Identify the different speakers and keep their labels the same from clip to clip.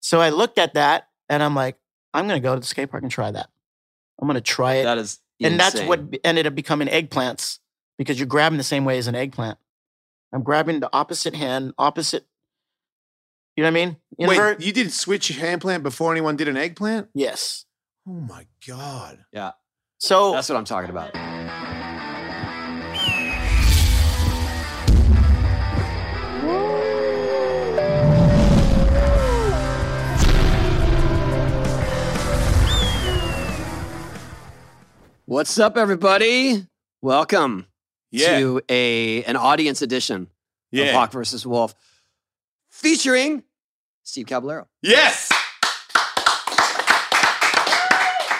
Speaker 1: So I looked at that and I'm like, I'm going to go to the skate park and try that. I'm going to try it.
Speaker 2: That is
Speaker 1: and that's
Speaker 2: insane.
Speaker 1: what be- ended up becoming eggplants because you grab them the same way as an eggplant. I'm grabbing the opposite hand, opposite. You know what I mean? Invert.
Speaker 3: Wait, you did switch hand plant before anyone did an eggplant?
Speaker 1: Yes.
Speaker 3: Oh my god!
Speaker 1: So
Speaker 2: That's what I'm talking about. What's up, everybody? Welcome to a an audience edition of Hawk versus Wolf, featuring Steve Caballero.
Speaker 3: yes.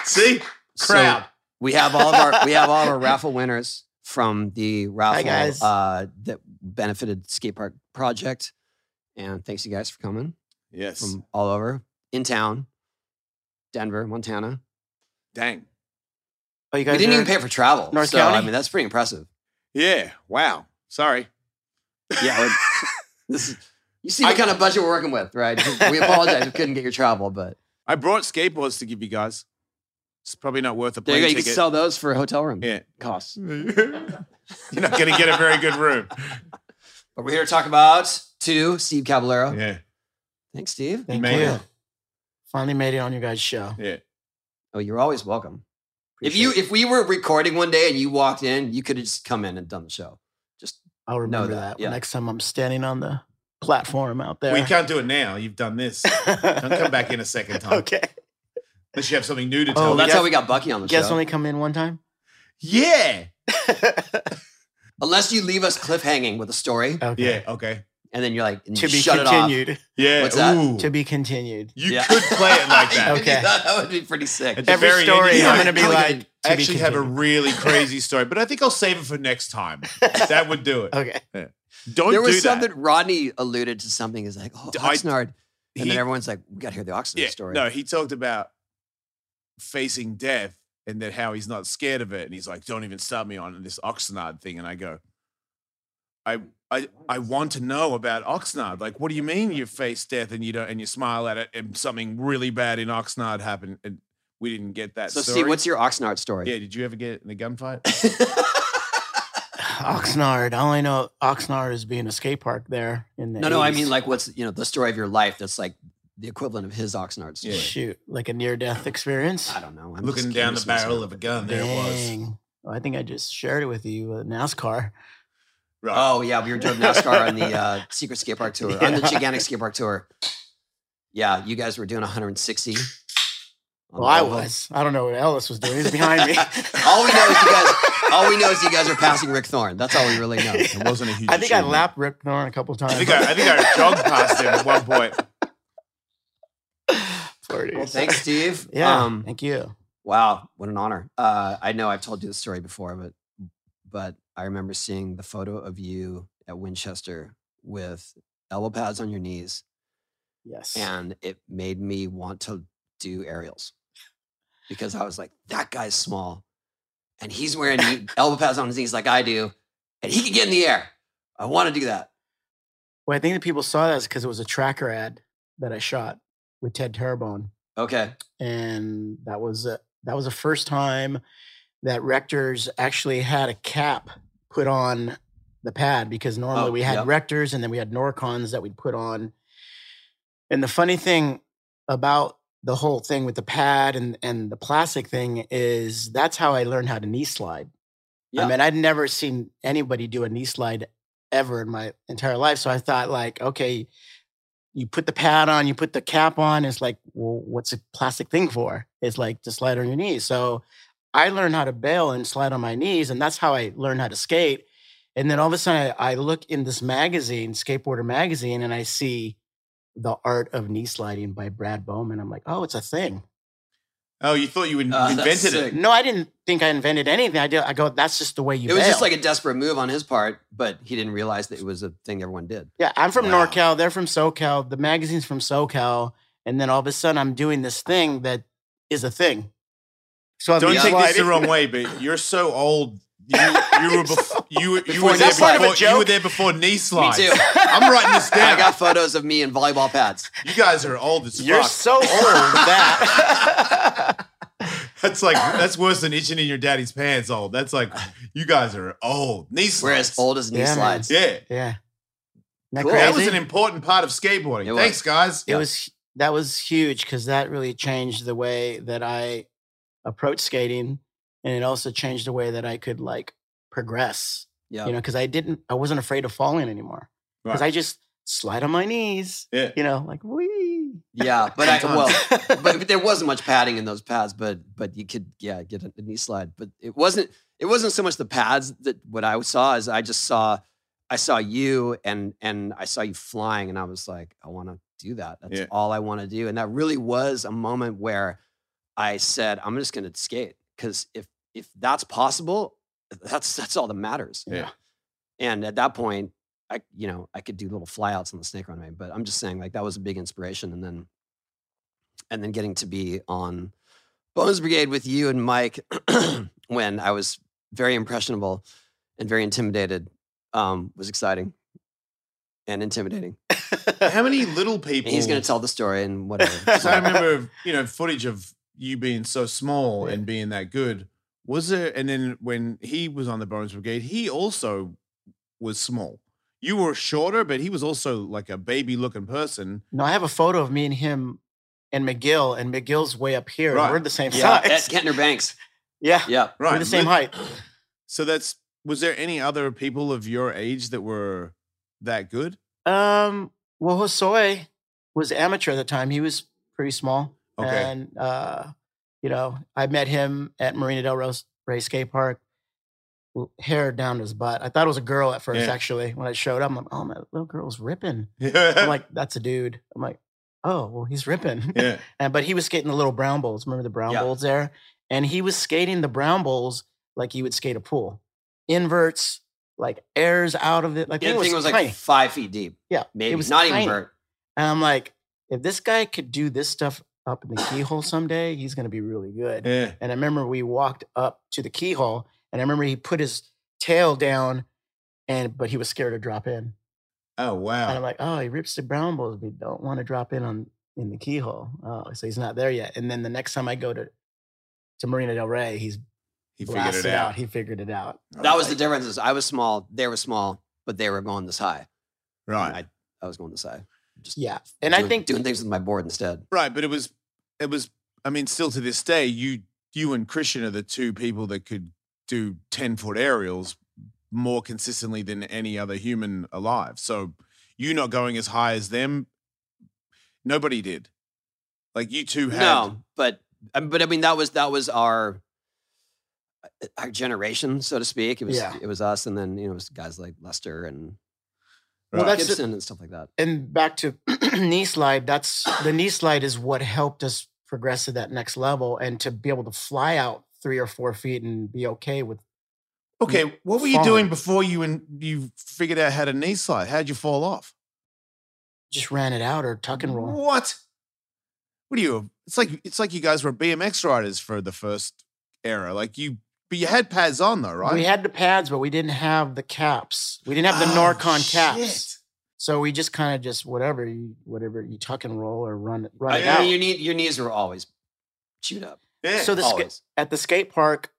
Speaker 3: See,
Speaker 2: So-
Speaker 3: crowd.
Speaker 2: We have all of our we have all of our raffle winners from the raffle
Speaker 1: guys.
Speaker 2: Uh, that benefited Skate Park Project, and thanks you guys for coming
Speaker 3: yes.
Speaker 2: from all over in town, Denver, Montana.
Speaker 3: Dang.
Speaker 1: oh, you
Speaker 2: We
Speaker 1: guys
Speaker 2: didn't
Speaker 1: are-
Speaker 2: even pay for travel,
Speaker 1: North
Speaker 2: so I
Speaker 1: County?
Speaker 2: mean that's pretty impressive.
Speaker 3: Yeah. Wow. Sorry.
Speaker 2: Yeah, like, this is you see
Speaker 3: I-
Speaker 2: the kind of budget we're working with, right? We apologize we couldn't get your travel, but
Speaker 3: I brought skateboards to give you guys. It's probably not worth a
Speaker 2: there
Speaker 3: plane
Speaker 2: you go. You
Speaker 3: ticket.
Speaker 2: can sell those for a hotel room
Speaker 3: yeah.
Speaker 2: costs.
Speaker 3: You're not going to get a very good room.
Speaker 2: But we're here to talk about two Steve Caballero.
Speaker 3: Yeah.
Speaker 2: Thanks, Steve.
Speaker 1: Thank
Speaker 3: made
Speaker 1: you.
Speaker 3: it.
Speaker 1: Finally made it on your guys' show.
Speaker 3: Yeah.
Speaker 2: Oh, you're always welcome. If
Speaker 1: Appreciate
Speaker 2: you
Speaker 1: it.
Speaker 2: if we were recording one day and you walked in, you could have just come in and done the show. Just
Speaker 1: I'll remember
Speaker 2: that,
Speaker 1: that
Speaker 2: yeah.
Speaker 1: next time I'm standing on the platform out there.
Speaker 3: We can't do it now. You've done this. Don't come back in a second time.
Speaker 1: okay.
Speaker 3: Unless you have something new to
Speaker 1: Oh,
Speaker 3: tell.
Speaker 2: well,
Speaker 3: us.
Speaker 2: that's
Speaker 1: guess-
Speaker 2: how we got Bucky on the
Speaker 1: Guess
Speaker 2: show.
Speaker 1: only come in one time.
Speaker 3: yeah.
Speaker 2: Unless you leave us cliffhanging with a story,
Speaker 1: Okay.
Speaker 3: Yeah. Okay.
Speaker 2: and then you're like, and
Speaker 1: To
Speaker 2: you
Speaker 1: be
Speaker 2: shut it
Speaker 1: continued.
Speaker 3: Yeah.
Speaker 2: What's that?
Speaker 3: Ooh.
Speaker 1: To be continued.
Speaker 3: You
Speaker 2: Yeah.
Speaker 3: could play it like
Speaker 2: off.
Speaker 3: that.
Speaker 1: Okay.
Speaker 2: that, that would be pretty sick.
Speaker 3: At the
Speaker 1: Every
Speaker 3: very end,
Speaker 1: story,
Speaker 3: you're
Speaker 1: I'm gonna be
Speaker 2: how we
Speaker 1: like,
Speaker 2: gonna-
Speaker 1: "To
Speaker 3: I
Speaker 1: be
Speaker 3: actually have a
Speaker 1: continued."
Speaker 3: really crazy story, but I think I'll save it for next time. That would do it.
Speaker 1: Okay.
Speaker 3: Don't
Speaker 2: there
Speaker 3: do
Speaker 2: was
Speaker 3: that.
Speaker 2: something Rodney alluded to something. Is like, oh,
Speaker 3: D- I-
Speaker 2: Oxnard, and
Speaker 3: He-
Speaker 2: then everyone's like, we got to hear the Oxnard
Speaker 3: yeah,
Speaker 2: story.
Speaker 3: No, he talked about facing death and that how he's not scared of it. And he's like, don't even start me on this Oxnard thing. And I go, I I I want to know about Oxnard. Like, what do you mean you face death and you don't and you smile at it and something really bad in Oxnard happened and we didn't get that.
Speaker 2: so
Speaker 3: story?
Speaker 2: Steve, what's your Oxnard story?
Speaker 3: yeah, did you ever get in a gunfight?
Speaker 1: Oxnard. I only know Oxnard is being a skate park there in the
Speaker 2: no, no, I
Speaker 1: 80s.
Speaker 2: mean like, what's you know the story of your life that's like the equivalent of his Oxnard story.
Speaker 1: shoot, like a near death experience.
Speaker 2: I don't know. I'm
Speaker 3: Looking
Speaker 2: just
Speaker 3: down the
Speaker 2: curious myself.
Speaker 3: barrel of a gun, there it was.
Speaker 1: Dang. Oh, I think I just shared it with you uh, NASCAR.
Speaker 3: Right.
Speaker 2: Oh yeah, we were doing NASCAR on the uh, Secret Skate Park tour, on the
Speaker 1: Yeah.
Speaker 2: gigantic skate park tour. Yeah, you guys were doing 160. on the
Speaker 1: Well, I
Speaker 2: Volvo.
Speaker 1: was. I don't know what Ellis was doing. He's behind me.
Speaker 2: all we know is you guys. All we know is you guys are passing Rick Thorne. That's all we really know.
Speaker 3: It wasn't a huge
Speaker 1: Oh, I think I
Speaker 3: achievement.
Speaker 1: lapped Rip Thorne a couple times.
Speaker 3: I think I, I think I jogged past him at one point.
Speaker 1: Flirty.
Speaker 2: Well, thanks, Steve.
Speaker 1: Yeah.
Speaker 2: Um,
Speaker 1: thank you.
Speaker 2: wow, what an honor. Uh, I know I've told you this story before, but but I remember seeing the photo of you at Winchester with elbow pads on your knees,
Speaker 1: Yes.
Speaker 2: and it made me want to do aerials because I was like, that guy's small and he's wearing knee- elbow pads on his knees like I do, and he can get in the air. I want to do that.
Speaker 1: Well, I think the people saw that because it was a tracker ad that I shot with Ted Terrebonne,
Speaker 2: Okay.
Speaker 1: and that was a, that was the first time that rectors actually had a cap put on the pad because normally
Speaker 2: Oh,
Speaker 1: we had
Speaker 2: yep.
Speaker 1: rectors and then we had Norcons that we'd put on. And the funny thing about the whole thing with the pad and and the plastic thing is that's how I learned how to knee slide.
Speaker 2: Yeah.
Speaker 1: I mean, I'd never seen anybody do a knee slide ever in my entire life. So I thought, like, okay, you put the pad on, you put the cap on. It's like, well, what's a plastic thing for? It's like to slide on your knees. So I learned how to bail and slide on my knees, and that's how I learned how to skate. And then all of a sudden, I, I look in this magazine, Skateboarder Magazine, and I see the art of knee sliding by Brad Bowman. I'm like, oh, it's a thing.
Speaker 3: Oh, you thought you in-
Speaker 2: Uh, that's
Speaker 3: invented
Speaker 2: sick.
Speaker 3: it?
Speaker 1: No, I didn't think I invented anything. I did. I go, that's just the way you.
Speaker 2: it was just
Speaker 1: bail."
Speaker 2: like a desperate move on his part, but he didn't realize that it was a thing everyone did.
Speaker 1: Yeah, I'm from
Speaker 3: Wow.
Speaker 1: NorCal. They're from SoCal. The magazine's from SoCal. And then all of a sudden, I'm doing this thing that is a thing. So I'm
Speaker 3: Don't
Speaker 1: just
Speaker 3: take
Speaker 1: like-
Speaker 3: this the wrong way, but you're so old You, you were bef- you, were- you
Speaker 1: Before
Speaker 3: were there
Speaker 1: knee slide.
Speaker 3: before you were
Speaker 1: Joke.
Speaker 3: there before knee
Speaker 2: Me
Speaker 3: slide.
Speaker 2: too.
Speaker 3: I'm writing this
Speaker 2: I
Speaker 3: down.
Speaker 2: got photos of me in volleyball pads.
Speaker 3: you guys are old as
Speaker 1: You're
Speaker 3: fuck.
Speaker 1: so old that.
Speaker 3: That's like that's worse than itching in your daddy's pants. Old. That's like you guys are old. Knee
Speaker 2: We're
Speaker 3: slides.
Speaker 2: as old as knee
Speaker 1: Yeah, man.
Speaker 2: slides.
Speaker 3: Yeah.
Speaker 1: yeah. Isn't that
Speaker 2: Cool.
Speaker 1: crazy?
Speaker 3: That was an important part of skateboarding.
Speaker 2: It was.
Speaker 3: Thanks, guys.
Speaker 1: it was that was huge because that really changed the way that I approached skating, and it also changed the way that I could like progress.
Speaker 2: Yeah.
Speaker 1: You know, because I didn't, I wasn't afraid of falling anymore because
Speaker 3: Right.
Speaker 1: I just slide on my knees.
Speaker 3: Yeah.
Speaker 1: You know, like wee.
Speaker 2: Yeah, but I
Speaker 3: Sometimes.
Speaker 2: well, but, but there wasn't much padding in those pads, but but you could yeah get a, knee slide, but it wasn't it wasn't so much the pads that what I saw is I just saw I saw you and and I saw you flying and I was like I want to do that that's
Speaker 3: Yeah.
Speaker 2: all I want to do and that really was a moment where I said I'm just gonna skate because if if that's possible that's that's all that matters
Speaker 3: Yeah.
Speaker 2: and at that point I you know I could do little flyouts on the snake runway but I'm just saying like that was a big inspiration and then and then getting to be on Bones Brigade with you and Mike when I was very impressionable and very intimidated um, was exciting and intimidating.
Speaker 3: How many little people?
Speaker 2: And he's going to tell the story and whatever.
Speaker 3: Because I
Speaker 2: So,
Speaker 3: remember, you know, footage of you being so small
Speaker 1: Yeah.
Speaker 3: and being that good. Was there? And then when he was on the Bones Brigade, he also was small. You were shorter, but he was also like a baby-looking person.
Speaker 1: no, I have a photo of me and him and McGill, and McGill's way up here. and
Speaker 3: Right.
Speaker 1: We're the same
Speaker 2: yeah, at
Speaker 1: size.
Speaker 2: Kentner Banks.
Speaker 1: Yeah.
Speaker 2: Yeah.
Speaker 3: Right,
Speaker 1: We're the same
Speaker 3: Lit-
Speaker 1: height.
Speaker 3: So that's. Was there any other people of your age that were that good?
Speaker 1: Um, well, Hosoi was amateur at the time. He was pretty small.
Speaker 3: Okay.
Speaker 1: And uh, you know, I met him at Marina Del Ros- Rey Skate Park. w- Hair down to his butt. I thought it was a girl at first,
Speaker 3: Yeah.
Speaker 1: actually. When I showed up, I'm like, oh, my little girl's ripping. I'm
Speaker 3: Yeah.
Speaker 1: like, that's a dude. I'm like, oh, well, he's ripping.
Speaker 3: yeah.
Speaker 1: And but he was skating the little brown bowls. Remember the brown
Speaker 2: Yeah.
Speaker 1: bowls there? And he was skating the brown bowls like you would skate a pool. Inverts, like airs out of it. Like
Speaker 2: The other thing was like
Speaker 1: tiny.
Speaker 2: five feet deep.
Speaker 1: Yeah,
Speaker 2: Maybe.
Speaker 1: was
Speaker 2: Not
Speaker 1: tiny.
Speaker 2: even Bert.
Speaker 1: And I'm like, if this guy could do this stuff up in the keyhole someday, he's going to be really good.
Speaker 3: Yeah.
Speaker 1: And I remember we walked up to the keyhole and I remember he put his tail down and but he was scared to drop in.
Speaker 3: Oh wow.
Speaker 1: And I'm like, "Oh, he rips the brown balls, but he don't want to drop in on in the keyhole." Oh, so he's not there yet. And then the next time I go to to Marina Del Rey, he's
Speaker 3: he figured
Speaker 1: blasted
Speaker 3: it out.
Speaker 1: He figured it out.
Speaker 2: That was the difference. is I was small. They were small, but they were going this high.
Speaker 3: right.
Speaker 2: I was going this high. Just
Speaker 1: Yeah. And I
Speaker 2: doing-
Speaker 1: think
Speaker 2: doing things with my board instead.
Speaker 3: Right, but it was it was I mean, still to this day, you you and Christian are the two people that could do ten foot aerials more consistently than any other human alive. So you not going as high as them, nobody did. Like you two had
Speaker 2: No, but um, but I mean that was that was our uh, our generation, so to speak. It was
Speaker 1: Yeah.
Speaker 2: it was us, and then you know it was guys like Lester and
Speaker 1: Well,
Speaker 3: Right.
Speaker 1: that's the-
Speaker 2: Gibson and stuff like that.
Speaker 1: and back to knee slide that's the knee slide is what helped us progress to that next level and to be able to fly out three or four feet and be okay with
Speaker 3: okay. What were you
Speaker 1: Falling.
Speaker 3: doing before you and you figured out how to knee slide? How'd you fall off?
Speaker 1: just ran it out or tuck and roll
Speaker 3: What? What are you? It's like it's like you guys were BMX riders for the first era. Like you, but you had pads on though, right?
Speaker 1: we had the pads but we didn't have the caps we didn't have the
Speaker 3: Oh,
Speaker 1: norcon
Speaker 3: shit.
Speaker 1: caps so we just kind of just whatever you whatever you tuck and roll or run run
Speaker 2: I
Speaker 1: it
Speaker 2: mean,
Speaker 1: out
Speaker 2: your knee your knees were always chewed up.
Speaker 3: Yeah.
Speaker 1: So the sca-
Speaker 2: always.
Speaker 1: at the skate park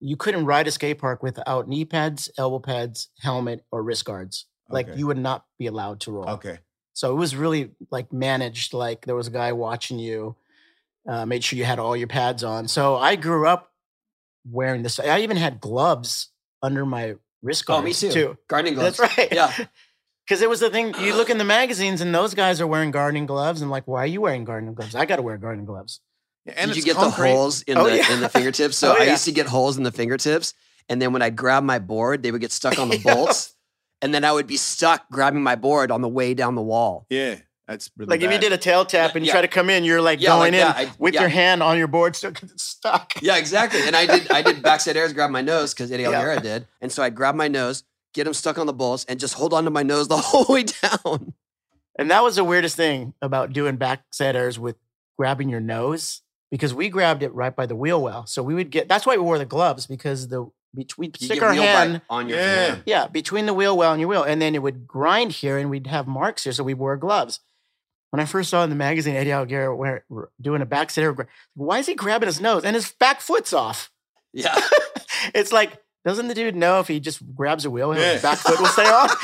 Speaker 1: you couldn't ride a skate park without knee pads elbow pads helmet or wrist guards like
Speaker 3: Okay.
Speaker 1: you would not be allowed to roll
Speaker 3: okay.
Speaker 1: So it was really like managed. Like there was a guy watching you, uh, made sure you had all your pads on. So I grew up wearing this. I even had gloves under my wrist
Speaker 2: Oh,
Speaker 1: guards.
Speaker 2: me too. Gardening gloves.
Speaker 1: That's right.
Speaker 2: Yeah.
Speaker 1: Because it was the thing you look in the magazines and those guys are wearing gardening gloves and like, why are you wearing gardening gloves? I got to wear gardening gloves.
Speaker 3: Yeah, And
Speaker 2: Did you
Speaker 3: it's
Speaker 2: get
Speaker 3: concrete.
Speaker 2: the holes in
Speaker 1: Oh,
Speaker 2: the
Speaker 1: yeah.
Speaker 2: in the fingertips? So
Speaker 1: Oh,
Speaker 2: I
Speaker 1: yeah.
Speaker 2: used to get holes in the fingertips, and then when I grabbed my board, they would get stuck on the
Speaker 1: Yeah.
Speaker 2: bolts, and then I would be stuck grabbing my board on the way down the wall.
Speaker 3: Yeah, that's really
Speaker 1: Like if you did a tail tap and you
Speaker 2: Yeah.
Speaker 1: try to come in, you're like
Speaker 2: Yeah, like
Speaker 1: going in
Speaker 2: that. I-
Speaker 1: with
Speaker 2: yeah.
Speaker 1: your hand on your board still because it's stuck.
Speaker 2: Yeah, exactly. And I did I did backside airs, grab my nose because Eddie
Speaker 1: Yeah.
Speaker 2: Oliveira did, and so I grabbed my nose, get him stuck on the bolts, and just hold on to my nose the whole way down.
Speaker 1: And that was the weirdest thing about doing back setters with grabbing your nose because we grabbed it right by the wheel well. So we would get that's why we wore the gloves because the between
Speaker 2: You
Speaker 1: stick
Speaker 2: get
Speaker 1: our
Speaker 2: wheel bite
Speaker 1: hand
Speaker 2: on your
Speaker 3: Yeah.
Speaker 2: hand.
Speaker 1: yeah, between the wheel well and your wheel, and then it would grind here, and we'd have marks here, so we wore gloves. When I first saw in the magazine Eddie Alguera wear, we're doing a back sitter, gra- why is he grabbing his nose and his back foot's off?
Speaker 2: Yeah.
Speaker 1: It's like doesn't the dude know if he just grabs a wheel,
Speaker 3: Yeah.
Speaker 1: his back foot will stay off?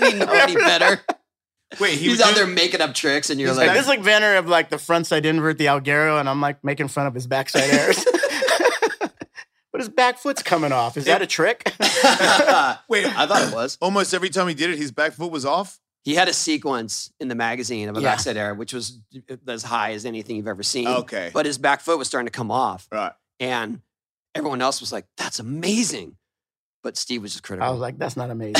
Speaker 2: we know any better.
Speaker 3: Wait, he
Speaker 2: He's
Speaker 3: was
Speaker 2: out there
Speaker 3: doing-
Speaker 2: making up tricks, and you're
Speaker 1: He's
Speaker 2: like,
Speaker 1: like, this is like Vanner of like the front side invert, the Algaro, and I'm like making fun of his backside airs. but his back foot's coming off. Is that a trick?
Speaker 2: I
Speaker 3: Wait,
Speaker 2: thought it was.
Speaker 3: almost every time he did it, his back foot was off.
Speaker 2: He had a sequence in the magazine of a
Speaker 1: Yeah.
Speaker 2: backside error, which was as high as anything you've ever seen.
Speaker 3: Okay,
Speaker 2: But his back foot was starting to come off,
Speaker 3: right.
Speaker 2: and everyone else was like, "That's amazing," but Steve was just critical.
Speaker 1: I was like, that's not amazing.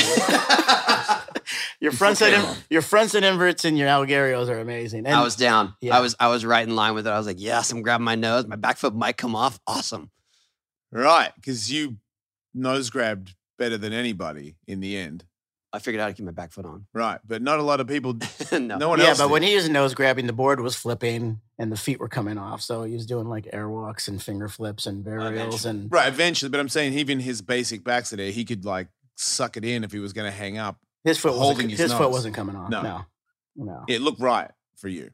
Speaker 1: Your front side,
Speaker 2: fucking
Speaker 1: in- your front side inverts and your Algarios are amazing. And
Speaker 2: I was down.
Speaker 1: Yeah.
Speaker 2: I was I was right in line with it. I was like, "Yes, I'm grabbing my nose. My back foot might come off. Awesome."
Speaker 3: Right, because you nose grabbed better than anybody in the end.
Speaker 2: I figured out how to keep my back foot on.
Speaker 3: Right, but not a lot of people.
Speaker 2: no.
Speaker 3: No one
Speaker 1: yeah,
Speaker 3: else.
Speaker 1: but
Speaker 3: did.
Speaker 1: when he was nose grabbing, the board was flipping and the feet were coming off. So he was doing like airwalks and finger flips and burials and
Speaker 3: right eventually, but I'm saying even his basic backs today, he could like suck it in if he was going to hang up.
Speaker 1: his foot wasn't,
Speaker 3: Holding
Speaker 1: his,
Speaker 3: his
Speaker 1: foot
Speaker 3: nose.
Speaker 1: wasn't coming off.
Speaker 3: No.
Speaker 1: No, no. no.
Speaker 3: It looked right for you.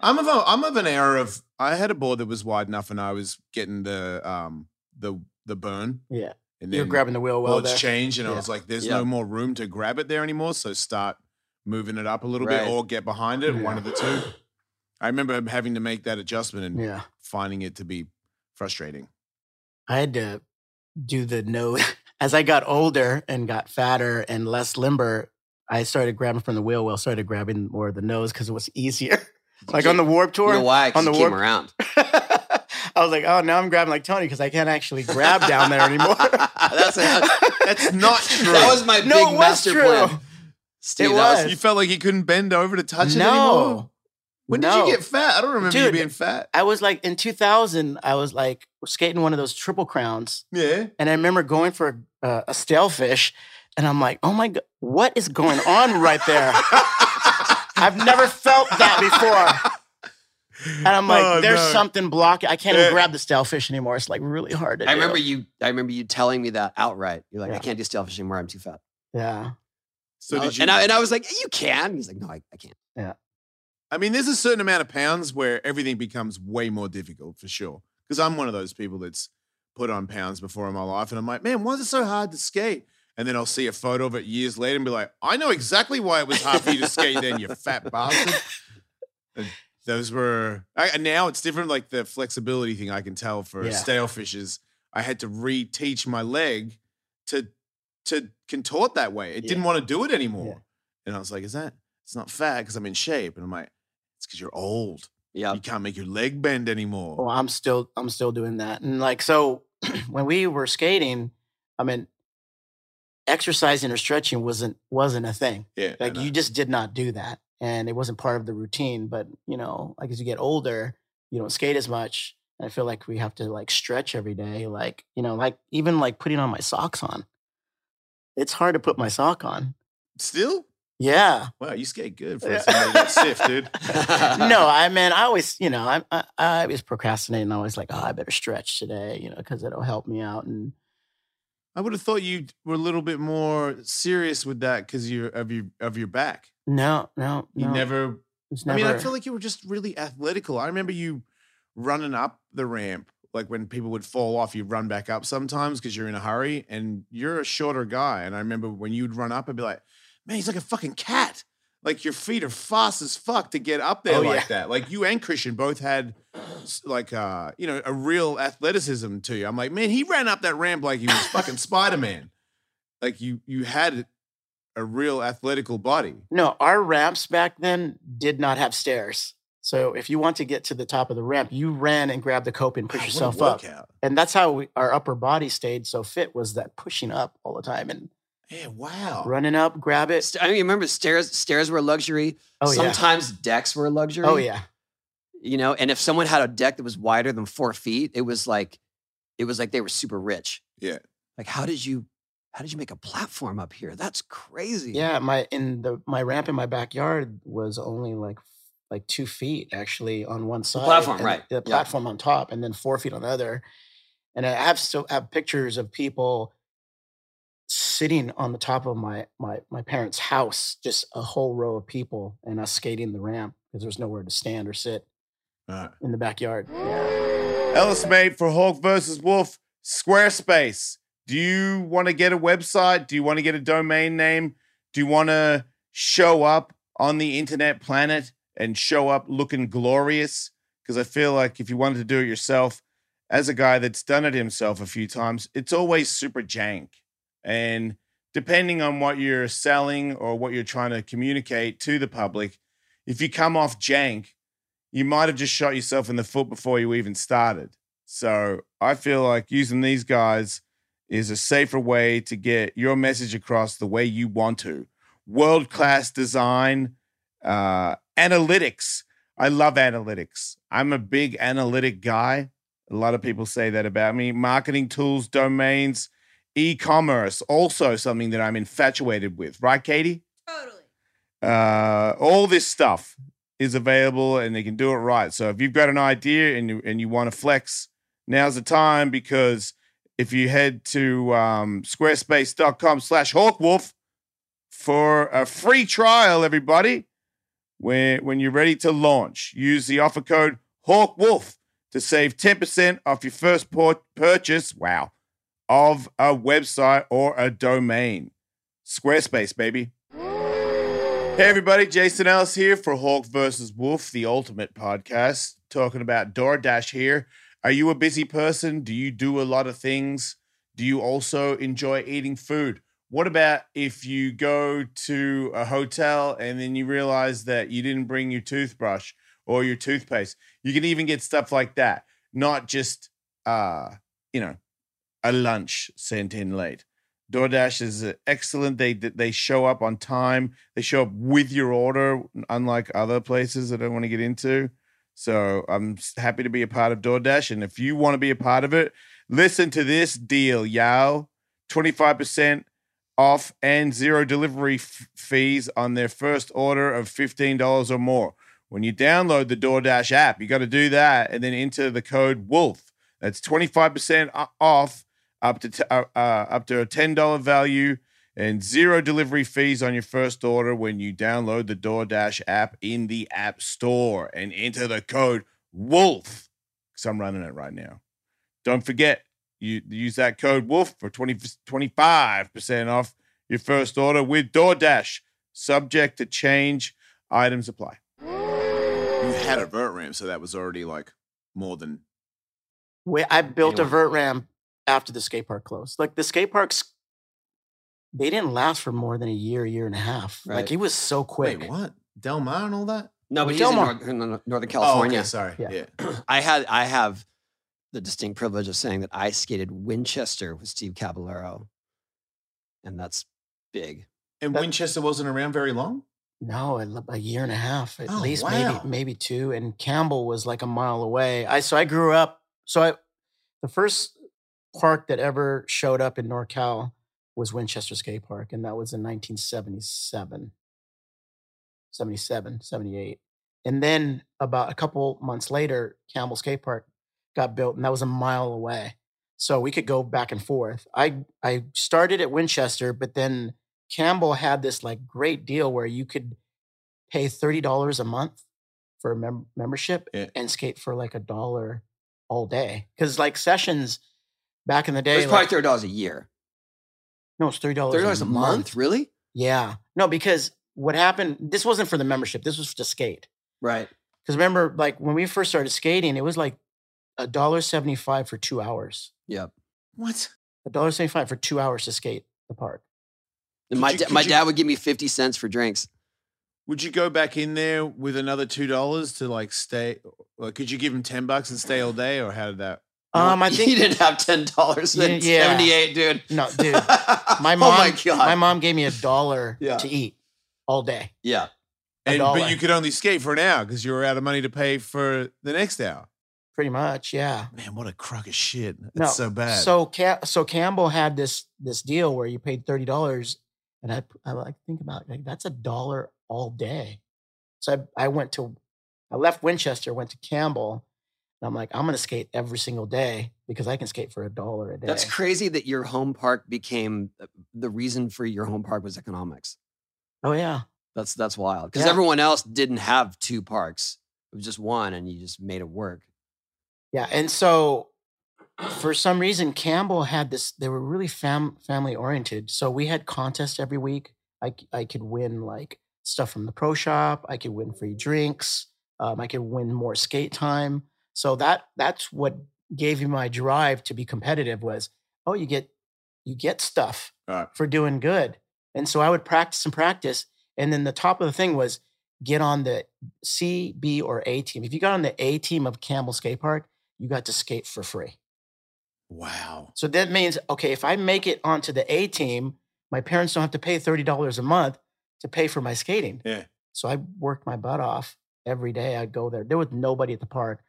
Speaker 3: I'm of a, I'm of an era of I had a board that was wide enough, and I was getting the um the the burn.
Speaker 1: Yeah.
Speaker 3: and
Speaker 1: You're
Speaker 3: then
Speaker 1: grabbing the wheel well
Speaker 3: boards
Speaker 1: there.
Speaker 3: changed, and I
Speaker 1: Yeah.
Speaker 3: was like, "There's
Speaker 2: Yeah.
Speaker 3: no more room to grab it there anymore." So start moving it up a little
Speaker 2: Right.
Speaker 3: bit, or get behind it. One
Speaker 1: Yeah.
Speaker 3: of the two. I remember having to make that adjustment and
Speaker 1: Yeah.
Speaker 3: finding it to be frustrating.
Speaker 1: I had to do the nose as I got older and got fatter and less limber. I started grabbing from the wheel well, started grabbing more of the nose because it was easier. like on the warp
Speaker 2: You
Speaker 1: tour.
Speaker 2: know why? 'Cause
Speaker 1: on
Speaker 2: he
Speaker 1: the
Speaker 2: came
Speaker 1: warp-
Speaker 2: around.
Speaker 1: I was like, oh, now I'm grabbing like Tony because I can't actually grab down there anymore.
Speaker 2: That's
Speaker 3: That's not true.
Speaker 2: That was my
Speaker 1: No,
Speaker 2: big
Speaker 1: it was
Speaker 2: master
Speaker 1: true.
Speaker 2: plan. Steve,
Speaker 1: It
Speaker 2: that
Speaker 1: was.
Speaker 3: you felt like you couldn't bend over to touch it anymore.
Speaker 1: no,
Speaker 3: When
Speaker 1: No.
Speaker 3: did you get fat? I don't remember you
Speaker 1: Dude.
Speaker 3: being fat.
Speaker 1: I was like in 2000. I was like skating one of those triple crowns,
Speaker 3: Yeah.
Speaker 1: and I remember going for uh, a stale fish, and I'm like, oh my god, what is going on right there? I've never felt that before. And I'm like,
Speaker 3: Oh,
Speaker 1: there's
Speaker 3: no.
Speaker 1: something blocking. I can't even
Speaker 3: Yeah.
Speaker 1: grab the stale fish anymore. It's like really hard to
Speaker 2: I
Speaker 1: do.
Speaker 2: remember you. I remember you telling me that outright. You're like, I
Speaker 1: Yeah.
Speaker 2: can't do steelfish anymore. I'm too fat.
Speaker 1: Yeah.
Speaker 3: So
Speaker 2: And I-
Speaker 3: did you?
Speaker 2: And I, and I was like, you can. He's like, no, I, I can't.
Speaker 3: I mean, there's a certain amount of pounds where everything becomes way more difficult for sure. Because I'm one of those people that's put on pounds before in my life, and I'm like, man, why is it so hard to skate? And then I'll see a photo of it years later and be like, I know exactly why it was hard for you to skate then, you fat bastard. And those were I, and now it's different. Like the flexibility thing, I can tell for
Speaker 1: Yeah.
Speaker 3: stale fishes, I had to reteach my leg to to contort that way. It
Speaker 1: Yeah.
Speaker 3: didn't want to do it anymore.
Speaker 1: Yeah.
Speaker 3: And I was like, is that it's not fat because I'm in shape. And I'm like, it's because you're old.
Speaker 2: Yeah.
Speaker 3: You can't make your leg bend anymore.
Speaker 1: Well, I'm still I'm still doing that. And like so when we were skating, I mean exercising or stretching wasn't wasn't a thing.
Speaker 3: yeah.
Speaker 1: Like
Speaker 3: and I-
Speaker 1: you just did not do that. And it wasn't part of the routine. But you know, like as you get older, you don't skate as much. And I feel like we have to like stretch every day. Like, you know, like even like putting on my socks on. It's hard to put my sock on.
Speaker 3: still?
Speaker 1: Yeah.
Speaker 3: Wow, you skate good for
Speaker 1: Yeah.
Speaker 3: somebody that's stiff, dude.
Speaker 1: no, I mean, I always, you know, I, I, I was procrastinating. I was like, oh, I better stretch today, you know, because it'll help me out. And
Speaker 3: I would have thought you were a little bit more serious with that because you of your of your back.
Speaker 1: no, no,
Speaker 3: You
Speaker 1: no,
Speaker 3: never,
Speaker 1: it's
Speaker 3: I mean, I
Speaker 1: never-
Speaker 3: feel like you were just really athletical. I remember you running up the ramp. Like when people would fall off, you run back up sometimes because you're in a hurry and you're a shorter guy. And I remember when you'd run up, I'd be like, man, he's like a fucking cat. Like your feet are fast as fuck to get up there
Speaker 1: Oh,
Speaker 3: like that. Like you and Christian both had s- like uh, you know, a real athleticism to you. I'm like, man, he ran up that ramp like he was fucking Spider-Man. Like you you had a real athletical body.
Speaker 1: no, our ramps back then did not have stairs. So if you want to get to the top of the ramp, you ran and grabbed the cope and
Speaker 3: Wow,
Speaker 1: pushed
Speaker 3: what a
Speaker 1: yourself up.
Speaker 3: workout.
Speaker 1: And that's how we, our upper body stayed so fit was that pushing up all the time and
Speaker 3: Yeah, wow.
Speaker 1: running up, grab it.
Speaker 2: St- I mean, remember stairs. Stairs were a luxury.
Speaker 1: Oh yeah.
Speaker 2: Sometimes decks were a luxury.
Speaker 1: Oh yeah.
Speaker 2: You know, and if someone had a deck that was wider than four feet, it was like, it was like they were super rich.
Speaker 3: Yeah.
Speaker 2: Like, how did you, how did you make a platform up here? That's crazy.
Speaker 1: Yeah, my in the my ramp in my backyard was only like like two feet actually on one side.
Speaker 2: platform,
Speaker 1: and
Speaker 2: right,
Speaker 1: The
Speaker 2: yeah.
Speaker 1: platform on top, and then four feet on the other. And I have still have pictures of people sitting on the top of my my my parents' house, just a whole row of people, and us skating the ramp because there was nowhere to stand or sit
Speaker 3: All
Speaker 1: in the backyard. Yeah.
Speaker 3: right. Ellis mate for Hulk versus Wolf Squarespace. Do you want to get a website? Do you want to get a domain name? Do you want to show up on the internet planet and show up looking glorious? Because I feel like if you wanted to do it yourself, as a guy that's done it himself a few times, it's always super jank. And depending on what you're selling or what you're trying to communicate to the public, if you come off jank, you might have just shot yourself in the foot before you even started. So I feel like using these guys is a safer way to get your message across the way you want to. World class design, uh, analytics. I love analytics. I'm a big analytic guy. A lot of people say that about me. Marketing tools, domains, e commerce, also something that I'm infatuated with. Right, Katie?
Speaker 4: Totally.
Speaker 3: uh, all this stuff is available and they can do it right. So if you've got an idea and you, and you want to flex, now's the time because if you head to um, squarespace.com slash hawkwolf for a free trial, everybody, when, when you're ready to launch, use the offer code hawkwolf to save 10% off your first por- purchase, wow, of a website or a domain. Squarespace, baby. Hey everybody, Jason Ellis here for Hulk versus Wolf, the ultimate podcast, talking about DoorDash here. Are you a busy person? Do you do a lot of things? Do you also enjoy eating food? What about if you go to a hotel and then you realize that you didn't bring your toothbrush or your toothpaste? You can even get stuff like that, not just uh, you know, a lunch sent in late. DoorDash is uh, excellent. They they show up on time. They show up with your order, unlike other places that I want to get into. So I'm s- happy to be a part of DoorDash. And if you want to be a part of it, listen to this deal, y'all. 25% off and zero delivery f- fees on their first order of $15 or more. When you download the DoorDash app, you got to do that and then enter the code WOLF. That's 25% o- off up to t- uh, uh, up to a ten dollar value and zero delivery fees on your first order when you download the DoorDash app in the App Store and enter the code Wolf because I'm running it right now. Don't forget you use that code Wolf for 25 percent off your first order with DoorDash. Subject to change, items apply. You had a vert ramp, so that was already like more than
Speaker 1: We, I built a
Speaker 2: Anyone.
Speaker 1: vert ramp after the skate park closed. Like the skate parks, they didn't last for more than a year, year and a half.
Speaker 2: Right.
Speaker 1: Like it was so quick.
Speaker 5: Wait, what? Del Mar and all that?
Speaker 2: No, but he's in
Speaker 1: Delmar.
Speaker 2: North, in Nor- Northern
Speaker 5: Oh,
Speaker 2: California.
Speaker 5: okay, sorry.
Speaker 1: Yeah.
Speaker 5: Yeah.
Speaker 2: I had I have the distinct privilege of saying that I skated Winchester with Steve Caballero, and that's big.
Speaker 5: And
Speaker 1: That-
Speaker 5: Winchester wasn't around very long?
Speaker 1: No, a l- a year and a half at
Speaker 5: Oh,
Speaker 1: least,
Speaker 5: wow.
Speaker 1: maybe maybe two. And Campbell was like a mile away. I so I grew up. So I, the first park that ever showed up in NorCal was Winchester Skate Park, and that was in 1977, 77, 78. And then about a couple months later, Campbell Skate Park got built, and that was a mile away. So we could go back and forth. I I started at Winchester, but then Campbell had this like great deal where you could pay thirty dollars a month for a mem- membership
Speaker 3: Yeah.
Speaker 1: and skate for like a dollar all day. Because like sessions back in the
Speaker 2: It
Speaker 1: day,
Speaker 2: was probably
Speaker 1: like-
Speaker 2: thirty dollars a year.
Speaker 1: no, it's thirty dollars.
Speaker 2: Thirty dollars a month, really?
Speaker 1: Yeah, no, because what happened? This wasn't for the membership. This was to skate.
Speaker 2: Right.
Speaker 1: Because remember, like when we first started skating, it was like a dollar seventy five for two hours.
Speaker 2: Yep.
Speaker 5: What?
Speaker 1: A dollar seventy five for two hours to skate the park.
Speaker 2: And
Speaker 3: Could
Speaker 2: my
Speaker 3: you-
Speaker 2: da-
Speaker 3: could
Speaker 2: my
Speaker 3: you-
Speaker 2: dad would give me fifty cents for drinks.
Speaker 3: Would you go back in there with another two dollars to like stay? Or could you give him ten bucks and stay all day, or how did that?
Speaker 1: Um, I
Speaker 2: he
Speaker 1: think
Speaker 2: didn't have ten dollars
Speaker 1: You
Speaker 2: in
Speaker 1: didn't- yeah.
Speaker 2: seventy eight, dude.
Speaker 1: no, dude. My mom,
Speaker 2: oh my god.
Speaker 1: my mom gave me a dollar
Speaker 2: Yeah.
Speaker 1: to eat all day.
Speaker 2: yeah.
Speaker 1: A
Speaker 3: And but
Speaker 1: dollar.
Speaker 3: you could only skate for an hour because you were out of money to pay for the next hour.
Speaker 1: Pretty much, yeah.
Speaker 3: Man, what a crock of shit! It's
Speaker 1: No,
Speaker 3: so bad.
Speaker 1: So, Ca- so Campbell had this this deal where you paid thirty dollars, and I I like think about it, like that's a dollar all day. So I I went to I left Winchester, went to Campbell, And I'm like, I'm gonna skate every single day because I can skate for a dollar a day.
Speaker 2: That's crazy that your home park became uh, the reason for your home park was economics.
Speaker 1: oh yeah.
Speaker 2: That's that's wild. Because
Speaker 1: Yeah.
Speaker 2: everyone else didn't have two parks. It was just one and you just made it work.
Speaker 1: Yeah, and so for some reason Campbell had this. They were really fam family oriented. So we had contests every week. I c- I could win like stuff from the pro shop. I could win free drinks. Um, I could win more skate time. So that that's what gave me my drive to be competitive. Was oh you get you get stuff
Speaker 3: Right.
Speaker 1: for doing good. And so I would practice and practice. And then the top of the thing was get on the C, B, or A team. If you got on the A team of Campbell Skate Park, you got to skate for free.
Speaker 3: Wow.
Speaker 1: So that means, okay, if I make it onto the A team, my parents don't have to pay $30 a month to pay for my skating.
Speaker 3: Yeah.
Speaker 1: So I worked my butt off every day. I'd go there. There was nobody at the park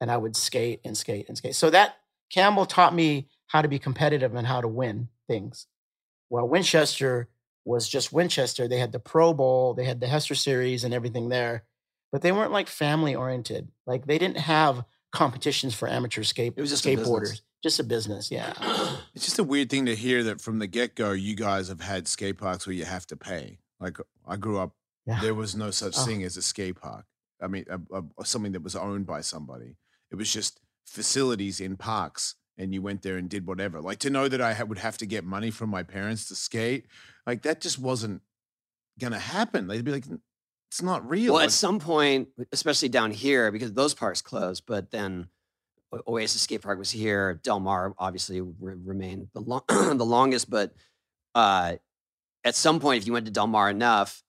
Speaker 1: and I would skate and skate and skate. So that Campbell taught me how to be competitive and how to win things. Well, Winchester was just Winchester. They had the Pro Bowl, they had the Hester Series and everything there, but they weren't like family oriented. Like they didn't have competitions for amateur skate
Speaker 2: It was just a business.
Speaker 1: skateboarders. Just a business, yeah.
Speaker 3: It's just a weird thing to hear that from the get go, you guys have had skate parks where you have to pay. Like I grew up,
Speaker 1: Yeah.
Speaker 3: there was no such
Speaker 1: Oh.
Speaker 3: thing as a skate park. I mean, a, a- something that was owned by somebody. It was just facilities in parks, and you went there and did whatever. Like to know that I ha- would have to get money from my parents to skate, like that just wasn't gonna happen. They'd be like, "N- "It's not real."
Speaker 2: Well,
Speaker 3: Like,
Speaker 2: at some point, especially down here, because those parks closed, but then O- Oasis Skate Park was here. Del Mar obviously re- remained the, long- the longest, but uh, at some point, if you went to Del Mar enough,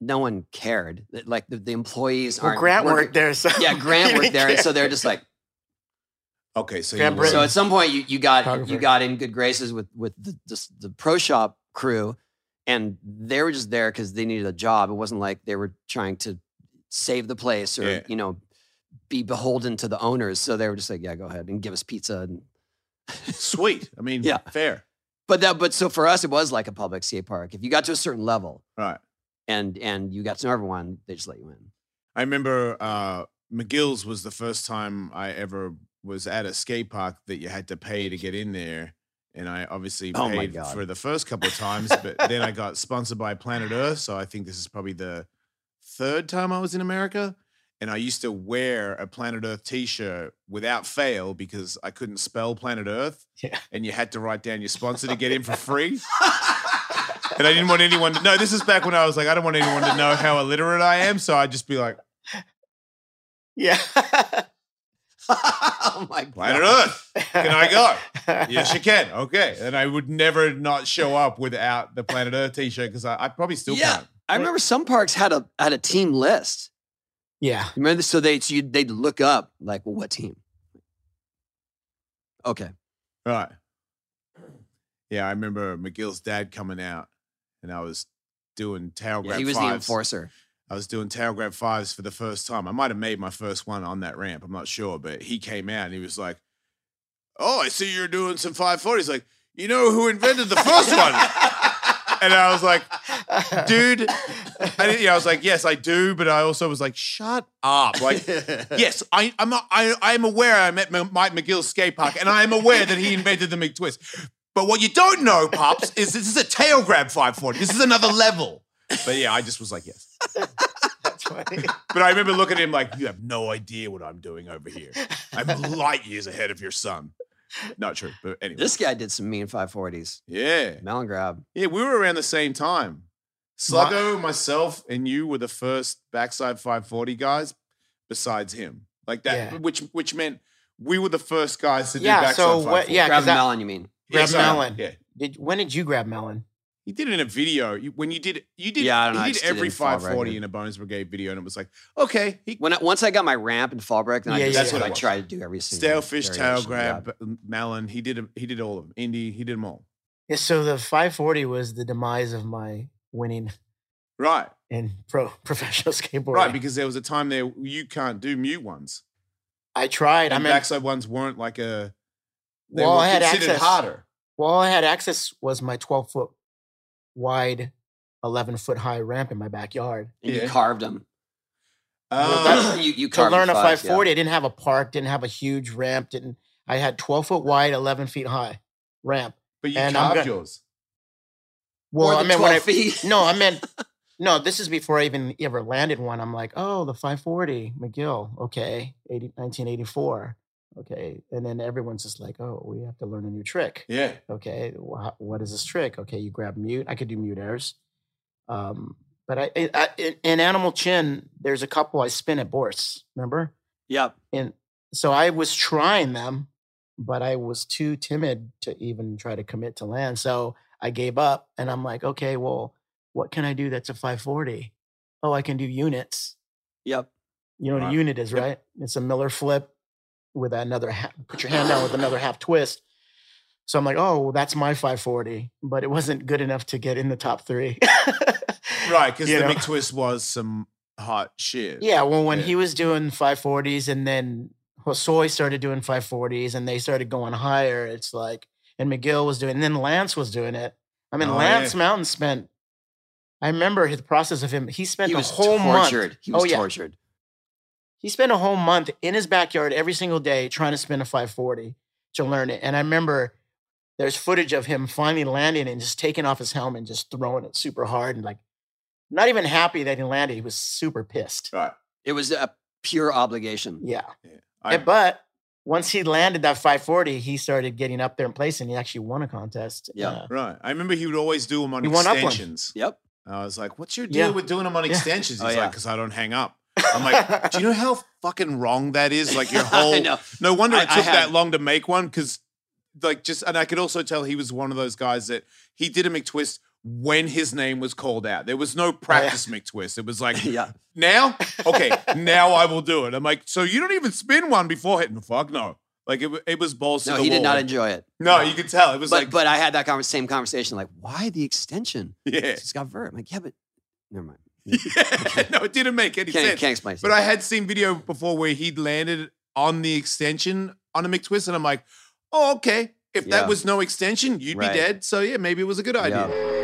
Speaker 2: no one cared. Th- Like the, the employees
Speaker 1: Well,
Speaker 2: aren't.
Speaker 1: Grant
Speaker 2: weren't-
Speaker 1: worked there, so
Speaker 2: Yeah, Grant
Speaker 1: he
Speaker 2: worked
Speaker 1: didn't
Speaker 2: there, and so
Speaker 1: care.
Speaker 2: they're just like.
Speaker 3: okay, so
Speaker 1: Grab
Speaker 3: you
Speaker 1: Right.
Speaker 2: So
Speaker 3: were-
Speaker 2: at some point, you, you got you
Speaker 1: Photographer.
Speaker 2: got in good graces with with the, the, s- the pro shop crew, and they were just there because they needed a job. It wasn't like they were trying to save the place or
Speaker 3: Yeah.
Speaker 2: you know be beholden to the owners. So they were just like, yeah, go ahead and give us pizza. And,
Speaker 3: sweet. I mean,
Speaker 2: Yeah.
Speaker 3: fair,
Speaker 2: but that but so for us, it was like a public skate park. If you got to a certain level
Speaker 3: right?
Speaker 2: and and you got to know everyone, they just let you in.
Speaker 3: I remember uh, McGill's was the first time I ever was at a skate park that you had to pay to get in there. And I obviously
Speaker 2: Oh my
Speaker 3: paid
Speaker 2: God.
Speaker 3: for the first couple of times, but then I got sponsored by Planet Earth. So I think this is probably the third time I was in America. And I used to wear a Planet Earth t shirt without fail because I couldn't spell Planet Earth.
Speaker 1: Yeah.
Speaker 3: And you had to write down your sponsor to get in for free. and I didn't want anyone to know. This is back when I was like, I don't want anyone to know how illiterate I am. So I'd just be like,
Speaker 1: Yeah.
Speaker 2: oh my god!
Speaker 3: Planet Earth, can I go?
Speaker 1: go?
Speaker 3: yes, you can. Okay. And I would never not show up without the Planet Earth t shirt because I, I probably still
Speaker 2: Yeah.
Speaker 3: can't.
Speaker 2: I remember some parks had a had a team list.
Speaker 1: Yeah.
Speaker 2: You Remember, this? so they so you, they'd look up like, well, what team? Okay,
Speaker 3: Right. Yeah. I remember McGill's dad coming out and I was doing tail
Speaker 2: yeah,
Speaker 3: grab
Speaker 2: he was the
Speaker 3: Oh, fives.
Speaker 2: enforcer.
Speaker 3: I was doing tail grab fives for the first time. I might have made my first one on that ramp. I'm not sure. But he came out and he was like, Oh, I see you're doing some 540s. He's Like, you know who invented the first one? and I was like, dude. I, didn't, yeah, I was like, yes, I do, but I also was like, shut up. Like, yes, I, I'm a, I, I'm aware I'm at M- Mike McGill's skate park, and I am aware that he invented the McTwist. But what you don't know, pops, is this is a tail grab 540. This is another level. But yeah, I just was like, yes.
Speaker 1: That's funny.
Speaker 3: But I remember looking at him like, you have no idea what I'm doing over here. I'm light years ahead of your son. Not true, but anyway.
Speaker 2: This guy did some mean 540s.
Speaker 3: yeah.
Speaker 2: Melon grab.
Speaker 3: Yeah, we were around the same time. Sluggo, myself, and you were the first backside 540 guys besides him. Like that,
Speaker 1: Yeah.
Speaker 3: which which meant we were the first guys to do
Speaker 1: Yeah.
Speaker 3: backside
Speaker 1: So what?
Speaker 3: 540.
Speaker 1: Yeah.
Speaker 2: grab
Speaker 1: 'cause that-
Speaker 2: melon, you mean?
Speaker 1: Grab
Speaker 3: sorry,
Speaker 1: melon.
Speaker 3: Yeah.
Speaker 1: Did, when did you grab melon?
Speaker 3: He did it in a video. You- When you did you did
Speaker 2: Yeah, I don't know, I
Speaker 3: you
Speaker 2: just
Speaker 3: did
Speaker 2: did it
Speaker 3: every
Speaker 2: in fall
Speaker 3: 540
Speaker 2: record.
Speaker 3: in a Bones Brigade video and it was like, okay, he
Speaker 2: When I, once I got my ramp and fall break, then
Speaker 1: Yeah,
Speaker 2: I
Speaker 1: yeah,
Speaker 2: just
Speaker 1: That's what
Speaker 2: I
Speaker 3: it was.
Speaker 2: tried to do every single
Speaker 3: stale fish tail
Speaker 2: variation,
Speaker 3: grab
Speaker 2: yeah.
Speaker 3: b- melon. He did a, he did all of them. Indy, he did them all.
Speaker 1: Yeah, so the 540 was the demise of my winning
Speaker 3: Right.
Speaker 1: in pro professional skateboarding.
Speaker 3: Right, because there was a time there you can't do mute ones.
Speaker 1: I tried.
Speaker 3: And
Speaker 1: I mean,
Speaker 3: backside ones weren't like a they
Speaker 1: Well,
Speaker 3: were
Speaker 1: I had
Speaker 3: considered
Speaker 1: access.
Speaker 3: harder.
Speaker 1: well, all I had access was my 12 foot wide, 11 foot high ramp in my backyard.
Speaker 2: And
Speaker 3: Yeah.
Speaker 2: you carved them.
Speaker 5: Oh,
Speaker 2: you, you
Speaker 1: to
Speaker 2: carved
Speaker 1: learn a
Speaker 2: five,
Speaker 1: 540, I didn't have a park, didn't have a huge ramp, didn't. I had 12 foot wide, 11 feet high ramp.
Speaker 5: but you
Speaker 1: And I'm
Speaker 5: carved
Speaker 1: gonna-
Speaker 5: yours.
Speaker 2: Yeah. Or
Speaker 1: Well, I
Speaker 2: the
Speaker 1: meant when
Speaker 2: 12
Speaker 1: I
Speaker 2: feet.
Speaker 1: no, I meant no. This is before I even ever landed one. I'm like, oh, the 540 McGill, okay, 80, 1984, okay, and then everyone's just like, oh, we have to learn a new trick.
Speaker 5: Yeah.
Speaker 1: Okay, wha what is this trick? Okay, you grab mute. I could do mute airs, um, but I, I, I in, in Animal Chin, there's a couple I spin at Bourse. Remember?
Speaker 2: Yep.
Speaker 1: and so I was trying them, but I was too timid to even try to commit to land. So I gave up, and I'm like, okay, well, what can I do that's a 540? Oh, I can do units.
Speaker 2: Yep.
Speaker 1: You know what
Speaker 3: Wow.
Speaker 1: a unit is, right? It's a Miller flip with another ha- put your hand down with another half twist. So I'm like, oh, well, that's my 540, but it wasn't good enough to get in the top three.
Speaker 3: Right, because
Speaker 1: You
Speaker 3: the
Speaker 1: know?
Speaker 3: big twist was some hot shit.
Speaker 1: Yeah, well, when
Speaker 3: Yeah.
Speaker 1: he was doing 540s and then Hosoi started doing 540s and they started going higher, it's like, and McGill was doing, and then Lance was doing it. I mean,
Speaker 3: Oh, yeah.
Speaker 1: Lance Mountain spent, I remember his process of him, he spent
Speaker 2: He
Speaker 1: a
Speaker 2: was
Speaker 1: whole
Speaker 2: tortured.
Speaker 1: month.
Speaker 2: He was
Speaker 1: oh, yeah.
Speaker 2: tortured.
Speaker 1: He spent a whole month in his backyard every single day trying to spin a 540 to learn it. And I remember there's footage of him finally landing and just taking off his helmet and just throwing it super hard and like, not even happy that he landed. He was super pissed.
Speaker 3: Right.
Speaker 2: It was a pure obligation.
Speaker 1: Yeah.
Speaker 3: Yeah. I,
Speaker 1: Yeah, but once he landed that 540, he started getting up there in place, and he actually won a contest.
Speaker 2: Yeah.
Speaker 1: Uh,
Speaker 3: right. I remember he would always do them on
Speaker 1: He won up one.
Speaker 3: extensions.
Speaker 2: Yep.
Speaker 3: I was like, what's your
Speaker 1: Yeah.
Speaker 3: deal
Speaker 5: Deal with doing them on
Speaker 1: Yeah.
Speaker 5: extensions. He's
Speaker 3: Oh, yeah,
Speaker 5: like,
Speaker 3: because I don't hang up. I'm like, do you know how fucking wrong that is? Like your whole.
Speaker 2: I know.
Speaker 3: No wonder
Speaker 2: I-
Speaker 3: it
Speaker 2: I
Speaker 3: took
Speaker 2: had-
Speaker 3: that long to make one because, like, just and I could also tell he was one of those guys that he did a McTwist when his name was called out. There was no practice McTwist. It was like
Speaker 2: Oh, yeah.
Speaker 3: now, okay, now I will do it. I'm like, so you don't even spin one before hitting. Fuck no. Like it, w- it was balls
Speaker 2: No,
Speaker 3: to the
Speaker 2: he did not
Speaker 3: wall.
Speaker 2: enjoy it.
Speaker 3: no, you could tell it was
Speaker 2: But
Speaker 3: like,
Speaker 2: but I had that conver- same conversation. Like, why the extension?
Speaker 3: yeah,
Speaker 2: It's got vert. I'm like, yeah, but never mind.
Speaker 3: yeah. no, it didn't make any
Speaker 2: Can't,
Speaker 3: sense.
Speaker 2: can't explain. it.
Speaker 3: But I had seen video before where he'd landed on the extension on a McTwist, and I'm like, oh, okay. If
Speaker 2: Yeah.
Speaker 3: that was no extension, you'd
Speaker 2: Right.
Speaker 3: be dead. So yeah, maybe it was a good idea.
Speaker 2: Yeah.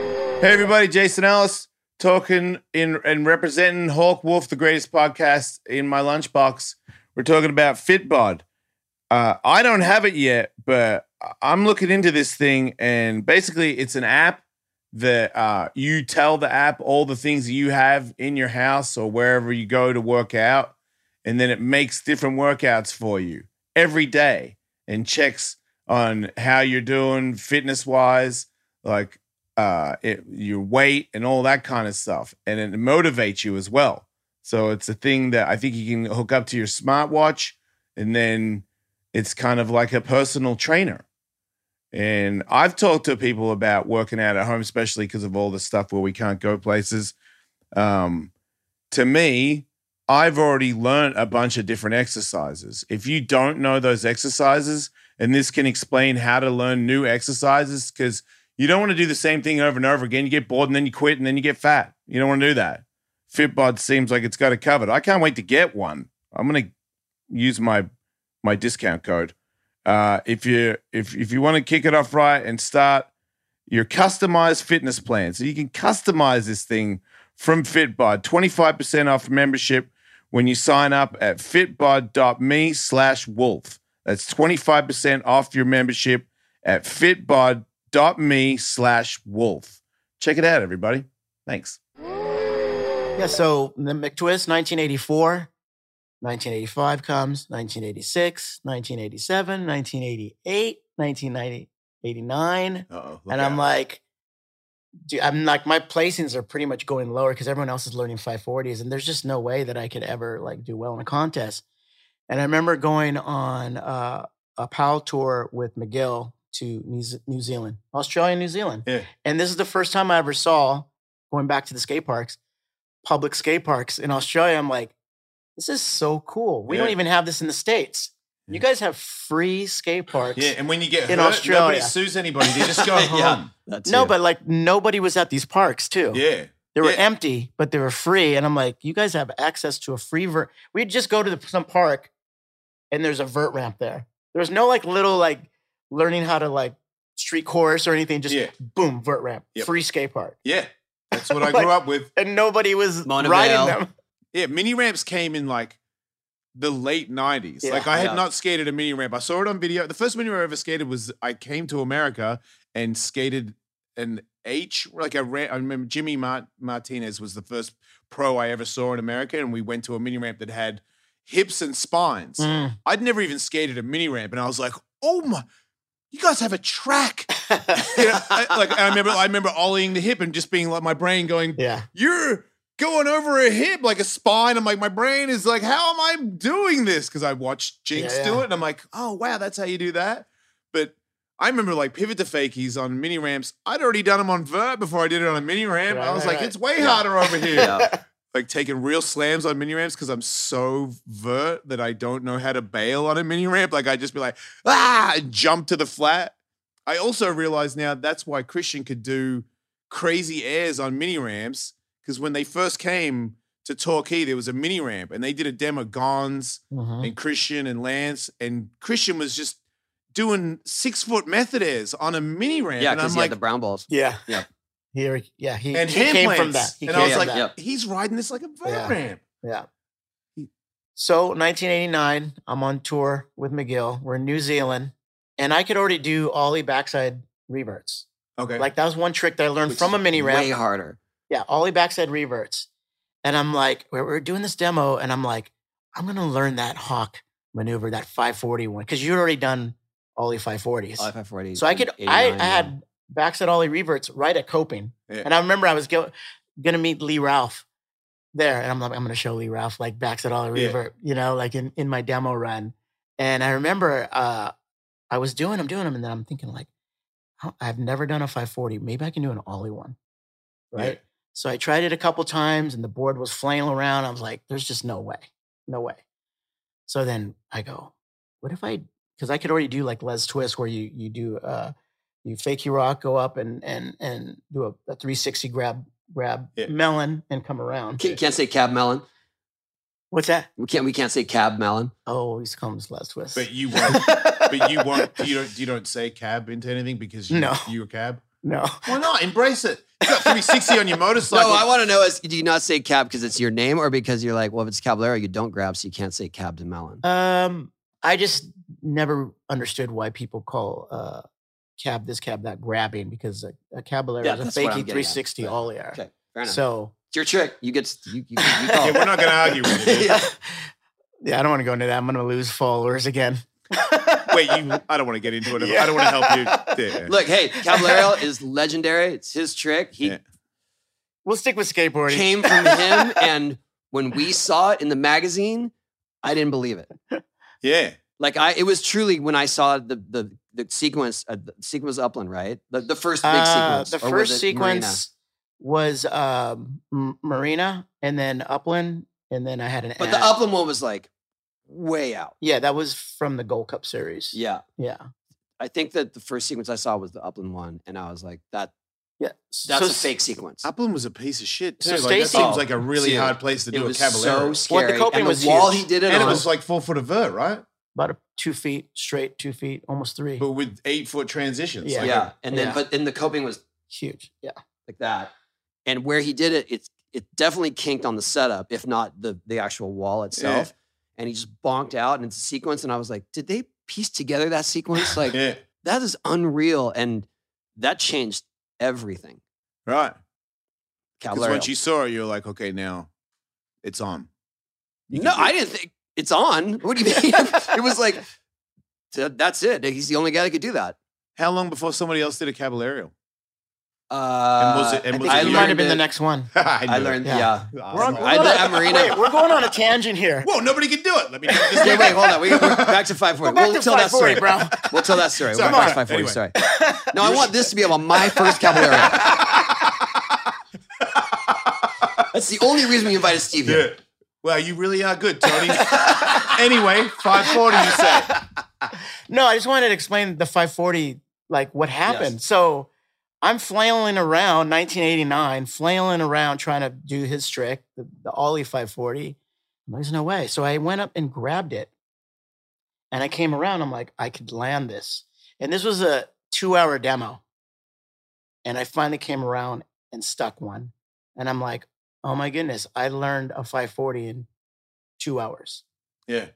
Speaker 3: Hey everybody, Jason Ellis talking in and representing Hawk Wolf, the greatest podcast in my lunchbox. We're talking about Fitbod. Uh, I don't have it yet, but I- I'm looking into this thing, and basically, it's an app that uh, you tell the app all the things that you have in your house or wherever you go to work out, and then it makes different workouts for you every day and checks on how you're doing fitness wise, like uh, it, your weight and all that kind of stuff. And it motivates you as well. So it's a thing that I think you can hook up to your smartwatch and then it's kind of like a personal trainer. And I've talked to people about working out at home, especially because of all the stuff where we can't go places. Um, to me, I've already learned a bunch of different exercises. If you don't know those exercises, and this can explain how to learn new exercises, because you don't want to do the same thing over and over again. You get bored and then you quit and then you get fat. You don't want to do that. Fitbod seems like it's got it covered. I can't wait to get one. I'm gonna use my my discount code. Uh, if you if if you want to kick it off right and start your customized fitness plan, so you can customize this thing from Fitbod. 25% off membership when you sign up at fitbod.me slash wolf. That's 25% off your membership at fitbod me slash wolf. Check it out, everybody. Thanks.
Speaker 1: yeah, so the McTwist, 1984, 1985 comes, 1986, 1987, 1988, 1990, 89.
Speaker 3: Uh-oh,
Speaker 1: and I'm like, dude, I'm like, my placings are pretty much going lower because everyone else is learning 540s, and there's just no way that I could ever like do well in a contest. And I remember going on uh, a PAL tour with McGill to New, Ze- New Zealand, Australia, New Zealand,
Speaker 3: Yeah.
Speaker 1: and this is the first time I ever saw going back to the skate parks, public skate parks in Australia. I'm like, this is so cool. We don't
Speaker 3: Yeah.
Speaker 1: even have this in the states. You
Speaker 3: Yeah.
Speaker 1: guys have free skate parks.
Speaker 5: yeah. And when you get
Speaker 1: In
Speaker 5: hurt,
Speaker 1: Australia.
Speaker 5: nobody sues anybody. They just go
Speaker 2: Yeah.
Speaker 5: home.
Speaker 2: That's
Speaker 1: No,
Speaker 2: it.
Speaker 1: but like nobody was at these parks too.
Speaker 5: yeah.
Speaker 1: They were
Speaker 5: Yeah.
Speaker 1: empty, but they were free. And I'm like, you guys have access to a free vert. We'd just go to the, some park and there's a vert ramp there. There's no like little like learning how to like street course or anything. Just
Speaker 5: Yeah.
Speaker 1: boom, vert ramp,
Speaker 5: Yep.
Speaker 1: free skate park.
Speaker 5: Yeah. That's what I grew up with.
Speaker 1: And nobody was
Speaker 2: Montevideo.
Speaker 1: riding them.
Speaker 3: Yeah, mini ramps came in like the late 90s.
Speaker 1: Yeah.
Speaker 3: like I had
Speaker 2: Yeah.
Speaker 3: not skated a mini ramp. I saw it on video. The first mini ramp I ever skated was I came to America and skated an H, like a ramp. I remember Jimmy Mart- Martinez was the first pro I ever saw in America. And we went to a mini ramp that had hips and spines.
Speaker 1: Mm.
Speaker 3: I'd never even skated a mini ramp. And I was like, oh my, you guys have a track. You know, I- like I remember, I remember ollieing the hip and just being like my brain going,
Speaker 1: yeah.
Speaker 3: you're going over a hip like a spine. I'm like, my brain is like, how am I doing this? Because I watched Jinx
Speaker 1: Yeah,
Speaker 3: do
Speaker 1: yeah.
Speaker 3: it, and I'm like, oh wow, that's how you do that. But I remember like pivot to fakies on mini ramps. I'd already done them on vert before I did it on a mini ramp.
Speaker 1: Right,
Speaker 3: I was
Speaker 1: right,
Speaker 3: like,
Speaker 1: right.
Speaker 3: it's way
Speaker 2: Yeah.
Speaker 3: harder over here.
Speaker 2: Yeah.
Speaker 3: Like taking real slams on mini ramps because I'm so vert that I don't know how to bail on a mini ramp. Like I just be like, ah, and jump to the flat. I also realize now that's why Christian could do crazy airs on mini ramps because when they first came to Torquay, there was a mini ramp and they did a demo Gons
Speaker 1: Mhm.
Speaker 2: Mm-hmm.
Speaker 3: and Christian and Lance and Christian was just doing six foot method airs on a mini ramp.
Speaker 2: Yeah,
Speaker 3: and
Speaker 2: because
Speaker 3: I'm
Speaker 2: he
Speaker 3: like,
Speaker 2: had the brown balls.
Speaker 1: Yeah.
Speaker 2: Yeah.
Speaker 1: Here, yeah, he,
Speaker 3: and
Speaker 1: he
Speaker 3: hand
Speaker 1: came
Speaker 3: plants.
Speaker 1: from that. He
Speaker 3: and
Speaker 1: came
Speaker 3: I was
Speaker 1: from
Speaker 3: like,
Speaker 1: that.
Speaker 2: Yep.
Speaker 3: he's riding this like a vert
Speaker 1: Yeah.
Speaker 3: ramp.
Speaker 1: So 1989, I'm on tour with McGill. We're in New Zealand, and I could already do ollie backside reverts.
Speaker 3: Okay.
Speaker 1: Like that was one trick that I learned
Speaker 2: which
Speaker 1: from a
Speaker 2: is
Speaker 1: mini ramp.
Speaker 2: Way harder.
Speaker 1: Yeah, ollie backside reverts, and I'm like, we're, we're doing this demo, and I'm like, I'm gonna learn that hawk maneuver, that 540 one, because you'd already done ollie 540s.
Speaker 2: Oh, 540.
Speaker 1: So I could, I, I had backside ollie reverts right at coping,
Speaker 3: Yeah.
Speaker 1: and I remember I was go, gonna meet Lee Ralph there, and I'm like, I'm gonna show Lee Ralph like backside ollie
Speaker 3: Yeah.
Speaker 1: revert, you know, like in in my demo run, and I remember uh, I was doing them, doing them, and then I'm thinking like, "Huh, I've never done a 540, maybe I can do an ollie one,
Speaker 3: Yeah.
Speaker 1: right? So I tried it a couple times, and the board was flailing around. I was like, there's just no way, no way. So then I go, what if I because I could already do like Les Twist where you you do uh you fake your rock, go up and and and do a, a 360 grab grab
Speaker 3: Yeah.
Speaker 1: melon and come around.
Speaker 2: Can't, can't say cab melon.
Speaker 1: What's that?
Speaker 2: We can't. We can't say cab melon.
Speaker 1: Oh, he's calling this Les Twist.
Speaker 3: But you won't. but you won't. You don't. You don't say cab into anything because you,
Speaker 1: No.
Speaker 3: you a cab.
Speaker 1: no.
Speaker 3: Why not embrace it? You got 360 on your motorcycle.
Speaker 2: no, I want to know is do you not say cab because it's your name or because you're like, well, if it's Caballero, you don't grab, so you can't say cab to melon.
Speaker 1: Um, I just never understood why people call uh cab this cab that grabbing because a, a caballero
Speaker 2: Yeah,
Speaker 1: is a
Speaker 2: that's what I'm
Speaker 1: faking
Speaker 2: getting at.
Speaker 1: 360
Speaker 2: Yeah.
Speaker 1: all air.
Speaker 2: okay, fair enough.
Speaker 1: So
Speaker 2: it's your trick. You get. s- You, you, you
Speaker 1: Yeah,
Speaker 2: call.
Speaker 3: yeah, we're not going to argue with it.
Speaker 1: yeah. I don't want to go into that. I'm gonna lose followers again.
Speaker 3: Wait, you. I don't want to get into it.
Speaker 1: Yeah.
Speaker 3: I don't want to help you. Yeah.
Speaker 2: Look, hey, Caballero is legendary. It's his trick. He
Speaker 3: Yeah.
Speaker 1: We'll stick with skateboarding.
Speaker 2: came from him, and when we saw it in the magazine, I didn't believe it.
Speaker 3: yeah.
Speaker 2: Like I, it was truly when I saw the the the sequence. Uh, the sequence Upland, right? The, the first big
Speaker 1: Uh,
Speaker 2: sequence.
Speaker 1: the
Speaker 2: or was
Speaker 1: first
Speaker 2: it Marina?
Speaker 1: sequence was um, M- Marina and then Upland, and then I had an.
Speaker 2: but the
Speaker 1: ad.
Speaker 2: Upland one was like way out.
Speaker 1: yeah, that was from the Gold Cup series.
Speaker 2: Yeah,
Speaker 1: yeah,
Speaker 2: I think that the first sequence I saw was the Upland one, and I was like, that
Speaker 1: yeah.
Speaker 2: that's
Speaker 1: So
Speaker 2: a
Speaker 1: s-
Speaker 2: fake sequence.
Speaker 3: Upland was a piece of shit too.
Speaker 1: So
Speaker 3: like, that
Speaker 1: Stacey-
Speaker 3: seems like a really
Speaker 2: Dude,
Speaker 3: hard place to
Speaker 2: Oh, It
Speaker 3: do a
Speaker 2: was so
Speaker 3: caballero.
Speaker 2: scary.
Speaker 1: coping
Speaker 2: and the
Speaker 1: was
Speaker 2: wall
Speaker 1: huge.
Speaker 2: he did it
Speaker 3: and it
Speaker 2: on.
Speaker 3: was like four foot of vert, right?
Speaker 1: about a, two feet straight, two feet, almost three.
Speaker 3: But with eight foot transitions.
Speaker 1: Yeah.
Speaker 3: Like,
Speaker 2: yeah, and then
Speaker 1: Yeah.
Speaker 2: but then the coping was
Speaker 1: Huge. Yeah.
Speaker 2: like that. And where he did it, it's it definitely kinked on the setup, if not the the actual wall itself. And he just bonked out, and it's a sequence. And I was like, did they piece together that sequence? Like
Speaker 3: yeah.
Speaker 2: that is unreal, and that changed everything.
Speaker 3: Right. Because
Speaker 2: Caballero.
Speaker 3: once you saw it, you're like, okay, now it's on. you
Speaker 2: no,
Speaker 3: can do it.
Speaker 2: I didn't think it's on. What do you mean? it was like th- that's it. He's the only guy that could do that.
Speaker 3: How long before somebody else did a caballero?
Speaker 2: Uh,
Speaker 3: was it- and
Speaker 2: I
Speaker 3: was
Speaker 2: think
Speaker 3: it
Speaker 2: I
Speaker 1: I
Speaker 3: you?
Speaker 1: you
Speaker 2: learned
Speaker 1: might have been
Speaker 2: it-
Speaker 1: the next one.
Speaker 2: I learned,
Speaker 1: Yeah.
Speaker 2: yeah.
Speaker 1: We're on,
Speaker 2: I
Speaker 1: we're on
Speaker 2: did
Speaker 1: a-
Speaker 2: at Marina.
Speaker 1: Wait, we're going on a tangent here.
Speaker 3: Whoa, nobody can do it. Let me do this.
Speaker 2: yeah, wait, hold on. We go back to five
Speaker 1: Go
Speaker 2: forty.
Speaker 1: back
Speaker 2: We'll
Speaker 1: to
Speaker 2: tell that story,
Speaker 1: 540, bro.
Speaker 2: We'll tell that story.
Speaker 3: Sorry,
Speaker 2: we'll back to
Speaker 3: alright,
Speaker 2: 540.
Speaker 3: anyway.
Speaker 2: Sorry. No, I want this to be about my first Caballero. That's the only reason we invited Steve here.
Speaker 3: Yeah. Well, you really are good, Tony. anyway, 540, you said.
Speaker 1: No, I just wanted to explain the 540, like what happened. So I'm flailing around 1989, flailing around trying to do his trick, the, the Ollie 540. I'm like, There's no way. So I went up and grabbed it. And I came around. I'm like, I could land this. And this was a two hour demo. And I finally came around and stuck one. And I'm like, oh my goodness, I learned a 540 in two hours.
Speaker 3: Yeah.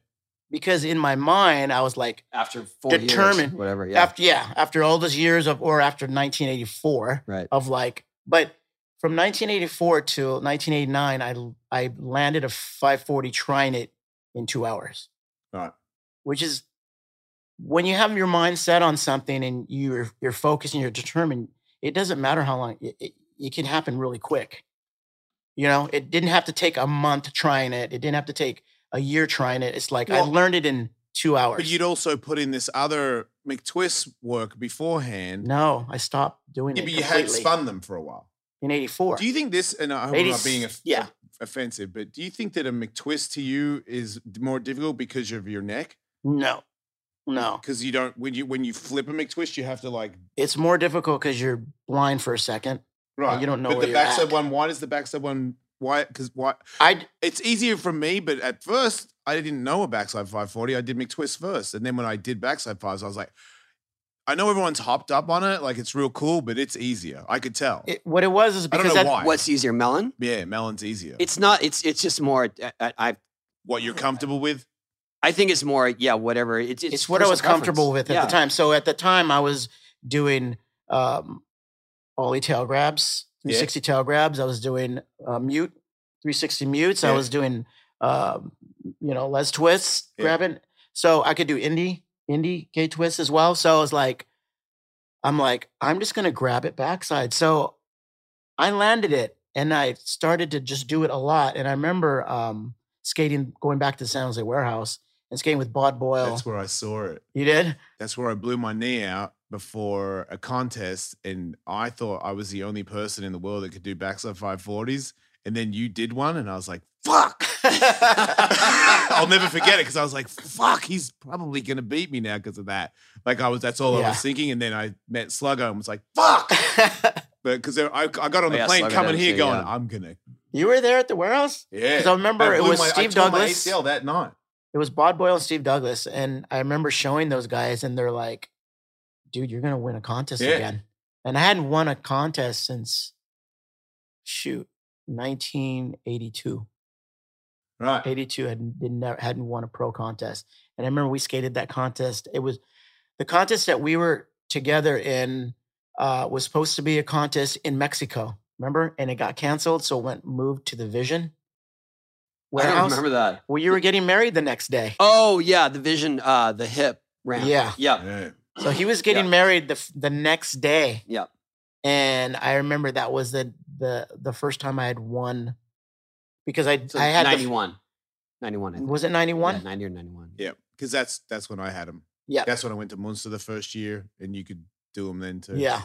Speaker 1: Because in my mind, I was like,
Speaker 2: After four years,
Speaker 1: Determined.
Speaker 2: whatever. Yeah.
Speaker 1: after yeah, after all those years of or after 1984
Speaker 2: right.
Speaker 1: of like, but from 1984 to 1989, I l- I landed a 540 trying it in two hours.
Speaker 3: Right.
Speaker 1: Which is when you have your mind set on something and you're you're focused and you're determined, it doesn't matter how long it, it, it can happen really quick. You know, it didn't have to take a month trying it. It didn't have to take a year trying it. It's like I
Speaker 3: Well-
Speaker 1: learned it in two hours.
Speaker 3: But you'd also put in this other McTwist work beforehand.
Speaker 1: No, I stopped doing
Speaker 3: Yeah,
Speaker 1: it
Speaker 3: but you
Speaker 1: completely
Speaker 3: had spun them for a while.
Speaker 1: in '84.
Speaker 3: Do you think this? And I hope I'm not being
Speaker 1: 80s
Speaker 3: off-
Speaker 1: yeah.
Speaker 3: offensive, but do you think that a McTwist to you is d- more difficult because of your neck?
Speaker 1: No, no,
Speaker 3: Because you don't when you when you flip a McTwist, you have to like
Speaker 1: it's more difficult because you're blind for a second.
Speaker 3: right.
Speaker 1: Oh, you don't know
Speaker 3: But
Speaker 1: where
Speaker 3: the
Speaker 1: you're
Speaker 3: backside
Speaker 1: at.
Speaker 3: one. Why does the backside one? Why? Because why?
Speaker 1: I
Speaker 3: It's easier for me, but at first I didn't know a backside 540. I did McTwist first, and then when I did backside fives, I was like, I know everyone's hopped up on it, like it's real cool, but it's easier. I could tell.
Speaker 1: it, what it was is
Speaker 3: I don't know
Speaker 1: because that,
Speaker 3: why.
Speaker 2: What's easier, melon?
Speaker 3: yeah, melon's easier.
Speaker 2: It's not. It's it's just more. I I,
Speaker 3: what you're comfortable with.
Speaker 2: I think it's more. Yeah, whatever. It's it's,
Speaker 1: it's, what I was
Speaker 2: personal
Speaker 1: comfortable
Speaker 2: preference.
Speaker 1: with at the
Speaker 2: Yeah.
Speaker 1: time. So at the time, I was doing um, ollie tail grabs,
Speaker 3: Yeah.
Speaker 1: 360 tail grabs. I was doing uh, mute, 360 mutes. I
Speaker 3: Yeah.
Speaker 1: was doing, um, you know, les twists,
Speaker 3: Yeah.
Speaker 1: grabbing. So I could do indie, indie gay twists as well. So I was like, I'm like, I'm just gonna grab it backside. So I landed it, and I started to just do it a lot. And I remember um, skating, going back to the San Jose warehouse and skating with Bod Boyle.
Speaker 3: That's where I saw it.
Speaker 1: You did?
Speaker 3: That's where I blew my knee out before a contest, and I thought I was the only person in the world that could do backside 540s. And then you did one, and I was like, "Fuck!" I'll never forget it because I was like, "Fuck, he's probably gonna beat me now because of that." Like I was, that's all I
Speaker 1: Yeah.
Speaker 3: was thinking. And then I met Sluggo and was like, "Fuck!" But because I, I got on
Speaker 2: Oh,
Speaker 3: the
Speaker 2: yeah,
Speaker 3: plane
Speaker 2: Sluggo
Speaker 3: coming
Speaker 2: did
Speaker 3: here,
Speaker 2: too,
Speaker 3: going,
Speaker 2: yeah.
Speaker 3: "I'm gonna,
Speaker 1: you were there at the warehouse?
Speaker 3: yeah."
Speaker 1: Because I remember
Speaker 5: I
Speaker 1: it
Speaker 5: blew
Speaker 1: was
Speaker 5: my- I
Speaker 1: Steve
Speaker 5: tore my
Speaker 1: Douglas.
Speaker 5: ACL that night.
Speaker 1: It was Bod Boyle and Steve Douglas. And I remember showing those guys, and they're like, dude, you're going to win a contest
Speaker 3: Yeah.
Speaker 1: again. And I hadn't won a contest since, shoot, 1982.
Speaker 5: Right.
Speaker 1: 82 had, did never, hadn't won a pro contest. And I remember we skated that contest. It was the contest that we were together in uh, was supposed to be a contest in Mexico, remember? And it got canceled. So it went moved to the Vision
Speaker 2: I don't
Speaker 1: warehouse.
Speaker 2: remember that.
Speaker 1: Well, you were getting married the next day.
Speaker 2: Oh yeah, the vision. Uh, the hip ramp.
Speaker 1: Yeah.
Speaker 2: Yeah.
Speaker 3: yeah.
Speaker 1: So he was getting
Speaker 2: Yeah.
Speaker 1: married the f- the next day.
Speaker 2: Yeah.
Speaker 1: And I remember that was the the the first time I had won because I
Speaker 2: So
Speaker 1: I had the f-
Speaker 2: 91. 91. I think.
Speaker 1: was it 91?
Speaker 2: Yeah, 90 or 91.
Speaker 3: Yeah, because that's that's when I had them.
Speaker 1: Yeah.
Speaker 3: that's when I went to Munster the first year, and you could do them then too.
Speaker 1: Yeah.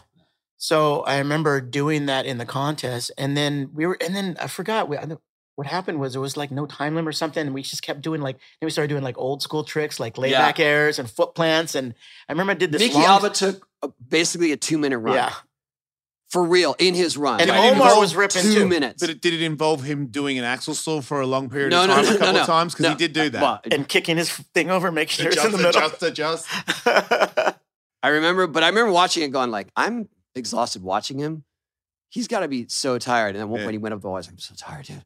Speaker 1: So I remember doing that in the contest, and then we were, and then I forgot we, I don't- what happened was there was like no time limit or something, and we just kept doing like then we started doing like old school tricks like
Speaker 2: Yeah.
Speaker 1: layback airs and foot plants, and I remember I did this.
Speaker 2: Mickey
Speaker 1: long-
Speaker 2: Alba took a, basically a two minute run.
Speaker 1: yeah,
Speaker 2: For real, in his run.
Speaker 1: and
Speaker 3: It
Speaker 1: Omar
Speaker 3: involved
Speaker 1: was ripping
Speaker 2: two
Speaker 1: too.
Speaker 2: minutes.
Speaker 3: But it, did it involve him doing an axle stall for a long period
Speaker 2: No,
Speaker 3: of
Speaker 2: no,
Speaker 3: time
Speaker 2: no,
Speaker 3: a
Speaker 2: no,
Speaker 3: couple
Speaker 2: no.
Speaker 3: of times? Because
Speaker 2: No,
Speaker 3: he did
Speaker 1: Uh,
Speaker 3: do that.
Speaker 2: well,
Speaker 1: and kicking his thing over, making sure it's in
Speaker 3: adjust,
Speaker 1: the middle.
Speaker 3: adjust, adjust.
Speaker 2: I remember, but I remember watching it going like, I'm exhausted watching him. He's got to be so tired. And at one
Speaker 3: Yeah.
Speaker 2: point he went up the wall. I was like, I'm so tired, dude.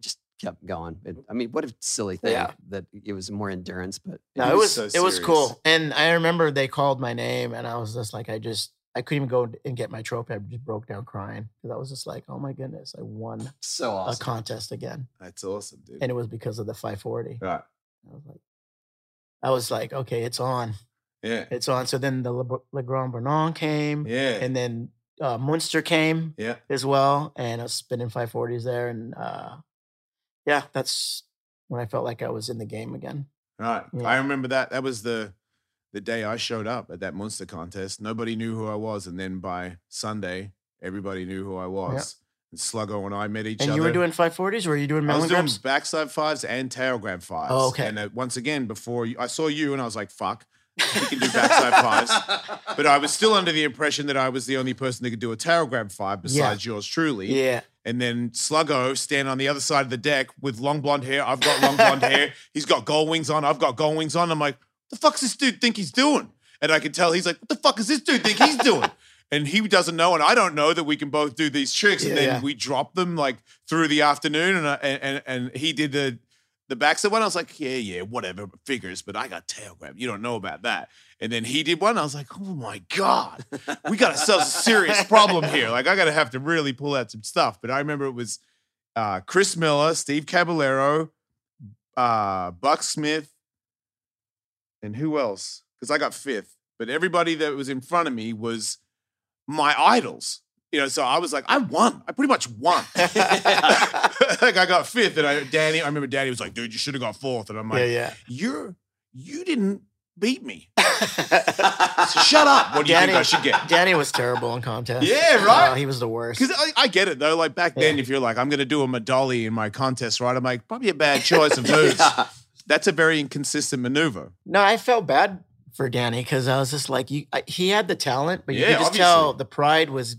Speaker 2: Just kept going. And, I mean, what a silly thing
Speaker 1: Yeah.
Speaker 2: that it was more endurance, but
Speaker 1: no,
Speaker 3: He
Speaker 1: it
Speaker 3: was
Speaker 1: was
Speaker 3: so
Speaker 1: it was
Speaker 3: serious.
Speaker 1: cool, and I remember they called my name, and I was just like, I just I couldn't even go and get my trophy. I just broke down crying because I was just like, oh my goodness, I won
Speaker 2: so
Speaker 1: a
Speaker 2: awesome.
Speaker 1: contest again.
Speaker 3: That's awesome, dude.
Speaker 1: and it was because of the 540.
Speaker 3: right.
Speaker 1: I was like, I was like, okay, it's on,
Speaker 3: Yeah.
Speaker 1: it's on. So then the Le- Legrand Bernon came,
Speaker 3: Yeah.
Speaker 1: and then uh, Munster came
Speaker 3: yeah.
Speaker 1: as well, and I was spinning 540s there, and uh, yeah, that's when I felt like I was in the game again.
Speaker 3: Right.
Speaker 1: Yeah.
Speaker 3: I remember that. That was the the day I showed up at that Munster contest. Nobody knew who I was. And then by Sunday, everybody knew who I was. And Sluggo and I met each
Speaker 1: and
Speaker 3: other.
Speaker 1: you were doing 540s, or were you doing
Speaker 3: I
Speaker 1: melon
Speaker 3: was doing
Speaker 1: grabs?
Speaker 3: backside fives and tail grab fives.
Speaker 1: Oh, okay.
Speaker 3: And uh, once again, before you, I saw you and I was like, fuck, we can do backside fives. But I was still under the impression that I was the only person that could do a tail grab five besides yours truly.
Speaker 1: Yeah,
Speaker 3: And then Sluggo standing on the other side of the deck with long blonde hair. I've got long blonde hair. He's got gold wings on. I've got gold wings on. I'm like, the fuck's this dude think he's doing? And I could tell he's like, what the fuck does this dude think he's doing? and he doesn't know, and I don't know that we can both do these tricks. and
Speaker 1: Yeah,
Speaker 3: then
Speaker 1: yeah.
Speaker 3: we dropped them like through the afternoon, and I, and and and he did the the backside one. I was like, yeah, yeah, whatever, figures. But I got tail grab. You don't know about that. And then he did one. I was like, oh my god, we got ourselves a serious problem here. Like I gotta have to really pull out some stuff. But I remember it was uh, Chris Miller, Steve Caballero, uh, Buck Smith, and who else? Because I got fifth, but everybody that was in front of me was my idols. You know, so I was like, I won. I pretty much won. like I got fifth, and I Danny. I remember Danny was like, "Dude, you should have got fourth. and I'm like,
Speaker 1: yeah,
Speaker 3: "You're you didn't beat me.
Speaker 1: yeah.
Speaker 3: So shut up. What do you think I
Speaker 1: Danny-
Speaker 3: should get?"
Speaker 1: Danny was terrible in contest.
Speaker 3: Yeah, right?
Speaker 1: Oh, he was the worst.
Speaker 3: Because I, I get it though. Like back then, if you're like, I'm going to do a Madali in my contest, right? I'm like, probably a bad choice of moves.
Speaker 2: Yeah.
Speaker 3: That's a very inconsistent maneuver.
Speaker 1: No, I felt bad for Danny because I was just like, you, I, he had the talent, but you
Speaker 3: Yeah,
Speaker 1: could just
Speaker 3: obviously.
Speaker 1: tell the pride was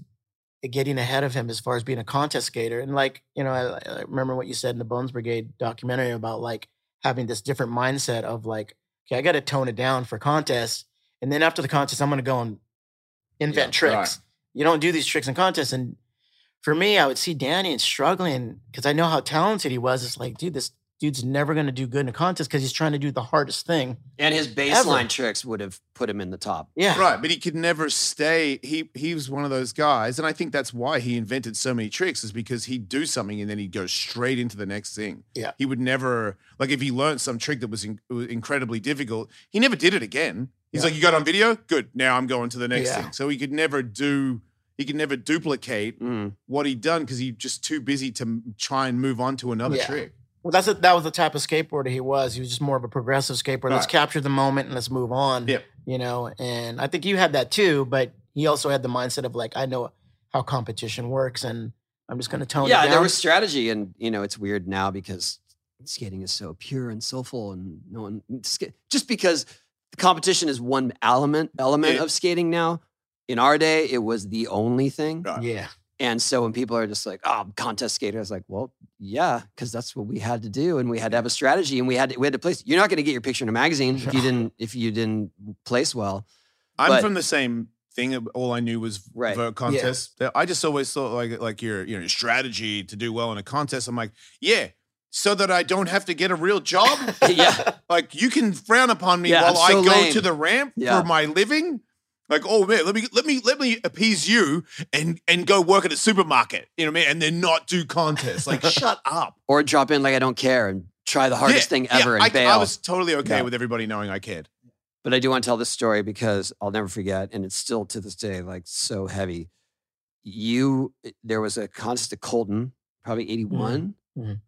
Speaker 1: getting ahead of him as far as being a contest skater. And like, you know, I, I remember what you said in the Bones Brigade documentary about like having this different mindset of like, okay, I got to tone it down for contests, and then after the contest, I'm going to go and invent
Speaker 2: Yeah,
Speaker 1: tricks. You don't do these tricks in contests, and for me, I would see Danny and struggling because I know how talented he was. It's like, dude, this dude's never going to do good in a contest because he's trying to do the hardest thing.
Speaker 2: and his
Speaker 1: Ever.
Speaker 2: baseline tricks would have put him in the top.
Speaker 1: Yeah.
Speaker 3: Right, but he could never stay. He he was one of those guys, and I think that's why he invented so many tricks is because he'd do something and then he'd go straight into the next thing.
Speaker 1: Yeah.
Speaker 3: he would never like if he learned some trick that was, in, was incredibly difficult. He never did it again. He's
Speaker 1: Yeah.
Speaker 3: like, you got it on video, good. Now I'm going to the next
Speaker 1: Yeah.
Speaker 3: thing. So he could never do. He could never duplicate
Speaker 2: Mm.
Speaker 3: what he'd done because he's just too busy to m- try and move on to another
Speaker 1: Yeah.
Speaker 3: trick.
Speaker 1: Well, that's a, that was the type of skateboarder he was. He was just more of a progressive skateboarder. Let's
Speaker 3: Right.
Speaker 1: capture the moment and let's move on.
Speaker 3: Yep.
Speaker 1: You know, and I think you had that too, but he also had the mindset of like, I know how competition works, and I'm just going to tone it
Speaker 2: Yeah,
Speaker 1: down.
Speaker 2: there was strategy, and you know it's weird now because skating is so pure and soulful, and no one ska- just because the competition is one element element
Speaker 3: Yeah.
Speaker 2: of skating now. In our day, it was the only thing,
Speaker 3: Right.
Speaker 1: yeah.
Speaker 2: and so when people are just like, "Oh, I'm a contest skater," I was like, "Well, yeah, because that's what we had to do, and we had to have a strategy, and we had to, we had to place. You're not going to get your picture in a magazine if you didn't if you didn't place well."
Speaker 3: I'm
Speaker 2: But-
Speaker 3: from the same thing. All I knew was
Speaker 2: Right.
Speaker 3: vote contests. That- I just always thought like like your you know strategy to do well in a contest. I'm like, yeah, so that I don't have to get a real job.
Speaker 2: yeah,
Speaker 3: like you can frown upon me
Speaker 2: Yeah,
Speaker 3: while
Speaker 2: I'm so
Speaker 3: I go
Speaker 2: lame.
Speaker 3: to the ramp
Speaker 2: Yeah.
Speaker 3: for my living. Like, oh man, let me let me let me appease you and and go work at a supermarket. You know what I mean? And then not do contests. Like, shut up.
Speaker 2: or drop in like I don't care and try the hardest
Speaker 3: Yeah,
Speaker 2: thing
Speaker 3: yeah,
Speaker 2: ever and
Speaker 3: I,
Speaker 2: bail.
Speaker 3: I was totally okay
Speaker 2: Yeah.
Speaker 3: with everybody knowing I cared.
Speaker 2: but I do want to tell this story because I'll never forget, and it's still to this day like so heavy. You, eh, there was a contest at Colton, probably eighty
Speaker 1: mhm.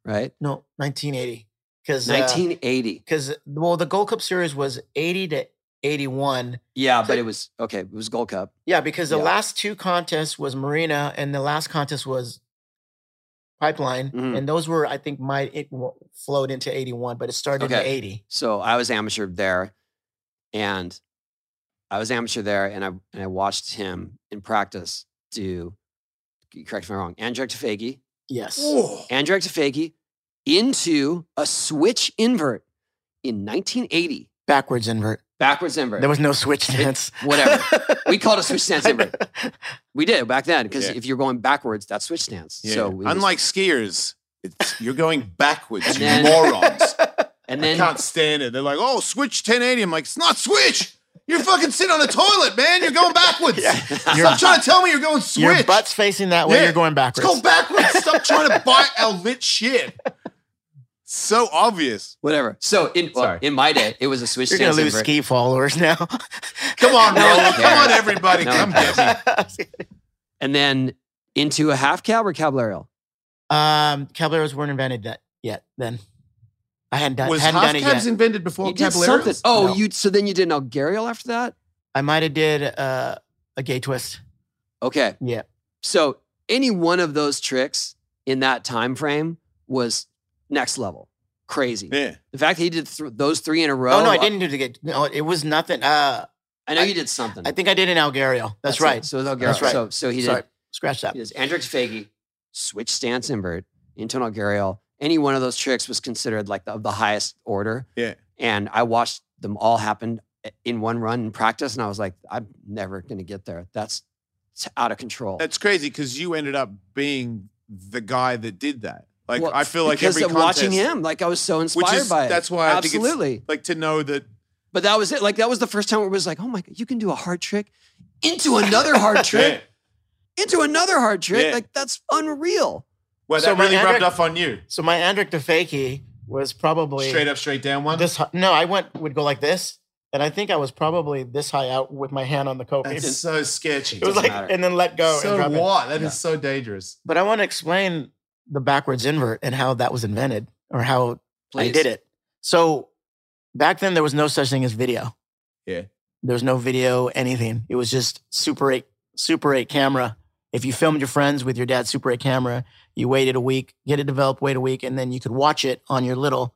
Speaker 2: right?
Speaker 1: No, 1980. Because
Speaker 2: Nineteen eighty.
Speaker 1: Because uh, well, the Gold Cup series was 80 to 81.
Speaker 2: Yeah,
Speaker 1: so-
Speaker 2: but it was okay. It was Gold Cup.
Speaker 1: Yeah, because the
Speaker 2: Yeah.
Speaker 1: last two contests was Marina, and the last contest was Pipeline,
Speaker 2: Mhm.
Speaker 1: and those were I think might it w- flowed into eighty one, but it started in
Speaker 2: Okay.
Speaker 1: eighty.
Speaker 2: So I was amateur there, and I was amateur there, and I and I watched him in practice do. Correct me if I'm wrong. Andrzej Tefagi,
Speaker 1: Yes.
Speaker 2: Andrzej Tefagi, into a switch invert in 1980,
Speaker 1: Backwards invert.
Speaker 2: backwards invert.
Speaker 1: There was no switch dance.
Speaker 2: whatever. we called it switch stance
Speaker 1: I
Speaker 2: invert.
Speaker 1: know.
Speaker 2: We did back then because
Speaker 3: Yeah.
Speaker 2: if you're going backwards, that's switch stance.
Speaker 3: Yeah.
Speaker 2: So we was-
Speaker 3: unlike skiers, it's, you're going backwards,
Speaker 2: And
Speaker 3: you
Speaker 2: then-
Speaker 3: morons.
Speaker 2: and
Speaker 3: I
Speaker 2: then
Speaker 3: can't stand it. They're like, oh, switch 1080. I'm like, it's not switch. You're fucking sitting on a toilet, man. You're going backwards. Stop trying to tell me you're going switch.
Speaker 1: Your butt's facing that way.
Speaker 3: Yeah.
Speaker 1: You're going
Speaker 3: Let's
Speaker 1: backwards.
Speaker 3: go backwards. Stop trying to buy our lit shit. So obvious.
Speaker 2: whatever. So in well,
Speaker 3: Sorry.
Speaker 2: in my day, it was a switch
Speaker 1: You're gonna
Speaker 2: stance
Speaker 1: lose
Speaker 2: invert.
Speaker 1: ski followers now.
Speaker 3: Come on,
Speaker 2: No
Speaker 3: Roland.
Speaker 2: one
Speaker 3: Come on,
Speaker 2: cares.
Speaker 3: everybody.
Speaker 2: No
Speaker 3: Come
Speaker 2: one
Speaker 3: get me.
Speaker 2: and then into a half cab or cab aerial.
Speaker 1: um, Caballeros weren't invented that yet. Then I hadn't done,
Speaker 3: Was
Speaker 1: hadn't
Speaker 3: half
Speaker 1: done it yet.
Speaker 3: cabs invented before
Speaker 2: you did
Speaker 3: caballeros?
Speaker 2: something. Oh,
Speaker 1: No.
Speaker 2: you so then you did an algarial after that.
Speaker 1: I might have did uh, a gay twist.
Speaker 2: Okay.
Speaker 1: Yeah.
Speaker 2: So any one of those tricks in that time frame was next level, crazy.
Speaker 3: Yeah.
Speaker 2: The fact that he did th- those three in a row.
Speaker 1: Oh no, I didn't do the gay. No, it was nothing. Uh,
Speaker 2: I know
Speaker 1: I-
Speaker 2: you did something.
Speaker 1: I think I did an Algario. That's,
Speaker 2: it.
Speaker 1: right.
Speaker 2: So it was algarial.
Speaker 1: That's right.
Speaker 2: So so he did
Speaker 1: Sorry, scratch that.
Speaker 2: It is Andrew Tefagi, switch stance invert, internal Gariel. Any one of those tricks was considered like the, of the highest order.
Speaker 3: Yeah.
Speaker 2: And I watched eh, them all happen in one run in practice, and I was like, I'm never going to get there. That's t- out of control.
Speaker 3: That's crazy because you ended up being the guy that did that. Like
Speaker 2: Well,
Speaker 3: I feel like
Speaker 2: because
Speaker 3: every
Speaker 2: of
Speaker 3: contest,
Speaker 2: watching him, like I was so inspired
Speaker 3: is-
Speaker 2: by it.
Speaker 3: that's why I think it's-
Speaker 2: absolutely.
Speaker 3: like to know that
Speaker 2: but that was it. Like that was the first time where it was like, oh my god, you can do a hard trick into another hard trick into another hard trick.
Speaker 3: Yeah.
Speaker 2: Like that's unreal.
Speaker 3: Well,
Speaker 1: So
Speaker 3: that really
Speaker 1: my
Speaker 3: rubbed
Speaker 1: Andric-
Speaker 3: off on you.
Speaker 1: So my Andric DeFakey was probably
Speaker 3: Straight up, straight down one.
Speaker 1: this. High, no, I went would go like this, and I think I was probably this high out with my hand on the coat. It
Speaker 3: That's so sketchy.
Speaker 1: was like
Speaker 2: matter.
Speaker 1: and then let go and
Speaker 3: so
Speaker 1: drop it.
Speaker 3: what? That is
Speaker 2: Yeah.
Speaker 3: so dangerous.
Speaker 1: But I want to explain the backwards invert and how that was invented or how I
Speaker 2: Please.
Speaker 1: did it. So back then there was no such thing as video.
Speaker 3: Yeah.
Speaker 1: There was no video, anything. It was just Super 8, Super 8 camera. If you filmed your friends with your dad's Super 8 camera, you waited a week, get it developed, wait a week, and then you could watch it on your little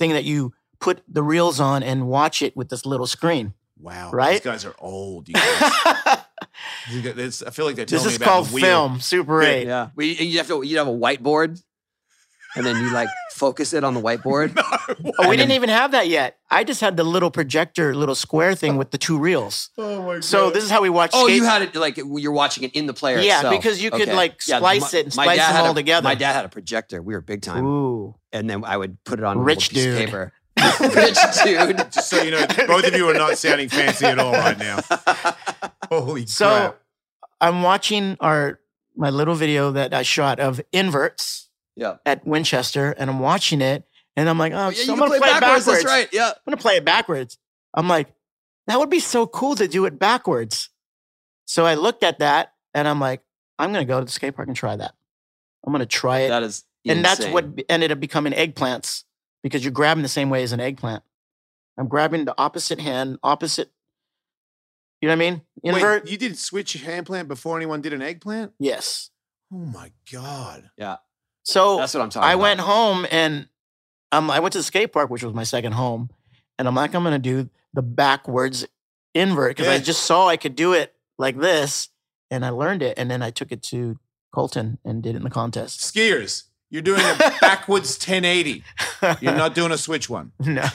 Speaker 1: thing that you put the reels on and watch it with this little screen.
Speaker 3: Wow. These
Speaker 1: Right?
Speaker 3: guys are old. You guys.
Speaker 1: this
Speaker 3: You got- it's- I feel like they're telling me
Speaker 1: is
Speaker 3: about
Speaker 1: called
Speaker 3: the wheel.
Speaker 1: film, Super
Speaker 3: Yeah.
Speaker 1: 8.
Speaker 2: Yeah, we, you have to. You have a whiteboard, and then you like focus it on the whiteboard.
Speaker 3: No,
Speaker 1: Oh, we
Speaker 3: what?
Speaker 1: didn't even have that yet. I just had the little projector, little square thing with the two reels.
Speaker 3: Oh my god.
Speaker 1: So this is how we watched.
Speaker 2: Oh,
Speaker 1: skate-
Speaker 2: you had it like you're watching it in the player.
Speaker 1: Yeah,
Speaker 2: itself.
Speaker 1: because you could, like,
Speaker 2: Yeah,
Speaker 1: splice it and splice
Speaker 2: dad
Speaker 1: them
Speaker 2: had
Speaker 1: all
Speaker 2: a-
Speaker 1: together.
Speaker 2: My dad had a projector. We were big time,
Speaker 1: Ooh,
Speaker 2: and then I would put it on a
Speaker 1: Rich
Speaker 2: little piece
Speaker 1: dude.
Speaker 2: of paper. Rich dude.
Speaker 3: Just so you know, both of you are not sounding fancy at all right now. Holy
Speaker 1: So-
Speaker 3: crap!
Speaker 1: I'm watching our my little video that I shot of inverts
Speaker 2: Yeah.
Speaker 1: at Winchester, and I'm watching it, and I'm like, oh, so
Speaker 2: yeah, you
Speaker 1: I'm
Speaker 2: can
Speaker 1: gonna
Speaker 2: play
Speaker 1: play, it
Speaker 2: backwards.
Speaker 1: backwards.
Speaker 2: That's right. Yeah.
Speaker 1: I'm gonna play it backwards. I'm like, that would be so cool to do it backwards. So I looked at that, and I'm like, I'm gonna go to the skate park and try that. I'm gonna try it.
Speaker 2: That is
Speaker 1: and that's
Speaker 2: insane.
Speaker 1: what be- ended up becoming eggplants because you're grabbing the same way as an eggplant. I'm grabbing the opposite hand, opposite. You know what I mean? Invert.
Speaker 3: Wait, you did switch your hand plant before anyone did an eggplant?
Speaker 1: yes.
Speaker 3: Oh my god!
Speaker 1: So
Speaker 2: that's what I'm talking
Speaker 1: I
Speaker 2: about.
Speaker 1: went home and um, I went to the skate park, which was my second home, and I'm like, I'm gonna do the backwards invert because I
Speaker 3: Yeah.
Speaker 1: just saw I could do it like this, and I learned it, and then I took it to Colton and did it in the contest.
Speaker 3: Skiers, you're doing a backwards 1080. You're not doing a switch one.
Speaker 1: no.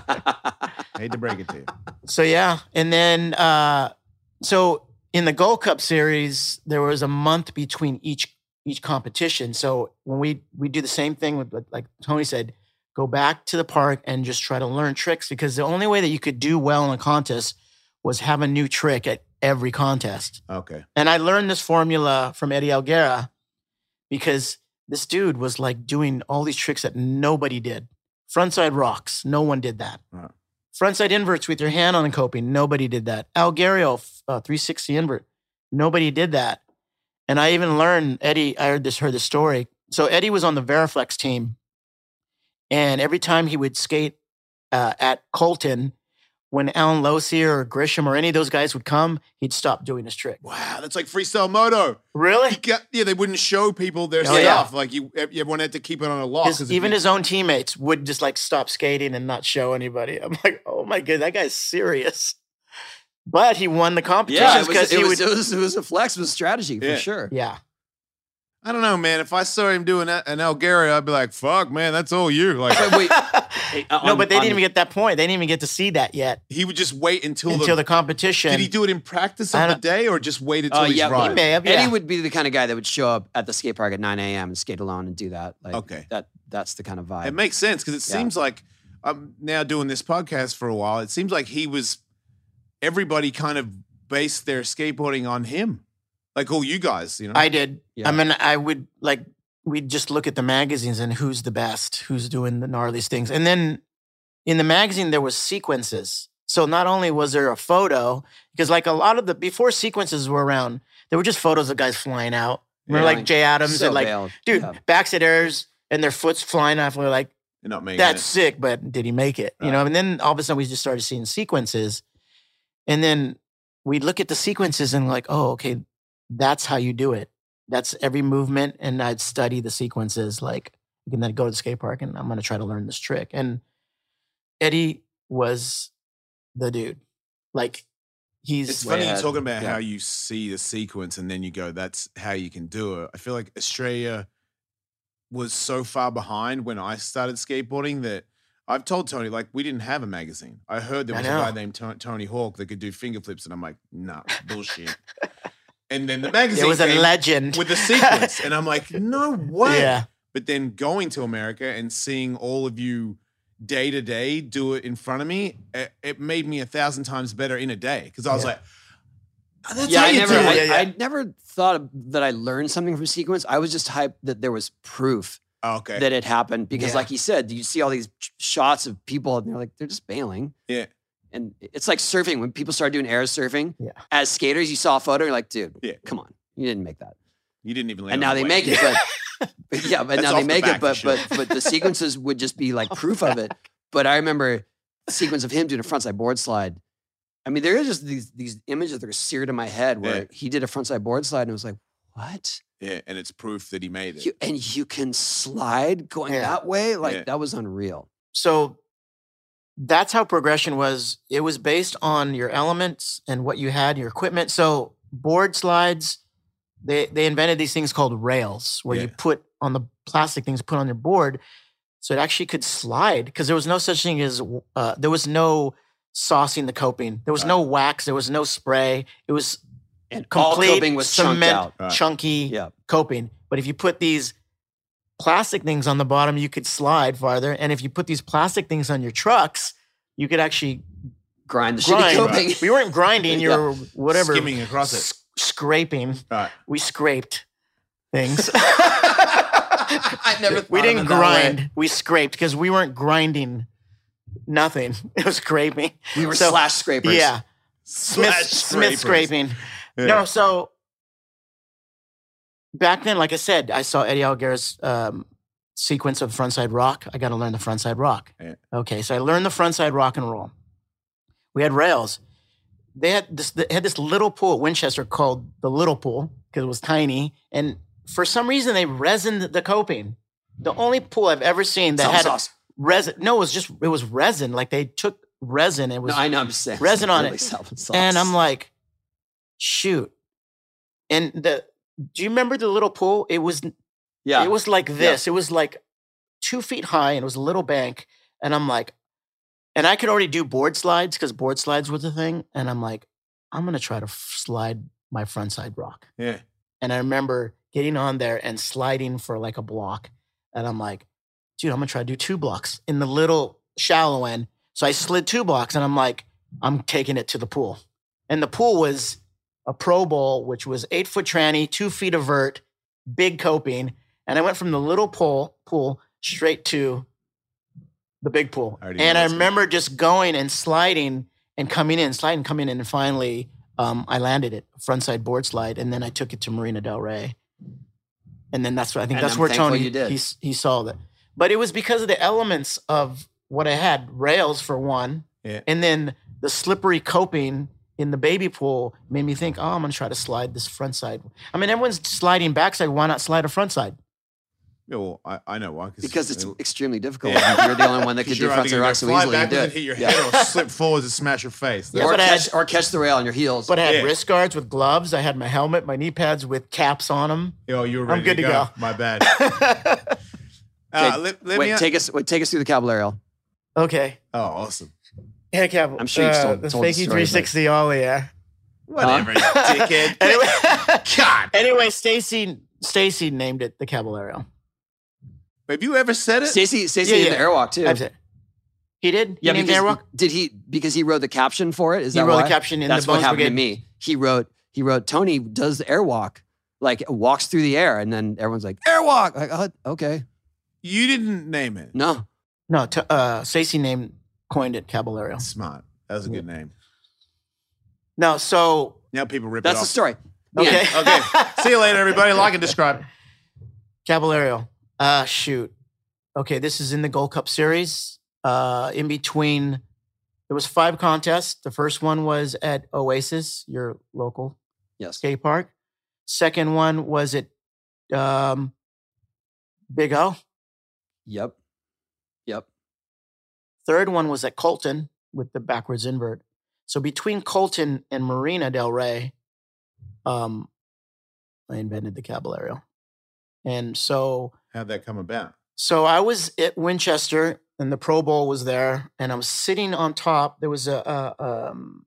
Speaker 3: I hate to break it to you.
Speaker 1: So yeah, and then uh, so in the Gold Cup series, there was a month between each each competition. So when we we do the same thing with like- like Tony said, go back to the park and just try to learn tricks because the only way that you could do well in a contest was have a new trick at every contest.
Speaker 3: Okay.
Speaker 1: And I learned this formula from Eddie Alguera because this dude was like doing all these tricks that nobody did. Frontside rocks, no one did that.
Speaker 3: Right.
Speaker 1: Frontside inverts with your hand on the coping, nobody did that. Algario uh, 360 invert, nobody did that. And I even learned Eddie, I heard this, heard this story. So Eddie was on the Veriflex team. And every time he would skate uh, at Colton, when Alan Losier or Grisham or any of those guys would come, he'd stop doing his trick.
Speaker 3: Wow, that's like freestyle moto.
Speaker 1: Really?
Speaker 3: You got- yeah, they wouldn't show people their
Speaker 1: Oh, yeah.
Speaker 3: stuff. Like you, e, everyone had to keep it on a
Speaker 2: Oh,
Speaker 3: lock.
Speaker 1: His-
Speaker 3: 'cause if
Speaker 1: even
Speaker 3: you-
Speaker 1: his own teammates would just like stop skating and not show anybody. I'm like, oh my god, that guy's serious. But he won the
Speaker 2: Yeah,
Speaker 1: competition
Speaker 2: it was,
Speaker 1: because
Speaker 2: it,
Speaker 1: he
Speaker 2: was,
Speaker 1: would.
Speaker 2: it, was, it was a flex, it was strategy for
Speaker 3: Yeah.
Speaker 2: sure.
Speaker 1: yeah,
Speaker 3: I don't know, man. If I saw him doing a- an Algaria, I'd be like, "Fuck, man, that's all you." Like
Speaker 2: But wait, uh,
Speaker 1: no, but they didn't even get that point. They didn't even get to see that yet
Speaker 3: he would just wait until,
Speaker 1: until
Speaker 3: the,
Speaker 1: the competition.
Speaker 3: Did he do it in practice
Speaker 1: I
Speaker 3: on the
Speaker 1: don't-
Speaker 3: day, or just wait until
Speaker 2: Uh,
Speaker 3: he's
Speaker 2: yeah, he
Speaker 3: right?
Speaker 1: He may have. Yeah.
Speaker 2: Eddie would be the kind of guy that would show up at the skate park at 9 a.m. and skate alone and do that. Like,
Speaker 3: Okay.
Speaker 2: that that's the kind of vibe.
Speaker 3: It makes sense because it
Speaker 2: Yeah.
Speaker 3: seems like I'm now doing this podcast for a while. It seems like he was everybody kind of based their skateboarding on him, like all you guys, you know.
Speaker 1: I did.
Speaker 2: Yeah.
Speaker 1: I mean, I would like we'd just look at the magazines and who's the best, who's doing the gnarliest things. And then in the magazine there was sequences. So not only was there a photo, because like a lot of the before sequences were around, there were just photos of guys flying out. Remember
Speaker 2: Yeah.
Speaker 1: like Jay Adams
Speaker 2: So
Speaker 1: and like
Speaker 2: veiled.
Speaker 1: dude,
Speaker 2: Yeah.
Speaker 1: backs at airs and their foot's flying off. We're like,
Speaker 3: You're not me.
Speaker 1: that's sick, but did he make it? You
Speaker 3: Right.
Speaker 1: know, and then all of a sudden we just started seeing sequences. And then we look at the sequences and like, oh, okay, that's how you do it. That's every movement. And I'd study the sequences, like, and then go to the skate park and I'm gonna try to learn this trick. And Eddie was the dude. Like he's
Speaker 3: It's
Speaker 2: way
Speaker 3: funny you're
Speaker 2: ahead.
Speaker 3: talking about
Speaker 2: Yeah.
Speaker 3: how you see the sequence and then you go, that's how you can do it. I feel like Australia was so far behind when I started skateboarding that I've told Tony, like, we didn't have a magazine. I heard there
Speaker 1: I
Speaker 3: was a guy
Speaker 1: know.
Speaker 3: named Ton- Tony Hawk that could do finger flips, and I'm like, nah, bullshit. and then the magazine
Speaker 1: It was a
Speaker 3: came
Speaker 1: legend.
Speaker 3: with the sequence, and I'm like, no way.
Speaker 1: Yeah.
Speaker 3: But then going to America and seeing all of you day to day do it in front of me, it, it made me a thousand times better in a day because I was
Speaker 1: Yeah.
Speaker 3: like, "Oh, that's
Speaker 2: yeah,
Speaker 3: how
Speaker 2: I
Speaker 3: you
Speaker 2: never,
Speaker 3: do
Speaker 2: I,
Speaker 3: it.
Speaker 1: yeah, yeah.
Speaker 2: I never thought of- that I learned something from sequence. I was just hyped that there was proof
Speaker 3: Oh, okay.
Speaker 2: that it happened because,
Speaker 1: Yeah.
Speaker 2: like you said, you see all these sh- shots of people and they're like they're just bailing.
Speaker 3: Yeah.
Speaker 2: and it's like surfing when people started doing air surfing.
Speaker 1: Yeah.
Speaker 2: as skaters, you saw a photo, you're like, dude,
Speaker 3: Yeah.
Speaker 2: come on, you didn't make that.
Speaker 3: you didn't even land.
Speaker 2: and
Speaker 3: on
Speaker 2: now
Speaker 3: the
Speaker 2: they
Speaker 3: wave.
Speaker 2: make it, but, but yeah, but
Speaker 3: That's
Speaker 2: now they
Speaker 3: off the
Speaker 2: make
Speaker 3: back
Speaker 2: it,
Speaker 3: for
Speaker 2: but
Speaker 3: sure.
Speaker 2: but but the sequences would just be like proof of it. But I remember a sequence of him doing a frontside board slide. I mean, there is just these these images that are seared in my head where
Speaker 3: Yeah.
Speaker 2: he did a frontside board slide and it was like, what?
Speaker 3: Yeah, and it's proof that he made it.
Speaker 2: You, and you can slide going
Speaker 1: Yeah.
Speaker 2: that way? Like
Speaker 3: Yeah.
Speaker 2: that was unreal.
Speaker 1: so that's how progression was it was based on your elements and what you had your equipment so board slides they they invented these things called rails where you
Speaker 3: Yeah.
Speaker 1: put on the plastic things put on your board so it actually could slide because there was no such thing as uh, there was no saucing the coping there was
Speaker 3: Right.
Speaker 1: no wax there was no spray it was
Speaker 2: And
Speaker 1: complete
Speaker 2: all coping was chunked
Speaker 1: cement
Speaker 2: out.
Speaker 3: Right.
Speaker 1: chunky
Speaker 2: Yeah.
Speaker 1: coping. But if you put these plastic things on the bottom, you could slide farther. And if you put these plastic things on your trucks, you could actually
Speaker 2: Grind the shitty
Speaker 1: grind.
Speaker 2: coping.
Speaker 1: We weren't grinding, you
Speaker 2: Yeah.
Speaker 1: were whatever
Speaker 3: skimming across it.
Speaker 1: s- scraping.
Speaker 3: Right.
Speaker 1: We scraped things.
Speaker 2: I never
Speaker 1: we
Speaker 2: thought of
Speaker 1: didn't
Speaker 2: it that way.
Speaker 1: grind. We scraped because we weren't grinding nothing. It was scraping.
Speaker 2: We were
Speaker 1: So-
Speaker 2: slash scrapers.
Speaker 1: Yeah. Smith,
Speaker 3: Slash
Speaker 1: Smith
Speaker 3: scrapers.
Speaker 1: scraping.
Speaker 3: Yeah.
Speaker 1: No, so back then, like I said, I saw Eddie Alguer's um, sequence of frontside rock. I got to learn the frontside rock.
Speaker 3: Yeah.
Speaker 1: Okay, so I learned the frontside rock and roll. We had rails. They had this. They had this little pool at Winchester called the Little Pool because it was tiny, and for some reason they resined the coping. The only pool I've ever seen that
Speaker 2: Sounds
Speaker 1: had
Speaker 2: awesome.
Speaker 1: resin. No, it was just it was resin. Like they took resin. It was
Speaker 2: No, I know. I'm just saying.
Speaker 1: resin on it. and I'm
Speaker 2: like.
Speaker 1: like, shoot. And the do you remember the little pool? It was
Speaker 2: Yeah.
Speaker 1: it was like this. It was like two feet high and it was a little bank. And I'm like, and I could already do board slides because board slides was a thing. And I'm like, I'm gonna try to f- slide my frontside rock.
Speaker 3: Yeah.
Speaker 1: And I remember getting on there and sliding for like a block. And I'm like, dude, I'm gonna try to do two blocks in the little shallow end. So I slid two blocks and I'm like, I'm taking it to the pool. And the pool was a Pro Bowl, which was eight foot tranny, two feet of vert, big coping. And I went from the little pool pool straight to the big pool.
Speaker 3: I already know
Speaker 1: and I
Speaker 3: what's gonna-
Speaker 1: remember just going and sliding and coming in, sliding, coming in, and finally um, I landed it frontside board slide, and then I took it to Marina Del Rey, and then that's what I think
Speaker 2: And
Speaker 1: that's
Speaker 2: I'm
Speaker 1: where
Speaker 2: thankful
Speaker 1: Tony
Speaker 2: you did.
Speaker 1: he s- he saw that. But it was because of the elements of what I had rails for one,
Speaker 3: Yeah.
Speaker 1: and then the slippery coping in the baby pool made me think, oh, I'm gonna try to slide this frontside. I mean, everyone's sliding backside. Why not slide a frontside?
Speaker 3: Yeah, well, I, I know why.
Speaker 2: because it's
Speaker 3: it'll-
Speaker 2: extremely difficult.
Speaker 3: Yeah.
Speaker 2: You're the only one that could
Speaker 3: because
Speaker 2: do
Speaker 3: you're either
Speaker 2: frontside
Speaker 3: gonna
Speaker 2: rock so
Speaker 3: fly
Speaker 2: easily. You
Speaker 3: backwards
Speaker 2: do
Speaker 3: and
Speaker 2: it.
Speaker 3: hit your
Speaker 2: Yeah.
Speaker 3: head or slip forwards and smash your face.
Speaker 1: Yeah.
Speaker 2: Or,
Speaker 1: But I had-
Speaker 2: catch, or catch the rail on your heels.
Speaker 1: But I had
Speaker 3: Yeah.
Speaker 1: wrist guards with gloves. I had my helmet, my knee pads with caps on them.
Speaker 3: Oh, you were ready
Speaker 1: good to
Speaker 3: go.
Speaker 1: go.
Speaker 3: My bad.
Speaker 2: Okay,
Speaker 3: Uh, let, let me
Speaker 2: wait,
Speaker 3: a-
Speaker 2: take us wait, take us through the caballero.
Speaker 1: okay.
Speaker 3: oh, awesome.
Speaker 1: Yeah, Cavill.
Speaker 2: I'm sure you've
Speaker 1: uh,
Speaker 2: told-
Speaker 1: the
Speaker 2: told the
Speaker 1: fakey
Speaker 2: story, but-
Speaker 1: 360 ollie. Yeah.
Speaker 3: Whatever, you dickhead.
Speaker 1: anyway,
Speaker 3: God.
Speaker 1: anyway, Stacy Stacy named it the Caballero.
Speaker 3: Have you ever said it?
Speaker 2: Stacy Stacy
Speaker 1: Yeah,
Speaker 2: did
Speaker 1: yeah.
Speaker 2: the airwalk too.
Speaker 1: I've said- He did. He
Speaker 2: yeah,
Speaker 1: named
Speaker 2: because
Speaker 1: Airwalk.
Speaker 2: did he because he wrote the caption for it? Is
Speaker 1: He
Speaker 2: that
Speaker 1: wrote
Speaker 2: why?
Speaker 1: the caption in
Speaker 2: That's
Speaker 1: the
Speaker 2: what
Speaker 1: Bones
Speaker 2: happened
Speaker 1: Brigade.
Speaker 2: to me. He wrote he wrote Tony does the airwalk, like walks through the air, and then everyone's like airwalk. Like oh, okay,
Speaker 3: you didn't name it.
Speaker 2: no,
Speaker 1: No, t- uh, Stacy named coined it Caballero.
Speaker 3: That's smart. That was a good name.
Speaker 1: No, so
Speaker 3: Now people rip
Speaker 2: that's
Speaker 3: it
Speaker 2: the
Speaker 3: off.
Speaker 2: story. The
Speaker 1: okay,
Speaker 2: end.
Speaker 3: Okay. See you later, everybody. Like and describe.
Speaker 1: Caballero. Uh, shoot. Okay, this is in the Gold Cup series. Uh, in between, there was five contests. The first one was at Oasis, your local
Speaker 2: Yes.
Speaker 1: skate park. Second one was at um, Big O.
Speaker 2: Yep. Yep.
Speaker 1: Third one was at Colton with the backwards invert. So between Colton and Marina Del Rey, um, I invented the Caballero. And so,
Speaker 3: How'd that come about?
Speaker 1: so I was at Winchester, and the Pro Bowl was there, and I was sitting on top. There was a, a um,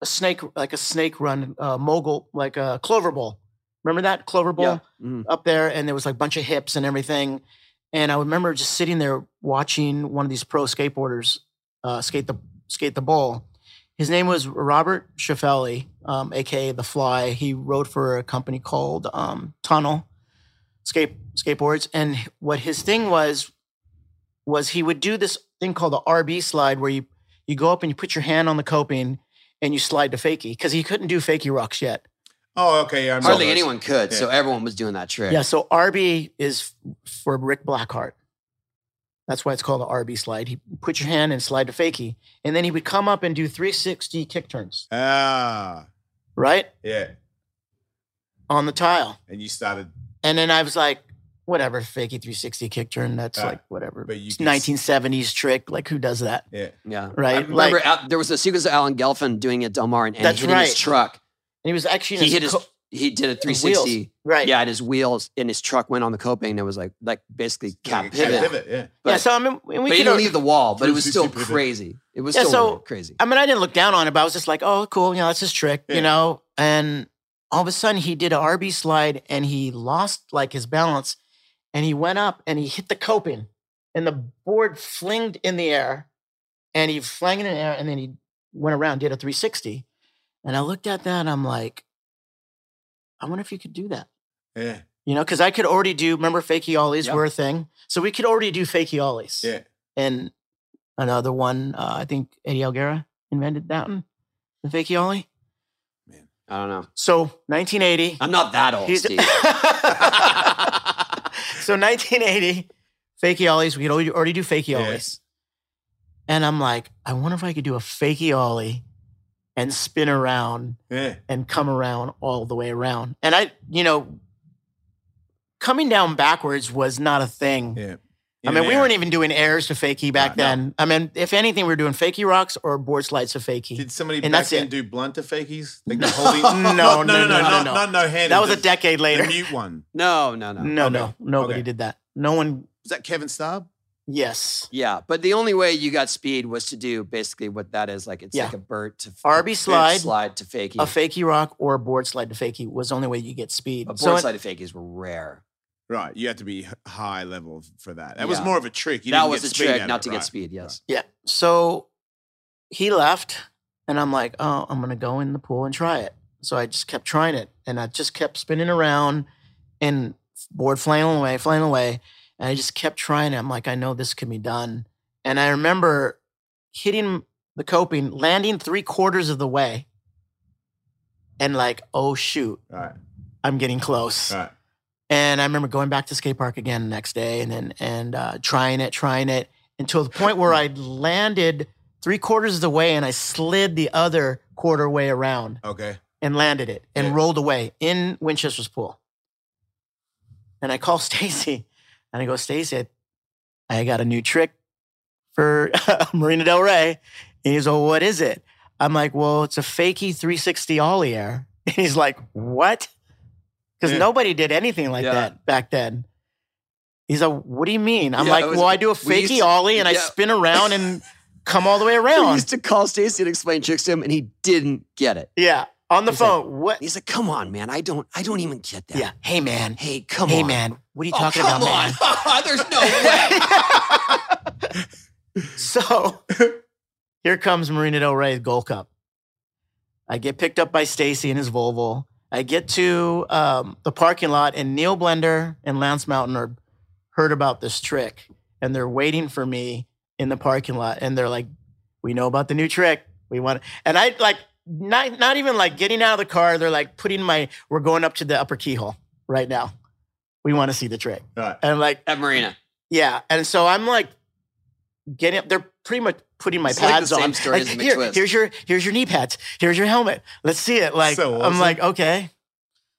Speaker 1: a snake, like a snake run, uh, mogul, like a clover bowl. Remember that clover bowl
Speaker 2: Mm.
Speaker 1: up there? And there was like a bunch of hips and everything. And I remember just sitting there watching one of these pro skateboarders uh, skate the skate the bowl. His name was Robert Schiffelli, um, aka the Fly. He rode for a company called um, Tunnel Skate Skateboards, and what his thing was was he would do this thing called the RB slide, where you you go up and you put your hand on the coping and you slide to fakie because he couldn't do fakie rocks yet.
Speaker 3: Oh, okay. Yeah, I remember
Speaker 2: Hardly
Speaker 3: those.
Speaker 2: anyone could, so
Speaker 3: Yeah.
Speaker 2: everyone was doing that trick.
Speaker 1: Yeah, so RB is f- for Rick Blackheart. That's why it's called the RB slide. He put your hand and slide to fakie, and then he would come up and do 360 kick turns,
Speaker 3: Ah,
Speaker 1: right
Speaker 3: yeah.
Speaker 1: on the tile.
Speaker 3: And you started,
Speaker 1: And then I was like, whatever, fakie 360 kick turn. That's
Speaker 2: Uh,
Speaker 3: Ah,
Speaker 1: like whatever.
Speaker 3: but you
Speaker 1: It's
Speaker 3: can s-
Speaker 1: 1970s trick. Like who does that,
Speaker 3: yeah.
Speaker 2: Yeah.
Speaker 1: right?
Speaker 2: I remember
Speaker 1: like,
Speaker 2: Al- there was a sequence of Alan Gelfin doing it Del Mar and, and
Speaker 1: That's
Speaker 2: hitting
Speaker 1: right.
Speaker 2: his truck.
Speaker 1: and he was actually in
Speaker 2: He hit his
Speaker 1: co-
Speaker 2: he did a
Speaker 1: his
Speaker 2: 360.
Speaker 1: wheels, right?
Speaker 2: Yeah, and his wheels and his truck went on the coping and it was like like basically
Speaker 3: Yeah,
Speaker 2: cap
Speaker 3: yeah,
Speaker 2: pivot.
Speaker 3: pivot, yeah.
Speaker 2: But,
Speaker 1: yeah. So I mean, we
Speaker 2: but he
Speaker 1: could
Speaker 2: didn't leave the wall, but it was
Speaker 3: 360
Speaker 2: still
Speaker 3: pivot.
Speaker 2: crazy. It was
Speaker 1: Yeah,
Speaker 2: still
Speaker 1: so-
Speaker 2: crazy.
Speaker 1: I mean, I didn't look down on it, but I was just like, oh, cool, you know, that's his trick,
Speaker 3: Yeah.
Speaker 1: you know. And all of a sudden, he did a RB slide and he lost like his balance, and he went up and he hit the coping, and the board flinged in the air, and he flung it in the air, and then he went around, did a 360, and I looked at that, and I'm like, I wonder if you could do that.
Speaker 3: Yeah.
Speaker 1: You know, because I could already do, remember fakie ollies
Speaker 2: Yep.
Speaker 1: were a thing. So we could already do fakie ollies.
Speaker 3: Yeah.
Speaker 1: And another one, uh, I think Eddie Alguera invented that one, the fakie ollie.
Speaker 2: I don't know.
Speaker 1: So 1980.
Speaker 2: I'm not that old,
Speaker 1: he's-
Speaker 2: Steve.
Speaker 1: so 1980, fakie ollies. We could already already do fakie
Speaker 3: Yeah.
Speaker 1: ollies. And I'm like, I wonder if I could do a fakie ollie and spin around
Speaker 3: Yeah.
Speaker 1: and come around all the way around. And I, you know, coming down backwards was not a thing.
Speaker 3: Yeah.
Speaker 1: I mean, we weren't even doing airs to fakie back
Speaker 3: No, no.
Speaker 1: then. I mean, if anything, we were doing fakie rocks or board slides to fakie.
Speaker 3: Did somebody
Speaker 1: And
Speaker 3: back
Speaker 1: that's
Speaker 3: then
Speaker 1: it.
Speaker 3: do blunt to fakies? Like
Speaker 1: No.
Speaker 3: the holding?
Speaker 1: No, no,
Speaker 3: not-
Speaker 1: no, no,
Speaker 3: not,
Speaker 1: no.
Speaker 3: Not no hand.
Speaker 1: That was a
Speaker 3: the-
Speaker 1: decade later.
Speaker 3: The mute one.
Speaker 2: No, no, no.
Speaker 1: No,
Speaker 3: Okay.
Speaker 1: no, nobody
Speaker 3: Okay.
Speaker 1: did that. No one.
Speaker 3: Is that Kevin Staub?
Speaker 1: Yes,
Speaker 2: Yeah, but the only way you got speed was to do basically what that is like. It's like a bird to
Speaker 1: RB
Speaker 2: a
Speaker 1: slide,
Speaker 2: slide to fakie.
Speaker 1: a fakie rock or a board slide to fakie was the only way you get speed.
Speaker 2: But
Speaker 1: So
Speaker 2: board
Speaker 1: it-
Speaker 2: slide to fakies were rare.
Speaker 3: Right. You had to be h- high level for that. That was
Speaker 2: Yeah.
Speaker 3: more of a trick. You
Speaker 2: that
Speaker 3: didn't
Speaker 2: was
Speaker 3: get
Speaker 2: a
Speaker 3: speed
Speaker 2: trick,
Speaker 3: out
Speaker 2: not
Speaker 3: of
Speaker 2: to
Speaker 3: it,
Speaker 2: get
Speaker 3: right.
Speaker 2: speed. Yes.
Speaker 1: Yeah. So he left, and I'm like, oh, I'm gonna go in the pool and try it. So I just kept trying it, and I just kept spinning around, and board flailing away, flailing away, and I just kept trying it. I'm like, I know this can be done, and I remember hitting the coping, landing three quarters of the way, and like, oh shoot,
Speaker 3: Right.
Speaker 1: I'm getting close.
Speaker 3: Right.
Speaker 1: And I remember going back to skate park again the next day and then and uh, trying it, trying it until the point where I landed three quarters of the way and I slid the other quarter way around
Speaker 3: Okay.
Speaker 1: and landed it and
Speaker 3: Yeah.
Speaker 1: rolled away in Winchester's pool. And I call Stacy and I go, Stacy, I got a new trick for Marina Del Rey. And he's like, what is it? I'm like, well, it's a fakie 360 ollie air. And he's like, what? Because
Speaker 3: Yeah.
Speaker 1: nobody did anything like
Speaker 2: Yeah.
Speaker 1: that back then. He's like, what do you mean? I'm
Speaker 2: Yeah,
Speaker 1: like,
Speaker 2: it was-
Speaker 1: well, I do a
Speaker 2: we used
Speaker 1: fakie
Speaker 2: to-
Speaker 1: ollie and I
Speaker 2: yeah.
Speaker 1: spin around and come all the way
Speaker 2: We
Speaker 1: around.
Speaker 2: used to call Stacy and explain tricks to him, and he didn't get it.
Speaker 1: yeah, on the
Speaker 2: He's like,
Speaker 1: phone. what?
Speaker 2: He's like, "Come on, man! I don't, I don't even get that."
Speaker 1: Yeah. Hey, man.
Speaker 2: Hey, come
Speaker 1: hey
Speaker 2: on.
Speaker 1: man, what are you
Speaker 2: Oh,
Speaker 1: talking
Speaker 2: come
Speaker 1: about, man?
Speaker 2: on. There's no way.
Speaker 1: so here comes Marina Del Rey's Gold Cup. I get picked up by Stacy in his Volvo. I get to um, the parking lot, and Neil Blender and Lance Mountain are heard about this trick, and they're waiting for me in the parking lot, and they're like, "We know about the new trick. We want." And I like not not even like getting out of the car. They're like putting my. We're going up to the upper keyhole right now. We want to see the trick,
Speaker 3: Right.
Speaker 1: and I'm like.
Speaker 2: At Marina.
Speaker 1: Yeah, and so I'm like getting up. They're pretty much putting my
Speaker 2: It's like the
Speaker 1: pads
Speaker 2: same
Speaker 1: on.
Speaker 2: story as
Speaker 1: Like,
Speaker 2: the
Speaker 1: Here,
Speaker 2: McTwist."
Speaker 1: here's your here's your knee pads. Here's your helmet. Let's see it. Like
Speaker 3: So
Speaker 1: I'm
Speaker 3: awesome.
Speaker 1: like okay.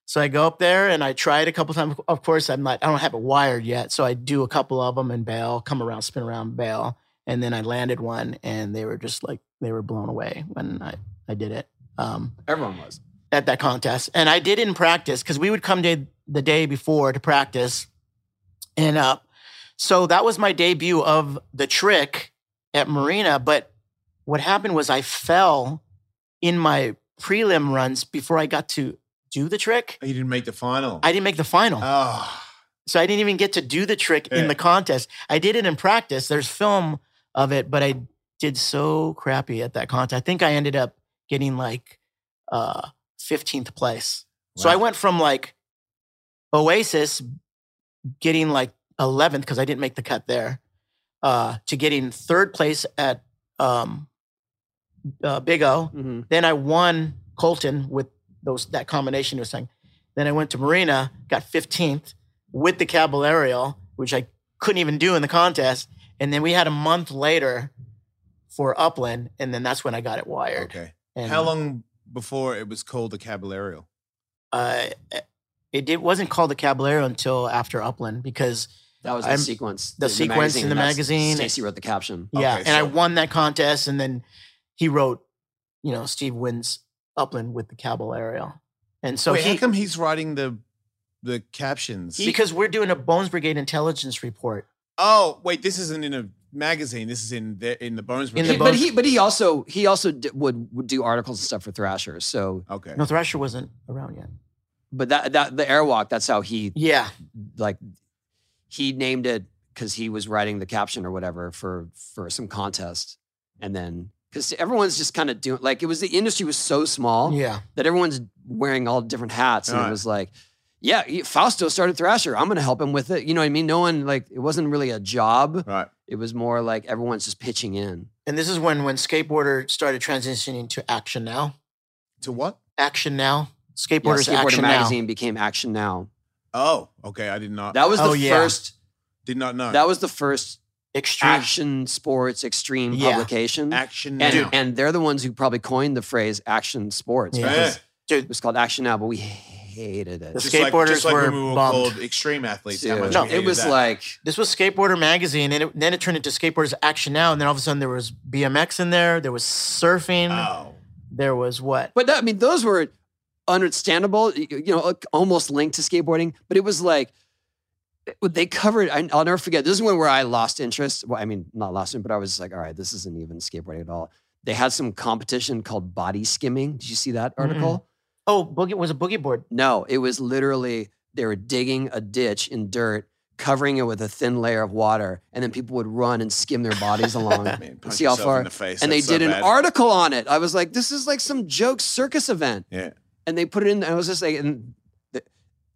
Speaker 1: So I go up there and I try it a couple times. Of course, I'm not. I don't have it wired yet, so I do a couple of them and bail, come around, spin around, bail, and then I landed one, and they were just like they were blown away when I I did it. Um,
Speaker 2: Everyone was.
Speaker 1: at that contest. And I did in practice because we would come day, the day before to practice. And uh, so that was my debut of the trick at Marina. But what happened was I fell in my prelim runs before I got to do the trick.
Speaker 3: Oh, You didn't make the final.
Speaker 1: I didn't make the final.
Speaker 3: oh,
Speaker 1: So I didn't even get to do the trick
Speaker 3: Yeah.
Speaker 1: in the contest. I did it in practice. There's film of it, but I did so crappy at that contest. I think I ended up getting like uh 15th place. So I
Speaker 3: wow.
Speaker 1: went from like Oasis getting like 11th because I didn't make the cut there uh, to getting third place at um, uh, Big O.
Speaker 2: Mhm.
Speaker 1: Then I won Colton with those that combination you were saying. Then I went to Marina, got 15th with the Caballerial, which I couldn't even do in the contest. And then we had a month later for Upland, and then that's when I got it wired.
Speaker 3: Okay.
Speaker 1: And,
Speaker 3: How long before it was called the Caballerial?
Speaker 1: Uh, it did, wasn't called the Caballero until after Upland because
Speaker 2: That was the
Speaker 1: I'm-
Speaker 2: sequence.
Speaker 1: the sequence in the magazine.
Speaker 2: Stacy wrote the caption.
Speaker 1: Yeah,
Speaker 3: Okay,
Speaker 1: and I
Speaker 3: so-
Speaker 1: won that contest, and then he wrote, you know, Steve wins Upland with the Caballero, and so
Speaker 3: Wait,
Speaker 1: he
Speaker 3: how come he's writing the the captions?
Speaker 1: because we're doing a Bones Brigade intelligence report.
Speaker 3: oh, wait, this isn't in a magazine. This is in the in the Bones.
Speaker 1: In the
Speaker 2: He-
Speaker 3: Brigade.
Speaker 2: but
Speaker 1: both-
Speaker 2: he but he also he also d- would would do articles and stuff for Thrasher. So,
Speaker 3: Okay.
Speaker 1: No, Thrasher wasn't around yet.
Speaker 2: but that that the Airwalk. That's how he
Speaker 1: Yeah,
Speaker 2: like he named it because he was writing the caption or whatever for for some contest, and then because everyone's just kind of doing like it was the industry was so small
Speaker 1: yeah,
Speaker 2: that everyone's wearing all different hats, and
Speaker 3: Right.
Speaker 2: it was like. Yeah, he- Fausto started Thrasher. I'm gonna help him with it. You know what I mean? No one like it wasn't really a job.
Speaker 3: Right.
Speaker 2: It was more like everyone's just pitching in.
Speaker 1: and this is when when skateboarder started transitioning to Action Now.
Speaker 3: To what?
Speaker 1: Action Now,
Speaker 2: Yeah,
Speaker 1: skateboarders
Speaker 2: Skateboarder
Speaker 1: Action
Speaker 2: magazine became Action Now.
Speaker 3: Oh, okay. I did not
Speaker 2: That was the
Speaker 1: Oh, yeah.
Speaker 2: first.
Speaker 3: did not know.
Speaker 2: That was the first
Speaker 1: Now, extreme.
Speaker 2: action sports extreme
Speaker 1: Yeah.
Speaker 2: publication.
Speaker 3: Action
Speaker 2: and,
Speaker 3: now.
Speaker 2: and they're the ones who probably coined the phrase action sports.
Speaker 1: Yeah.
Speaker 2: because
Speaker 3: Yeah.
Speaker 2: It was called Action Now, but we hated it.
Speaker 1: This-
Speaker 3: Just like-
Speaker 1: skateboarders
Speaker 3: just like when
Speaker 1: were
Speaker 3: we were
Speaker 1: bummed.
Speaker 3: called extreme athletes. how
Speaker 2: Yeah.
Speaker 3: much
Speaker 1: No,
Speaker 3: we
Speaker 2: it
Speaker 3: hated
Speaker 2: was
Speaker 3: that.
Speaker 2: like
Speaker 1: This was Skateboarder magazine, and it, then it turned into Skateboarders Action Now, and then all of a sudden there was BMX in there, there was surfing,
Speaker 3: oh,
Speaker 1: there was what?
Speaker 2: But that, I mean, those were understandable, y- you know, like, almost linked to skateboarding. But it was like it- they covered. I, I'll never forget. This is one where I lost interest. Well, I mean, not lost interest, but I was like, all right, this isn't even skateboarding at all. They had some competition called body skimming. Did you see that article?
Speaker 1: Oh, boogie was a boogie board.
Speaker 2: No, it was literally they were digging a ditch in dirt, covering it with a thin layer of water, and then people would run and skim their bodies along.
Speaker 3: Oh, man,
Speaker 2: and
Speaker 3: punch
Speaker 2: see how
Speaker 3: yourself
Speaker 2: far.
Speaker 3: in the face.
Speaker 2: and they
Speaker 3: That's so
Speaker 2: did an
Speaker 3: bad.
Speaker 2: article on it. I was like, this is like some joke circus event.
Speaker 3: Yeah.
Speaker 2: And they put it in. And I was just like, and the,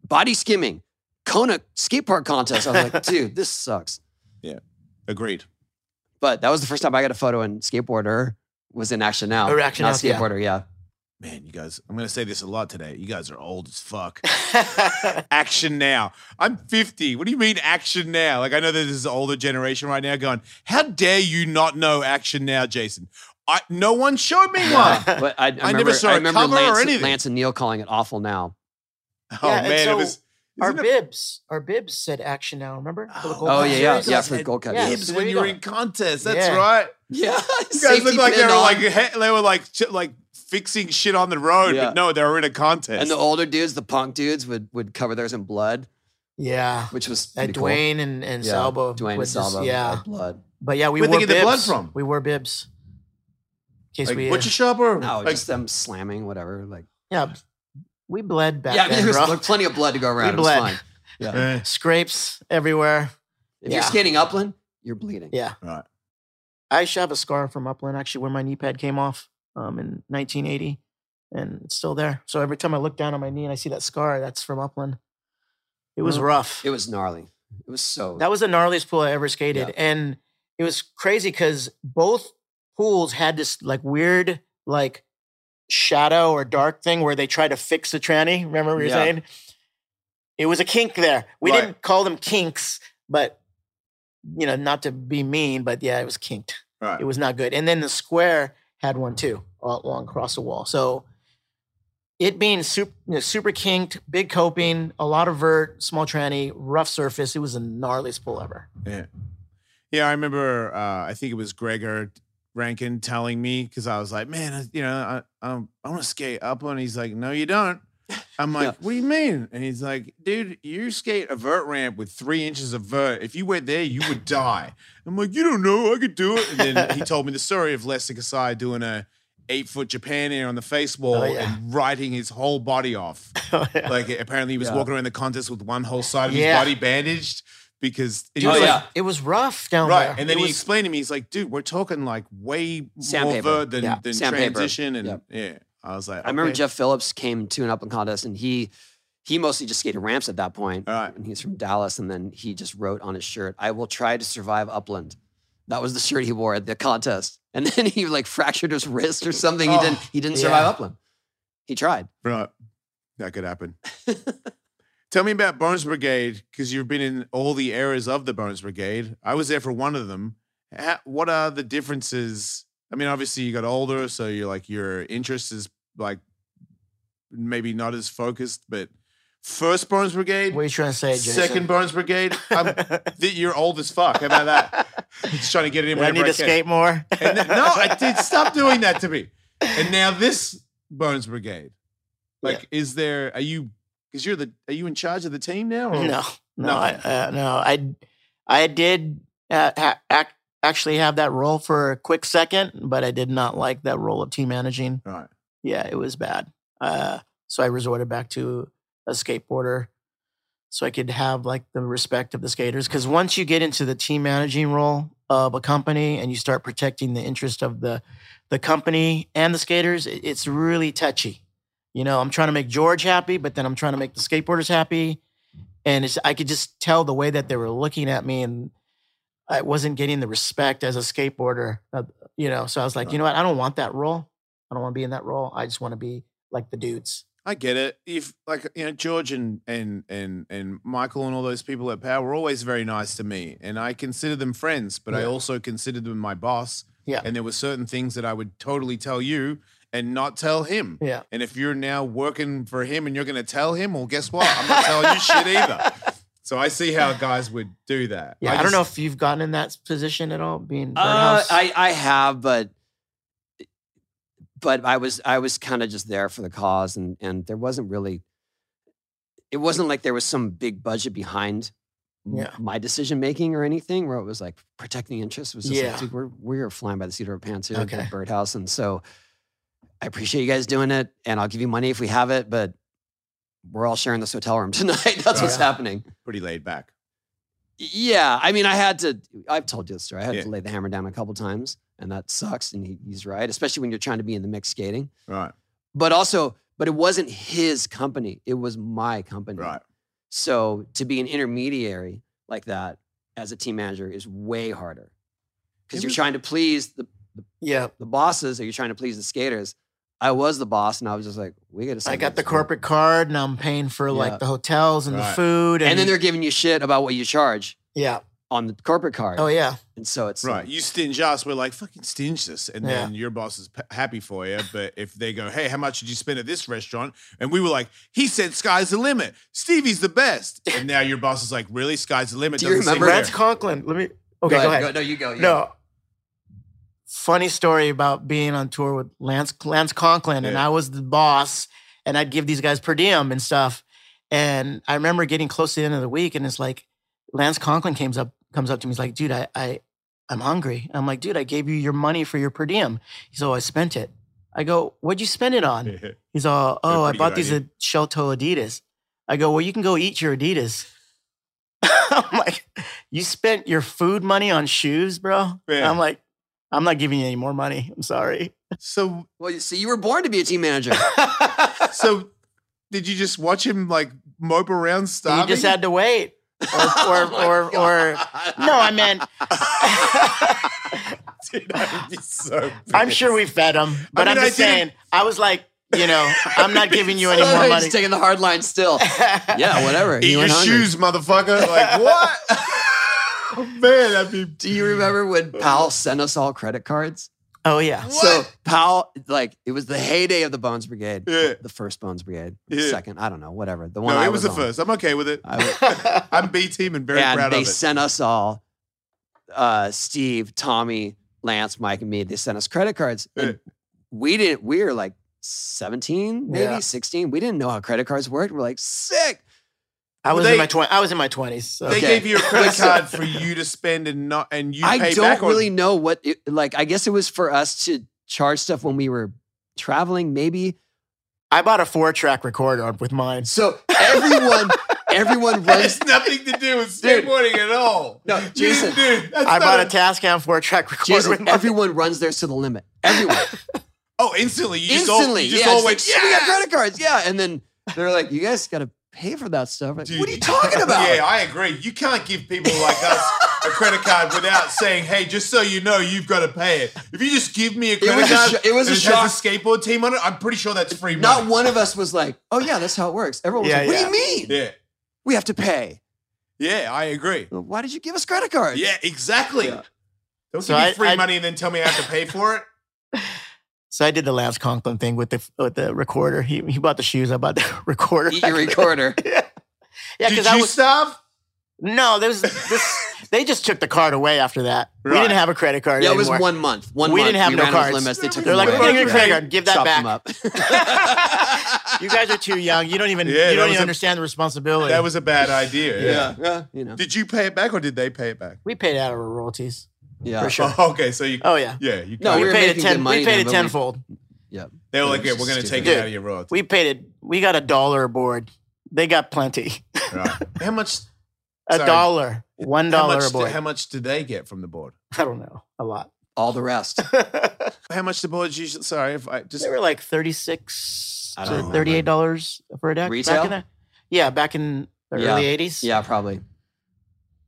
Speaker 2: body skimming, Kona skate park contest. I was like, dude, this sucks.
Speaker 3: Agreed.
Speaker 2: But that was the first time I got a photo in skateboarder was in action
Speaker 3: Oh,
Speaker 2: now.
Speaker 1: Or Action
Speaker 2: not
Speaker 1: Now, yeah.
Speaker 2: skateboarder. Yeah.
Speaker 3: Man, you guys, I'm gonna say this a lot today. You guys are old as fuck. action now. I'm 50. What do you mean action now? Like I know that this is the older generation right now going, how dare you not know action now, Jason? I no one showed me one.
Speaker 2: Yeah, but I, I, remember,
Speaker 3: never saw
Speaker 2: I
Speaker 3: a
Speaker 2: remember
Speaker 3: cover or
Speaker 2: Lance,
Speaker 3: anything.
Speaker 2: Lance and Neil calling it awful now.
Speaker 3: Oh
Speaker 1: Yeah, and
Speaker 3: man,
Speaker 1: so
Speaker 3: it was
Speaker 1: our
Speaker 3: isn't it
Speaker 1: bibs, our bibs said Action Now. Remember? For the
Speaker 3: Oh,
Speaker 1: Gold
Speaker 2: Oh
Speaker 1: Cup
Speaker 2: yeah, yeah,
Speaker 1: series?
Speaker 2: yeah,
Speaker 3: guys
Speaker 2: for
Speaker 3: had
Speaker 2: gold cup.
Speaker 1: yeah.
Speaker 2: Yeah,
Speaker 3: Gibbs
Speaker 1: there
Speaker 3: when
Speaker 1: you
Speaker 3: you were
Speaker 1: go.
Speaker 3: in contests. That's
Speaker 1: Yeah.
Speaker 3: right.
Speaker 2: yeah.
Speaker 3: You guys look like they were like
Speaker 2: on.
Speaker 3: he- they were like ch- like fixing shit on the road,
Speaker 2: Yeah.
Speaker 3: but no, they were in a contest.
Speaker 2: And the older dudes, the punk dudes, would would cover theirs in blood,
Speaker 1: Yeah.
Speaker 2: which was
Speaker 1: At
Speaker 2: pretty cool.
Speaker 1: Dwayne and, and
Speaker 2: Yeah,
Speaker 1: Salvo.
Speaker 2: Dwayne and
Speaker 1: was just-
Speaker 2: Salvo,
Speaker 1: Yeah.
Speaker 2: had blood.
Speaker 1: But yeah, we
Speaker 3: Where'd they
Speaker 1: wore
Speaker 3: get the blood
Speaker 1: bibs.
Speaker 3: from?
Speaker 1: We wore bibs. In case
Speaker 3: like,
Speaker 1: we,
Speaker 3: what's your shop or
Speaker 2: No,
Speaker 3: like,
Speaker 2: just them slamming, whatever. Like,
Speaker 1: yeah, we bled back
Speaker 2: yeah,
Speaker 1: then,
Speaker 2: there was
Speaker 1: bro.
Speaker 2: pl- plenty of blood to go around. It was
Speaker 1: bled.
Speaker 2: fine. Yeah.
Speaker 3: eh,
Speaker 1: Scrapes everywhere.
Speaker 2: If
Speaker 1: Yeah.
Speaker 2: you're skating upland, you're bleeding.
Speaker 1: Yeah.
Speaker 3: Right.
Speaker 1: I actually have a scar from Upland, actually, where my knee pad came off um, in 1980, and it's still there. So every time I look down on my knee and I see that scar, that's from Upland. It was
Speaker 2: Well,
Speaker 1: rough.
Speaker 2: It was gnarly. It was so.
Speaker 1: that was the gnarliest pool I ever skated, and it was crazy because both pools had this like weird like shadow or dark thing where they try to fix the tranny. Remember we were
Speaker 2: Yeah.
Speaker 1: saying? It was a kink there. We
Speaker 3: Right.
Speaker 1: didn't call them kinks, but you know, not to be mean, but yeah, it was kinked
Speaker 3: right.
Speaker 1: it was not good. And then the square had one too, all along across the wall. So it being super, you know, super kinked, big coping, a lot of vert, small tranny, rough surface. It was the gnarliest pool ever.
Speaker 3: Yeah, I remember. Uh, I think it was Gregor Rankin telling me because I was like, "Man, I, you know, I um, I want to skate up on." He's like, "No, you don't." I'm like,
Speaker 2: Yeah.
Speaker 3: "What do you mean?" And he's like, "Dude, you skate a vert ramp with three inches of vert. If you went there, you would die." I'm like, "You don't know. I could do it." And then he told me the story of Lester Kasai doing a eight foot Japan air on the face wall
Speaker 1: Oh, yeah.
Speaker 3: and writing his whole body off. Like apparently he was
Speaker 5: Yeah.
Speaker 3: walking around the contest with one whole side of
Speaker 1: Yeah.
Speaker 3: his body bandaged because it
Speaker 1: Dude,
Speaker 2: Oh,
Speaker 3: was
Speaker 1: like,
Speaker 2: yeah.
Speaker 1: It was rough down
Speaker 3: right.
Speaker 1: there.
Speaker 3: And
Speaker 1: It
Speaker 3: then he
Speaker 1: was-
Speaker 3: explained to me, he's like, dude, we're talking like way more
Speaker 2: Sandpaper.
Speaker 3: overt than,
Speaker 1: Yeah.
Speaker 3: than
Speaker 2: Sandpaper.
Speaker 3: transition. And
Speaker 2: Yep.
Speaker 3: yeah, I was like,
Speaker 2: I remember
Speaker 3: okay.
Speaker 2: Jeff Phillips came to an up and contest and he he mostly just skated ramps at that point.
Speaker 3: All right.
Speaker 2: And he's from Dallas. And then he just wrote on his shirt, I will try to survive upland. That was the shirt he wore at the contest. And then he like fractured his wrist or something. He
Speaker 3: Oh,
Speaker 2: didn't he didn't survive
Speaker 1: yeah.
Speaker 2: upland. He tried.
Speaker 3: Right. That could happen. Tell me about Bones Brigade because you've been in all the eras of the Bones Brigade. I was there for one of them. Ha- What are the differences? I mean, obviously you got older, so you're like your interest is like maybe not as focused. But first Bones Brigade,
Speaker 1: what are you trying to say, Jason?
Speaker 3: second Bones Brigade, I'm, th- you're old as fuck. How about that? Just trying to get it in
Speaker 1: Do I
Speaker 3: whenever
Speaker 1: need
Speaker 3: I
Speaker 1: to
Speaker 3: can.
Speaker 1: skate more.
Speaker 3: And th- no, I did stop doing that to me. And now this Bones Brigade. Like, is there? Are you? Because you're the. Are you in charge of the team now? or-
Speaker 1: No, no, I, uh, no. I, I did uh, ha- ac- actually have that role for a quick second, but I did not like that role of team managing.
Speaker 3: Right.
Speaker 1: Yeah, it was bad. Uh, so I resorted back to a skateboarder, so I could have like the respect of the skaters. Because once you get into the team managing role of a company and you start protecting the interest of the the company and the skaters, it, it's really touchy. You know, I'm trying to make George happy, but then I'm trying to make the skateboarders happy and it's, I could just tell the way that they were looking at me, and I wasn't getting the respect as a skateboarder, uh, you know. So I was like, you know what? I don't want that role. I don't want to be in that role. I just want to be like the dudes.
Speaker 3: I get it. If like you know George and and and and Michael and all those people at Power were always very nice to me, and I consider them friends, but I
Speaker 1: Yeah.
Speaker 3: also considered them my boss.
Speaker 1: Yeah.
Speaker 3: And there were certain things that I would totally tell you and not tell him.
Speaker 1: Yeah.
Speaker 3: And if you're now working for him and you're going to tell him, well, guess what? I'm not telling you shit either. So I see how guys would do that.
Speaker 1: Yeah, I, don't know
Speaker 3: just-
Speaker 1: if you've gotten in that position at all, being
Speaker 2: Uh,
Speaker 1: Birdhouse.
Speaker 2: I, I have, but but I was I was kind of just there for the cause and and there wasn't really it wasn't like there was some big budget behind m-
Speaker 1: Yeah.
Speaker 2: my decision making or anything where it was like protecting interests. It was just
Speaker 1: Yeah.
Speaker 2: like, dude, we're we're flying by the seat of our pants here at
Speaker 1: Okay.
Speaker 2: the birdhouse. And so I appreciate you guys doing it and I'll give you money if we have it, but we're all sharing this hotel room tonight. That's what's
Speaker 1: Yeah.
Speaker 2: happening.
Speaker 3: pretty laid back.
Speaker 2: Yeah, I mean, I had to. I've told you this story. I had
Speaker 3: Yeah.
Speaker 2: to lay the hammer down a couple times, and that sucks. And he, he's right, especially when you're trying to be in the mix skating.
Speaker 3: Right.
Speaker 2: But also, but it wasn't his company; it was my company.
Speaker 3: Right.
Speaker 2: So to be an intermediary like that as a team manager is way harder
Speaker 3: It
Speaker 2: because you're
Speaker 3: was-
Speaker 2: trying to please the,
Speaker 1: yeah,
Speaker 2: the bosses, or you're trying to please the skaters. I was the boss, and I was just like, we got to.
Speaker 1: I got the corporate card, and I'm paying for
Speaker 2: Yeah.
Speaker 1: like the hotels and
Speaker 3: Right.
Speaker 1: the food, and,
Speaker 2: and then they're giving you shit about what you charge
Speaker 1: yeah,
Speaker 2: on the corporate card.
Speaker 1: oh yeah,
Speaker 2: and so it's
Speaker 3: Right. You stinge us. We're like, fucking stinge this. And
Speaker 1: Yeah.
Speaker 3: then your boss is p- happy for you. But if they go, hey, how much did you spend at this restaurant? And we were like, he said sky's the limit. Stevie's the best. And now your boss is like, really? Sky's the limit.
Speaker 2: Do you
Speaker 3: doesn't seem
Speaker 2: remember-
Speaker 3: fair."
Speaker 1: Brad Conklin. Let me. Okay, go ahead.
Speaker 2: no, you go. You go.
Speaker 1: No. Funny story about being on tour with Lance Lance Conklin, and
Speaker 3: Yeah.
Speaker 1: I was the boss, and I'd give these guys per diem and stuff. And I remember getting close to the end of the week, and it's like Lance Conklin comes up comes up to me. He's like, "Dude, I, I I'm hungry." I'm like, "Dude, I gave you your money for your per diem." He's all, "I spent it." I go, "What'd you spend it on?" He's all,
Speaker 3: a
Speaker 1: oh, I
Speaker 3: pretty
Speaker 1: bought
Speaker 3: good
Speaker 1: these
Speaker 3: idea.
Speaker 1: at shell toe Adidas. I go, well, you can go eat your Adidas. I'm like, you spent your food money on shoes, bro.
Speaker 3: Yeah.
Speaker 1: I'm like, I'm not giving you any more money. I'm sorry.
Speaker 3: so,
Speaker 2: Well, you see, you were born to be a team manager.
Speaker 3: so did you just watch him like mope around
Speaker 1: And
Speaker 3: starving?
Speaker 1: You just had to wait.
Speaker 3: Oh
Speaker 1: Or, or, or, or, no, I meant,
Speaker 3: Dude, I'd be so
Speaker 1: I'm
Speaker 3: pissed.
Speaker 1: sure we fed him, but I
Speaker 3: mean,
Speaker 1: am
Speaker 3: I
Speaker 1: just
Speaker 3: didn't-
Speaker 1: saying, I was like, you know, I'm not giving you any
Speaker 2: He's
Speaker 1: more money.
Speaker 2: taking the hard line still. Yeah, whatever.
Speaker 3: Eat
Speaker 2: He
Speaker 3: your
Speaker 2: went hungry.
Speaker 3: shoes, motherfucker. Like, what? oh, man, that'd be.
Speaker 2: Do you remember when Powell sent us all credit cards?
Speaker 1: Oh, yeah.
Speaker 2: So Powell, like, it was the heyday of the Bones Brigade.
Speaker 3: Yeah.
Speaker 2: The first Bones Brigade.
Speaker 3: Yeah.
Speaker 2: Second, I don't know, whatever. The one
Speaker 3: No,
Speaker 2: I
Speaker 3: it was, the
Speaker 2: on.
Speaker 3: first. I'm okay with it.
Speaker 2: I was-
Speaker 3: I'm B team and very
Speaker 2: and
Speaker 3: proud
Speaker 2: they
Speaker 3: of it.
Speaker 2: sent us all, uh, Steve, Tommy, Lance, Mike, and me. They sent us credit cards, and we didn't. We were like seventeen, maybe
Speaker 1: Yeah.
Speaker 2: sixteen. We didn't know how credit cards worked. We're like, sick.
Speaker 1: I was
Speaker 3: They-
Speaker 1: in my twenty. I was in my twenties. So.
Speaker 3: They
Speaker 2: Okay.
Speaker 3: gave you a credit card for you to spend and not and you
Speaker 2: I
Speaker 3: pay
Speaker 2: don't
Speaker 3: back
Speaker 2: really
Speaker 3: on.
Speaker 2: know what. It, like, I guess it was for us to charge stuff when we were traveling, maybe.
Speaker 1: I bought a four track recorder with mine.
Speaker 2: So everyone, everyone
Speaker 3: That
Speaker 2: runs.
Speaker 3: has nothing to do with
Speaker 2: Dude.
Speaker 3: skateboarding at all.
Speaker 2: No,
Speaker 3: You-
Speaker 2: Jason.
Speaker 3: dude, that's
Speaker 1: I
Speaker 3: not
Speaker 1: bought a
Speaker 3: a-
Speaker 1: Tascam four track recorder with
Speaker 2: Jason,
Speaker 1: mine.
Speaker 2: everyone runs theirs to the limit. Everyone.
Speaker 3: Oh, instantly. You
Speaker 2: Instantly.
Speaker 3: Just
Speaker 2: yeah.
Speaker 3: all,
Speaker 2: it's
Speaker 3: you
Speaker 2: like,
Speaker 3: just
Speaker 2: "Shit,
Speaker 3: all
Speaker 2: We
Speaker 3: went,
Speaker 2: got
Speaker 3: yeah.
Speaker 2: credit cards. Yeah. And then they're like, you guys got to pay for that stuff. Like,
Speaker 3: Dude,
Speaker 2: what are you talking about?
Speaker 3: Yeah, I agree. You can't give people like us a credit card without saying, "Hey, just so you know, you've got to pay it." If you just give me a
Speaker 2: was
Speaker 3: credit
Speaker 2: a
Speaker 3: card,
Speaker 2: sho- it was a
Speaker 3: and
Speaker 2: shock.
Speaker 3: Has a skateboard team on it. I'm pretty sure that's free money.
Speaker 2: Not one of us was like, oh, yeah, that's how it works. Everyone was
Speaker 1: Yeah,
Speaker 2: like, what
Speaker 1: yeah.
Speaker 2: do you mean?
Speaker 3: yeah,
Speaker 2: We have to pay.
Speaker 3: yeah, I agree.
Speaker 2: Well, Why did you give us credit cards?
Speaker 3: Yeah, exactly.
Speaker 2: Yeah.
Speaker 3: Don't
Speaker 1: So
Speaker 3: give me
Speaker 1: I-
Speaker 3: free
Speaker 1: I-
Speaker 3: money and then tell me I have to pay for it.
Speaker 1: So I did the Lance Conklin thing with the with the recorder. He he bought the shoes. I bought the recorder.
Speaker 2: Eat your recorder.
Speaker 1: yeah,
Speaker 3: Did
Speaker 1: because I
Speaker 3: you
Speaker 1: was
Speaker 3: starve?
Speaker 1: no. There was this. they just took the card away after that. We
Speaker 3: Right.
Speaker 1: didn't have a credit card
Speaker 2: Yeah, it was
Speaker 1: anymore.
Speaker 2: one month. One
Speaker 1: We
Speaker 2: month.
Speaker 1: didn't have
Speaker 2: we
Speaker 1: no
Speaker 2: ran out of
Speaker 1: cards.
Speaker 2: Limits. They took
Speaker 1: They're
Speaker 2: them
Speaker 1: like,
Speaker 2: away.
Speaker 1: we're gonna get a credit card. Give that
Speaker 2: Chopped them
Speaker 1: back.
Speaker 2: up.
Speaker 1: You guys are too young. You don't even
Speaker 3: Yeah,
Speaker 1: you
Speaker 3: that
Speaker 1: don't
Speaker 3: was
Speaker 1: even
Speaker 3: a-
Speaker 1: understand the responsibility.
Speaker 3: That was a bad idea. Yeah.
Speaker 2: yeah. yeah, you know,
Speaker 3: Did you pay it back or did they pay it back?
Speaker 1: we paid out our royalties
Speaker 2: yeah.
Speaker 1: for sure.
Speaker 3: Oh, okay, so you.
Speaker 1: Oh yeah,
Speaker 3: Yeah, you.
Speaker 2: No,
Speaker 3: can't-
Speaker 2: we
Speaker 1: we,
Speaker 2: were
Speaker 1: paid a
Speaker 2: making good
Speaker 1: ten.
Speaker 2: money
Speaker 1: We paid
Speaker 2: then,
Speaker 1: it
Speaker 2: but we-
Speaker 1: tenfold.
Speaker 3: they were
Speaker 2: it
Speaker 3: like,
Speaker 2: was
Speaker 3: "Yeah, we're going to
Speaker 2: just
Speaker 3: take
Speaker 1: stupid.
Speaker 3: it out of your royalty."
Speaker 1: We paid it. We got a dollar a board. They got plenty.
Speaker 3: Right. How much?
Speaker 1: A
Speaker 3: Sorry.
Speaker 1: dollar, one
Speaker 3: How
Speaker 1: dollar
Speaker 3: much?
Speaker 1: a
Speaker 3: Did,
Speaker 1: board.
Speaker 3: how much did they get from the board?
Speaker 1: I don't know. A lot.
Speaker 2: All the rest.
Speaker 3: How much the board usually? Sorry, if I just
Speaker 1: they were like thirty six
Speaker 2: I
Speaker 1: to
Speaker 2: don't remember.
Speaker 1: thirty eight dollars for a deck.
Speaker 2: Retail?
Speaker 1: Back in the, yeah, back in the
Speaker 2: Yeah.
Speaker 1: early eighties.
Speaker 2: Yeah, probably.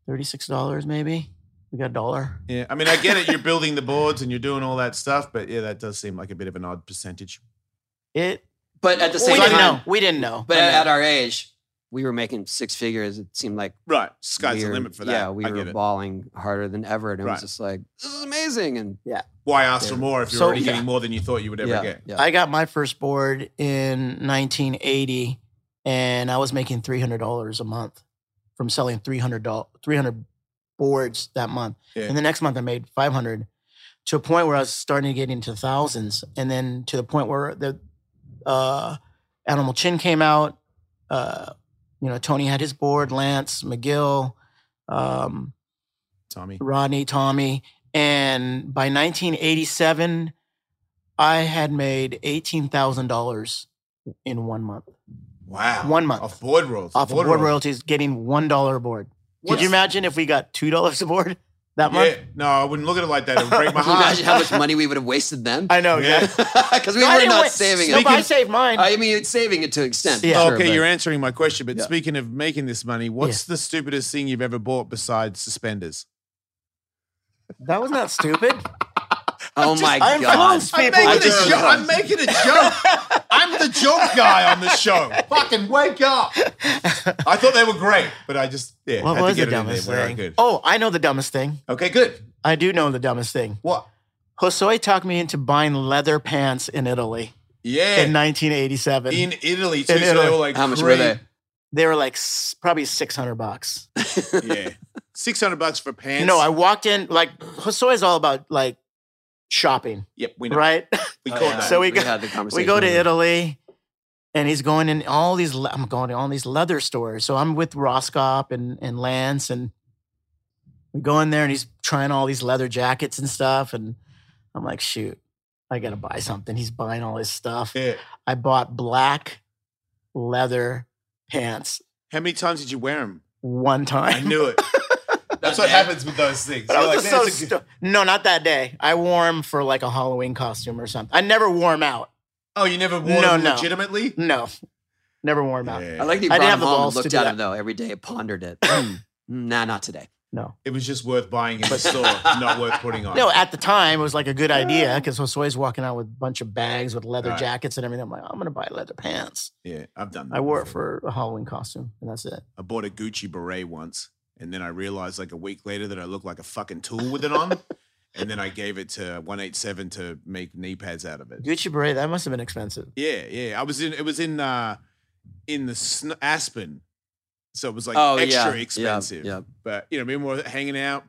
Speaker 1: thirty six dollars maybe. We got a dollar.
Speaker 3: Yeah, I mean, I get it. You're building the boards and you're doing all that stuff, but yeah, that does seem like a bit of an odd percentage.
Speaker 1: It.
Speaker 2: But at the
Speaker 1: we
Speaker 2: same
Speaker 1: didn't
Speaker 2: time,
Speaker 1: know. We didn't know.
Speaker 2: but
Speaker 1: I
Speaker 2: at,
Speaker 1: mean,
Speaker 2: at our age, we were making six figures. It seemed like
Speaker 3: Right, sky's
Speaker 2: we
Speaker 3: the
Speaker 2: were-
Speaker 3: limit for that.
Speaker 2: Yeah, we
Speaker 3: I get
Speaker 2: were
Speaker 3: it.
Speaker 2: balling harder than ever, and it
Speaker 3: Right.
Speaker 2: was just like this is amazing. And
Speaker 3: Why ask for
Speaker 2: Yeah.
Speaker 3: more if you're
Speaker 1: So-
Speaker 3: already
Speaker 1: Yeah.
Speaker 3: getting more than you thought you would ever
Speaker 2: yeah,
Speaker 3: get?
Speaker 2: yeah.
Speaker 1: I got my first board in nineteen eighty, and I was making three hundred dollars a month from selling 300, doll- 300 boards that month.
Speaker 3: Yeah.
Speaker 1: And the next month I made five hundred. To a point where I was starting to get into thousands, and then to the point where the uh, Animal Chin came out. Uh, you know, Tony had his board, Lance, McGill, um,
Speaker 3: Tommy.
Speaker 1: Rodney, Tommy. And by 1987, I had made $18,000 in one month.
Speaker 3: Wow.
Speaker 1: One month.
Speaker 3: off board rolls.
Speaker 1: Off of board
Speaker 3: roll.
Speaker 1: royalties, getting $1 a board. Could you imagine if we got $2 a board that
Speaker 3: Yeah.
Speaker 1: month?
Speaker 3: No, I wouldn't look at it like that. It would break my
Speaker 2: Can you
Speaker 3: heart.
Speaker 2: imagine how much money we would have wasted then?
Speaker 1: I know,
Speaker 3: Yeah. Oh,
Speaker 1: yeah.
Speaker 2: Because we
Speaker 1: No, I
Speaker 2: were
Speaker 1: didn't
Speaker 2: not
Speaker 1: wa-
Speaker 2: saving
Speaker 1: No,
Speaker 2: it.
Speaker 1: but I saved mine.
Speaker 2: I mean, it's saving it to an extent.
Speaker 1: Yeah.
Speaker 2: sure,
Speaker 3: okay,
Speaker 2: but-
Speaker 3: you're answering my question, but
Speaker 2: Yeah.
Speaker 3: speaking of making this money, what's the stupidest thing you've ever bought besides suspenders?
Speaker 1: that was not stupid.
Speaker 2: Oh my
Speaker 1: I'm
Speaker 2: god!
Speaker 1: close.
Speaker 3: I'm
Speaker 1: People
Speaker 3: making,
Speaker 2: are
Speaker 3: a
Speaker 2: just-
Speaker 3: joke. I'm making a joke. I'm the joke guy on the show. Fucking wake up. I thought they were great, but I just yeah,
Speaker 1: what
Speaker 3: had to
Speaker 1: was
Speaker 3: get
Speaker 1: the
Speaker 3: it in there
Speaker 1: dumbest
Speaker 3: where I
Speaker 1: thing?
Speaker 3: could.
Speaker 1: Oh, I know the dumbest thing.
Speaker 3: Okay, good.
Speaker 1: I do know the dumbest thing.
Speaker 3: What?
Speaker 1: Josoi talked me into buying leather pants in Italy
Speaker 3: Yeah.
Speaker 1: in
Speaker 3: In,
Speaker 1: 1987.
Speaker 3: Italy too.
Speaker 1: In
Speaker 3: so they
Speaker 1: Italy.
Speaker 3: were like
Speaker 2: How much
Speaker 3: three-
Speaker 2: were they?
Speaker 1: they were like s- probably 600 bucks.
Speaker 3: Yeah. Six hundred bucks for pants.
Speaker 1: No, I walked in like Hosoi is all about like shopping,
Speaker 3: Yep, we know.
Speaker 1: right?
Speaker 3: We
Speaker 2: Oh,
Speaker 3: called
Speaker 2: yeah.
Speaker 3: that.
Speaker 1: So we go-
Speaker 2: had the conversation.
Speaker 1: we go to
Speaker 2: already.
Speaker 1: Italy, and he's going in all these. le- I'm going to all these leather stores. So I'm with Roscop and and Lance, and we go in there, and he's trying all these leather jackets and stuff. And I'm like, shoot, I gotta buy something. He's buying all his stuff.
Speaker 3: Yeah.
Speaker 1: I bought black leather pants
Speaker 3: How many times did you wear them?
Speaker 1: one
Speaker 3: I
Speaker 1: time.
Speaker 3: knew it. That's what happens with those things.
Speaker 1: But I
Speaker 3: You're
Speaker 1: was just
Speaker 3: like,
Speaker 1: so
Speaker 3: "That's a good-"
Speaker 1: stu- no, not that day. I wore them for like a Halloween costume or something. I never wore them out.
Speaker 3: oh, you never wore
Speaker 1: No,
Speaker 3: them
Speaker 1: no.
Speaker 3: legitimately?
Speaker 1: No, never wore them out.
Speaker 3: Yeah.
Speaker 2: I like that you
Speaker 1: I
Speaker 2: brought
Speaker 1: didn't have
Speaker 2: him
Speaker 1: the
Speaker 2: home and
Speaker 1: balls to
Speaker 2: looked
Speaker 1: do
Speaker 2: at
Speaker 1: that.
Speaker 2: him though every day, pondered it. Mm, nah, not today.
Speaker 1: No,
Speaker 3: It was just worth buying in the store, not worth putting on.
Speaker 1: no. At the time, it was like a good idea because Josue's walking out with a bunch of bags with leather
Speaker 3: Right.
Speaker 1: jackets and everything. I'm like, I'm gonna buy leather pants.
Speaker 3: Yeah, I've done that.
Speaker 1: I wore it
Speaker 3: before.
Speaker 1: for a Halloween costume, and that's it.
Speaker 3: I bought a Gucci beret once, and then I realized like a week later that I looked like a fucking tool with it on. and then I gave it to 187 to make knee pads out of it.
Speaker 1: Gucci beret. That must have been expensive.
Speaker 3: Yeah, yeah. I was in. It was in uh in the sn- Aspen, so it was like
Speaker 2: oh yeah,
Speaker 3: extra
Speaker 2: yeah,
Speaker 3: expensive.
Speaker 2: Yeah,
Speaker 3: But you know, me and we were hanging out,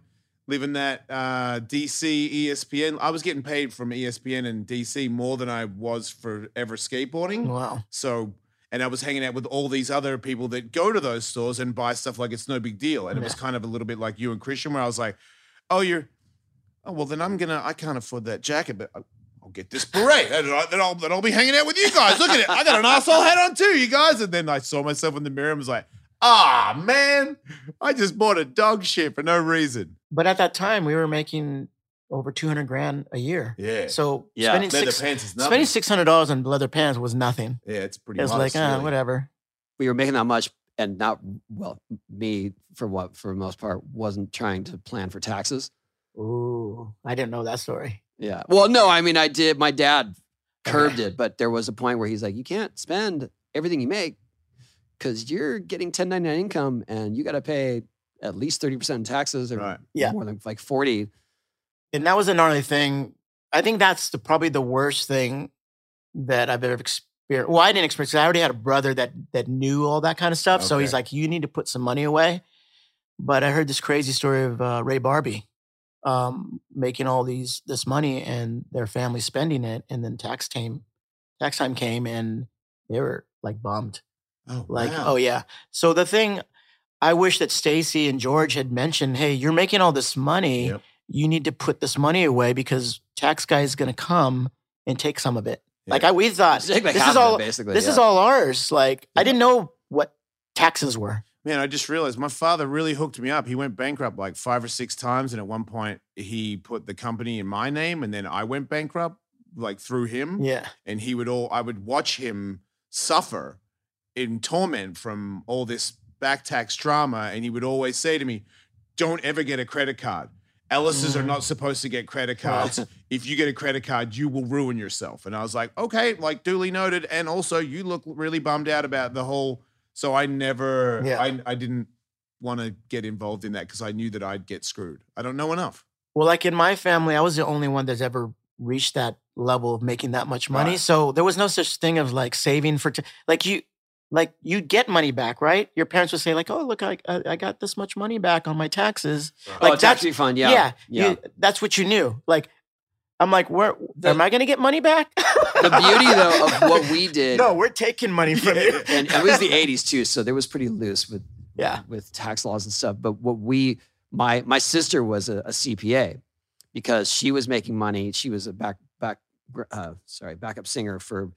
Speaker 3: living that uh DC ESPN. I was getting paid from E ESPN and DC more than I was for ever skateboarding.
Speaker 1: Wow.
Speaker 3: So. And I was hanging out with all these other people that go to those stores and buy stuff like it's no big deal. And it was
Speaker 1: Yeah.
Speaker 3: kind of a little bit like you and Christian, where I was like, "Oh, you're, oh well, then I'm gonna, I can't afford that jacket, but I, I I'll get this beret. Then I'll, then I'll, then I'll be hanging out with you guys. Look at it. I got an asshole hat on too, you guys. And then I saw myself in the mirror and was like, ah, man, I just bought a dog shit for no reason.
Speaker 1: But at that time, we were making over 200 grand a year.
Speaker 3: Yeah.
Speaker 1: So
Speaker 2: Yeah.
Speaker 1: spending,
Speaker 3: Leather
Speaker 1: six,
Speaker 3: pants is nothing.
Speaker 1: spending $600 on leather pants was nothing.
Speaker 3: yeah, it's pretty
Speaker 1: It was like,
Speaker 3: modest,
Speaker 1: ah,
Speaker 3: really.
Speaker 1: whatever.
Speaker 2: we were making that much and not well me for what for the most part wasn't trying to plan for taxes
Speaker 1: Ooh, I didn't know that story.
Speaker 2: yeah well no i mean i did my dad curbed it but there was a point where he's like you can't spend everything you make because you're getting 1099 income and you got to pay at least 30% in taxes or
Speaker 3: Right.
Speaker 1: Yeah.
Speaker 2: more than like 40
Speaker 1: And that was another thing. I think that's the, probably the worst thing that I've ever experienced. Well, I didn't experience. 'cause I already had a brother that that knew all that kind of stuff. So he's
Speaker 3: Okay.
Speaker 1: like, you need to put some money away. But I heard this crazy story of uh, Ray Barbie um, making all these this money and their family spending it, and then tax time tax time came and they were like bummed.
Speaker 3: Oh,
Speaker 1: Like,
Speaker 3: wow.
Speaker 1: oh yeah. So the thing I wish that Stacy and George had mentioned, hey, you're making all this money.
Speaker 3: Yep.
Speaker 1: You need to put this money away because tax guy is gonna come and take some of it.
Speaker 3: Yeah.
Speaker 1: Like I we thought
Speaker 2: Just take, like,
Speaker 1: this
Speaker 2: half
Speaker 1: is
Speaker 2: of it,
Speaker 1: all
Speaker 2: basically
Speaker 1: this is
Speaker 2: yeah.
Speaker 1: all ours. Like I
Speaker 2: Yeah.
Speaker 1: didn't know what taxes were.
Speaker 3: Man, I just realized my father really hooked me up. He went bankrupt like five or six times. And at one point, he put the company in my name and then I went bankrupt like through him.
Speaker 1: Yeah.
Speaker 3: And he would all, I would watch him suffer in torment from all this back tax drama. And he would always say to me, Don't ever get a credit card. Ellis's are
Speaker 1: Mm.
Speaker 3: not supposed to get credit cards. if you get a credit card, you will ruin yourself. And I was like, okay, like duly noted. And also, you look really bummed out about the whole. So I never,
Speaker 1: Yeah.
Speaker 3: I, I didn't want to get involved in that because I knew that I'd get screwed. I don't know enough.
Speaker 1: Well, like in my family, I was the only one that's ever reached that level of making that much money.
Speaker 3: Right.
Speaker 1: So there was no such thing as like saving for t- like you like you get money back, right? Your parents would say like, "Oh, look, I I I got this much money back on my taxes."
Speaker 2: oh,
Speaker 1: like,
Speaker 2: tax
Speaker 1: that's-
Speaker 2: refund yeah
Speaker 1: yeah,
Speaker 2: yeah
Speaker 1: you- that's what you knew. Like, I'm like, where
Speaker 2: The-
Speaker 1: am I going to get money back?
Speaker 2: the beauty though of what we did
Speaker 1: no, we're taking money from you.
Speaker 2: and it was the 80s too so there was pretty loose with
Speaker 1: yeah,
Speaker 2: with tax laws and stuff. But what we, my my sister was a, a CPA because she was making money. She was a back back gr- uh, sorry backup singer for a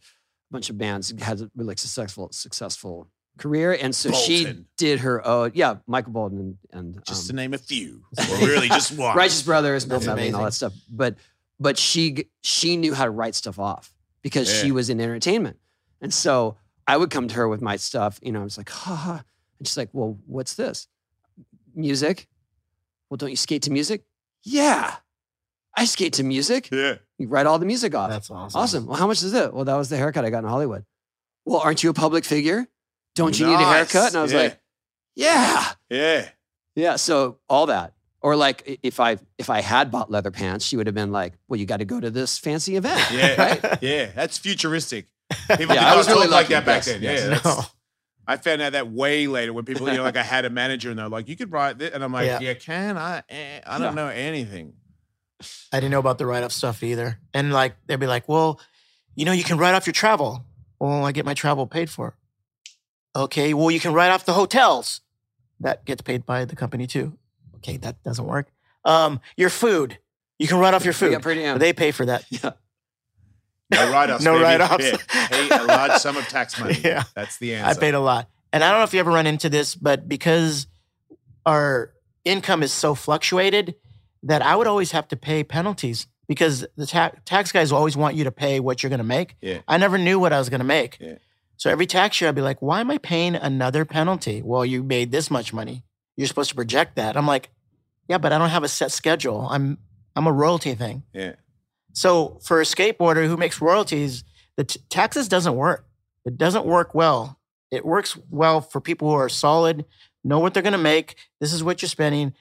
Speaker 2: bunch of bands. and Had a really successful successful career, and so she
Speaker 3: Bolton.
Speaker 2: did her own. Yeah, Michael Bolton and, and
Speaker 3: Just
Speaker 2: um,
Speaker 3: to name a few, or really just one.
Speaker 2: Righteous Brothers, Bill
Speaker 1: That's
Speaker 2: Medley, and all that stuff. But but she g- she knew how to write stuff off because she
Speaker 3: Yeah.
Speaker 2: was in entertainment, and so I would come to her with my stuff. You know, I was like, ha ha, and she's like, well, what's this? Music? Well, don't you skate to music? Yeah, I skate to music.
Speaker 3: Yeah.
Speaker 2: You write all the music off.
Speaker 1: that's awesome.
Speaker 2: awesome. Well, how much is it? Well, that was the haircut I got in Hollywood. Well, aren't you a public figure? Don't you need a
Speaker 3: Nice.
Speaker 2: haircut? And I was
Speaker 3: Yeah.
Speaker 2: like, yeah.
Speaker 3: Yeah.
Speaker 2: Yeah, so all that. Or like i- if I if I had bought leather pants, she would have been like, "Well, you got to go to this fancy event."
Speaker 3: Yeah.
Speaker 2: Right?
Speaker 3: Yeah. That's futuristic.
Speaker 2: Yeah,
Speaker 3: People did
Speaker 2: I
Speaker 3: not
Speaker 2: was really
Speaker 3: talk like
Speaker 2: lucky.
Speaker 3: that
Speaker 2: Yes,
Speaker 3: back then.
Speaker 2: yes.
Speaker 3: Yeah. that's-
Speaker 1: No.
Speaker 3: I found out that way later when people, you know, like I had a manager and they're like, you could write this. And I'm like,
Speaker 1: Yeah.
Speaker 3: yeah, can I? Eh, I don't know anything.
Speaker 1: I didn't know about the write off stuff either. And like, they'd be like, well, you know, you can write off your travel. Well, I get my travel paid for. Okay. Well, you can write off the hotels. That gets paid by the company too. Okay. That doesn't work. Um, your food. You can write off your
Speaker 2: We
Speaker 1: food.
Speaker 2: got pretty damn-
Speaker 1: They pay for that.
Speaker 3: No write offs.
Speaker 1: No write offs.
Speaker 3: Yeah. Pay a large sum of tax money.
Speaker 1: Yeah.
Speaker 3: That's the
Speaker 1: I
Speaker 3: answer.
Speaker 1: paid a lot. And I don't know if you ever run into this, but because our income is so fluctuated that I would always have to pay penalties because the ta- tax guys always want you to pay what you're going to make.
Speaker 3: Yeah.
Speaker 1: I never knew what I was going to make.
Speaker 3: Yeah.
Speaker 1: So every tax year, I'd be like, why am I paying another penalty? Well, you made this much money. You're supposed to project that. I'm like, yeah, but I don't have a set schedule. I'm I'm a royalty thing.
Speaker 3: Yeah.
Speaker 1: So for a skateboarder who makes royalties, the t- taxes doesn't work. It doesn't work well. It works well for people who are solid, know what they're going to make. This is what you're spending.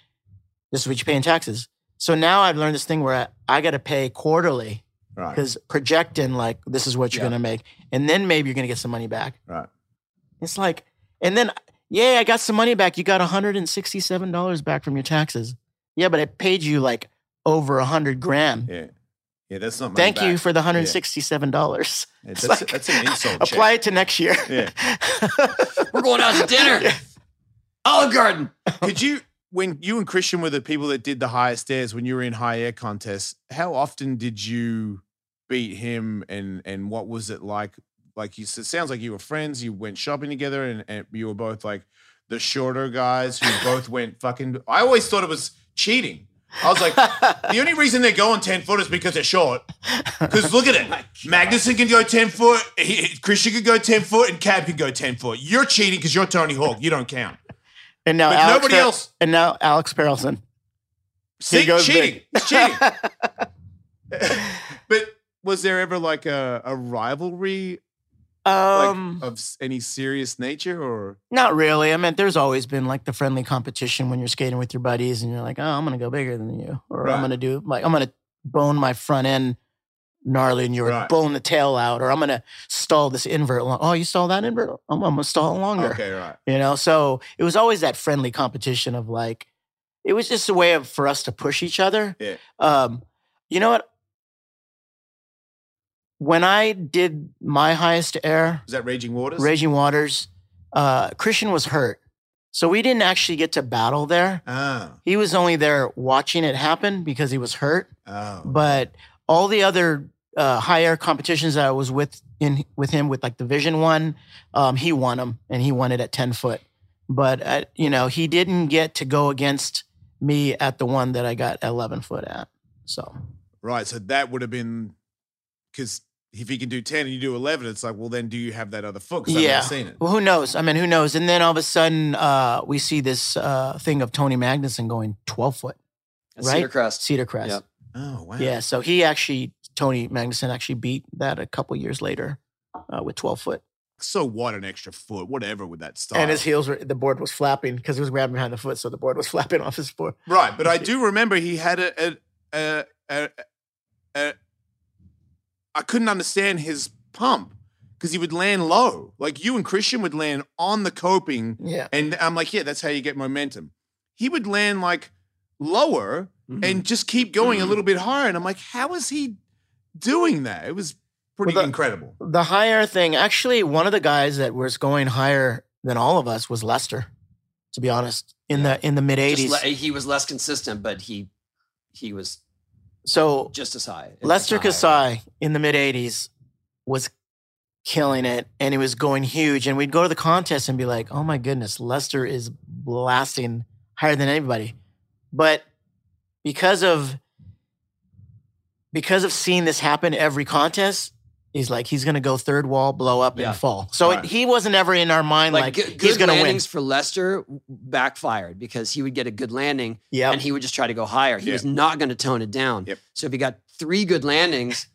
Speaker 1: This is what you pay in taxes. So now I've learned this thing where I, I got to pay quarterly
Speaker 3: Right.
Speaker 1: because projecting like this is what you're
Speaker 2: Yeah.
Speaker 1: going to make, and then maybe you're going to get some money back.
Speaker 3: Right.
Speaker 1: It's like, and then yeah, I got some money back. You got 167 dollars back from your taxes. Yeah, but I paid you like over a hundred grand.
Speaker 3: Yeah. Yeah. That's not money
Speaker 1: Thank you
Speaker 3: back.
Speaker 1: for the hundred and sixty-seven dollars.
Speaker 3: Yeah, That's,
Speaker 1: like-
Speaker 3: that's an insult. check.
Speaker 1: Apply it to next year.
Speaker 3: Yeah.
Speaker 2: We're going out to dinner. Olive Garden.
Speaker 3: Could you, when you and Christian were the people that did the higher stairs when you were in high air contests, how often did you beat him and and what was it like like you said sounds like you were friends you went shopping together and, and you were both like the shorter guys who both went fucking i always thought it was cheating i was like the only reason they're going 10 foot is because they're short because look at it magnuson can go 10 foot he, christian could go 10 foot and cab can go 10 foot you're cheating because you're tony hawk you don't count
Speaker 1: and now
Speaker 3: but
Speaker 1: Alex
Speaker 3: nobody
Speaker 1: Per-
Speaker 3: else
Speaker 1: And now Alex Perelson.
Speaker 3: See,
Speaker 1: goes
Speaker 3: cheating,
Speaker 1: big.
Speaker 3: It's cheating. but was there ever like a, a rivalry like, uh,
Speaker 1: Um,
Speaker 3: of s- any serious nature, or
Speaker 1: not really. I mean, there's always been like the friendly competition when you're skating with your buddies, and you're like, oh, I'm gonna go bigger than you, or
Speaker 3: Right.
Speaker 1: I'm gonna do like I'm gonna bone my front end gnarly, and you're
Speaker 3: Right.
Speaker 1: bone the tail out, or I'm gonna stall this invert. Long- oh, you stall that invert? I'm, I'm gonna stall it longer.
Speaker 3: okay, right?
Speaker 1: You know, so it was always that friendly competition of like, it was just a way of for us to push each other.
Speaker 3: Yeah.
Speaker 1: Um, you know what? When I did my highest air,
Speaker 3: Was that Raging Waters?
Speaker 1: Raging Waters, uh, Christian was hurt, so we didn't actually get to battle there.
Speaker 3: oh,
Speaker 1: He was only there watching it happen because he was hurt.
Speaker 3: oh,
Speaker 1: But all the other uh, high air competitions that I was with in with him with like Division One, um, he won them and he won it at ten foot. But uh you know he didn't get to go against me at the one that I got eleven foot at. So
Speaker 3: right. So that would have been because if he can do ten and you do eleven, it's like, well, then do you have that other foot? 'Cause
Speaker 1: Yeah.
Speaker 3: I've never seen it.
Speaker 1: well, who knows? I mean, who knows? And then all of a sudden uh, we see this uh, thing of Tony Magnuson going twelve foot Right?
Speaker 2: Cedar Crest.
Speaker 1: Cedar Crest.
Speaker 2: Yep.
Speaker 3: Oh wow.
Speaker 1: Yeah, so he actually Tony Magnuson actually beat that a couple years later uh, with twelve foot.
Speaker 3: So what? An extra foot, whatever, with that style.
Speaker 1: And his heels were the board was flapping because he was grabbing behind the foot, so the board was flapping off his board.
Speaker 3: Right, but I do remember he had a a a, a, a I couldn't understand his pump because he would land low. Like you and Christian would land on the coping,
Speaker 1: Yeah.
Speaker 3: and I'm like, yeah, that's how you get momentum. He would land like lower and just keep going a little bit higher, and I'm like, how is he doing that? It was pretty
Speaker 1: Well, the-
Speaker 3: incredible.
Speaker 1: The higher thing, actually, one of the guys that was going higher than all of us was Lester, to be honest, in the in the mid
Speaker 2: Just
Speaker 1: eighties.
Speaker 2: le- he was less consistent, but he he was
Speaker 1: so
Speaker 2: just as high. if not
Speaker 1: Lester
Speaker 2: higher.
Speaker 1: Kasai in the mid eighties was killing it and he was going huge. And we'd go to the contest and be like, oh my goodness, Lester is blasting higher than anybody. But because of because of seeing this happen every contest, he's like, he's gonna go third wall, blow up,
Speaker 2: Yeah.
Speaker 1: and fall. So
Speaker 3: Right.
Speaker 1: it, he wasn't ever in our mind
Speaker 2: Like,
Speaker 1: like,
Speaker 2: good, good
Speaker 1: he's gonna
Speaker 2: landings for Lester backfired because he would get a good landing
Speaker 1: win. Yeah.
Speaker 2: and he would just try to go higher. He
Speaker 3: Yeah.
Speaker 2: was not going to tone it down.
Speaker 3: Yep.
Speaker 2: So if he got three good landings,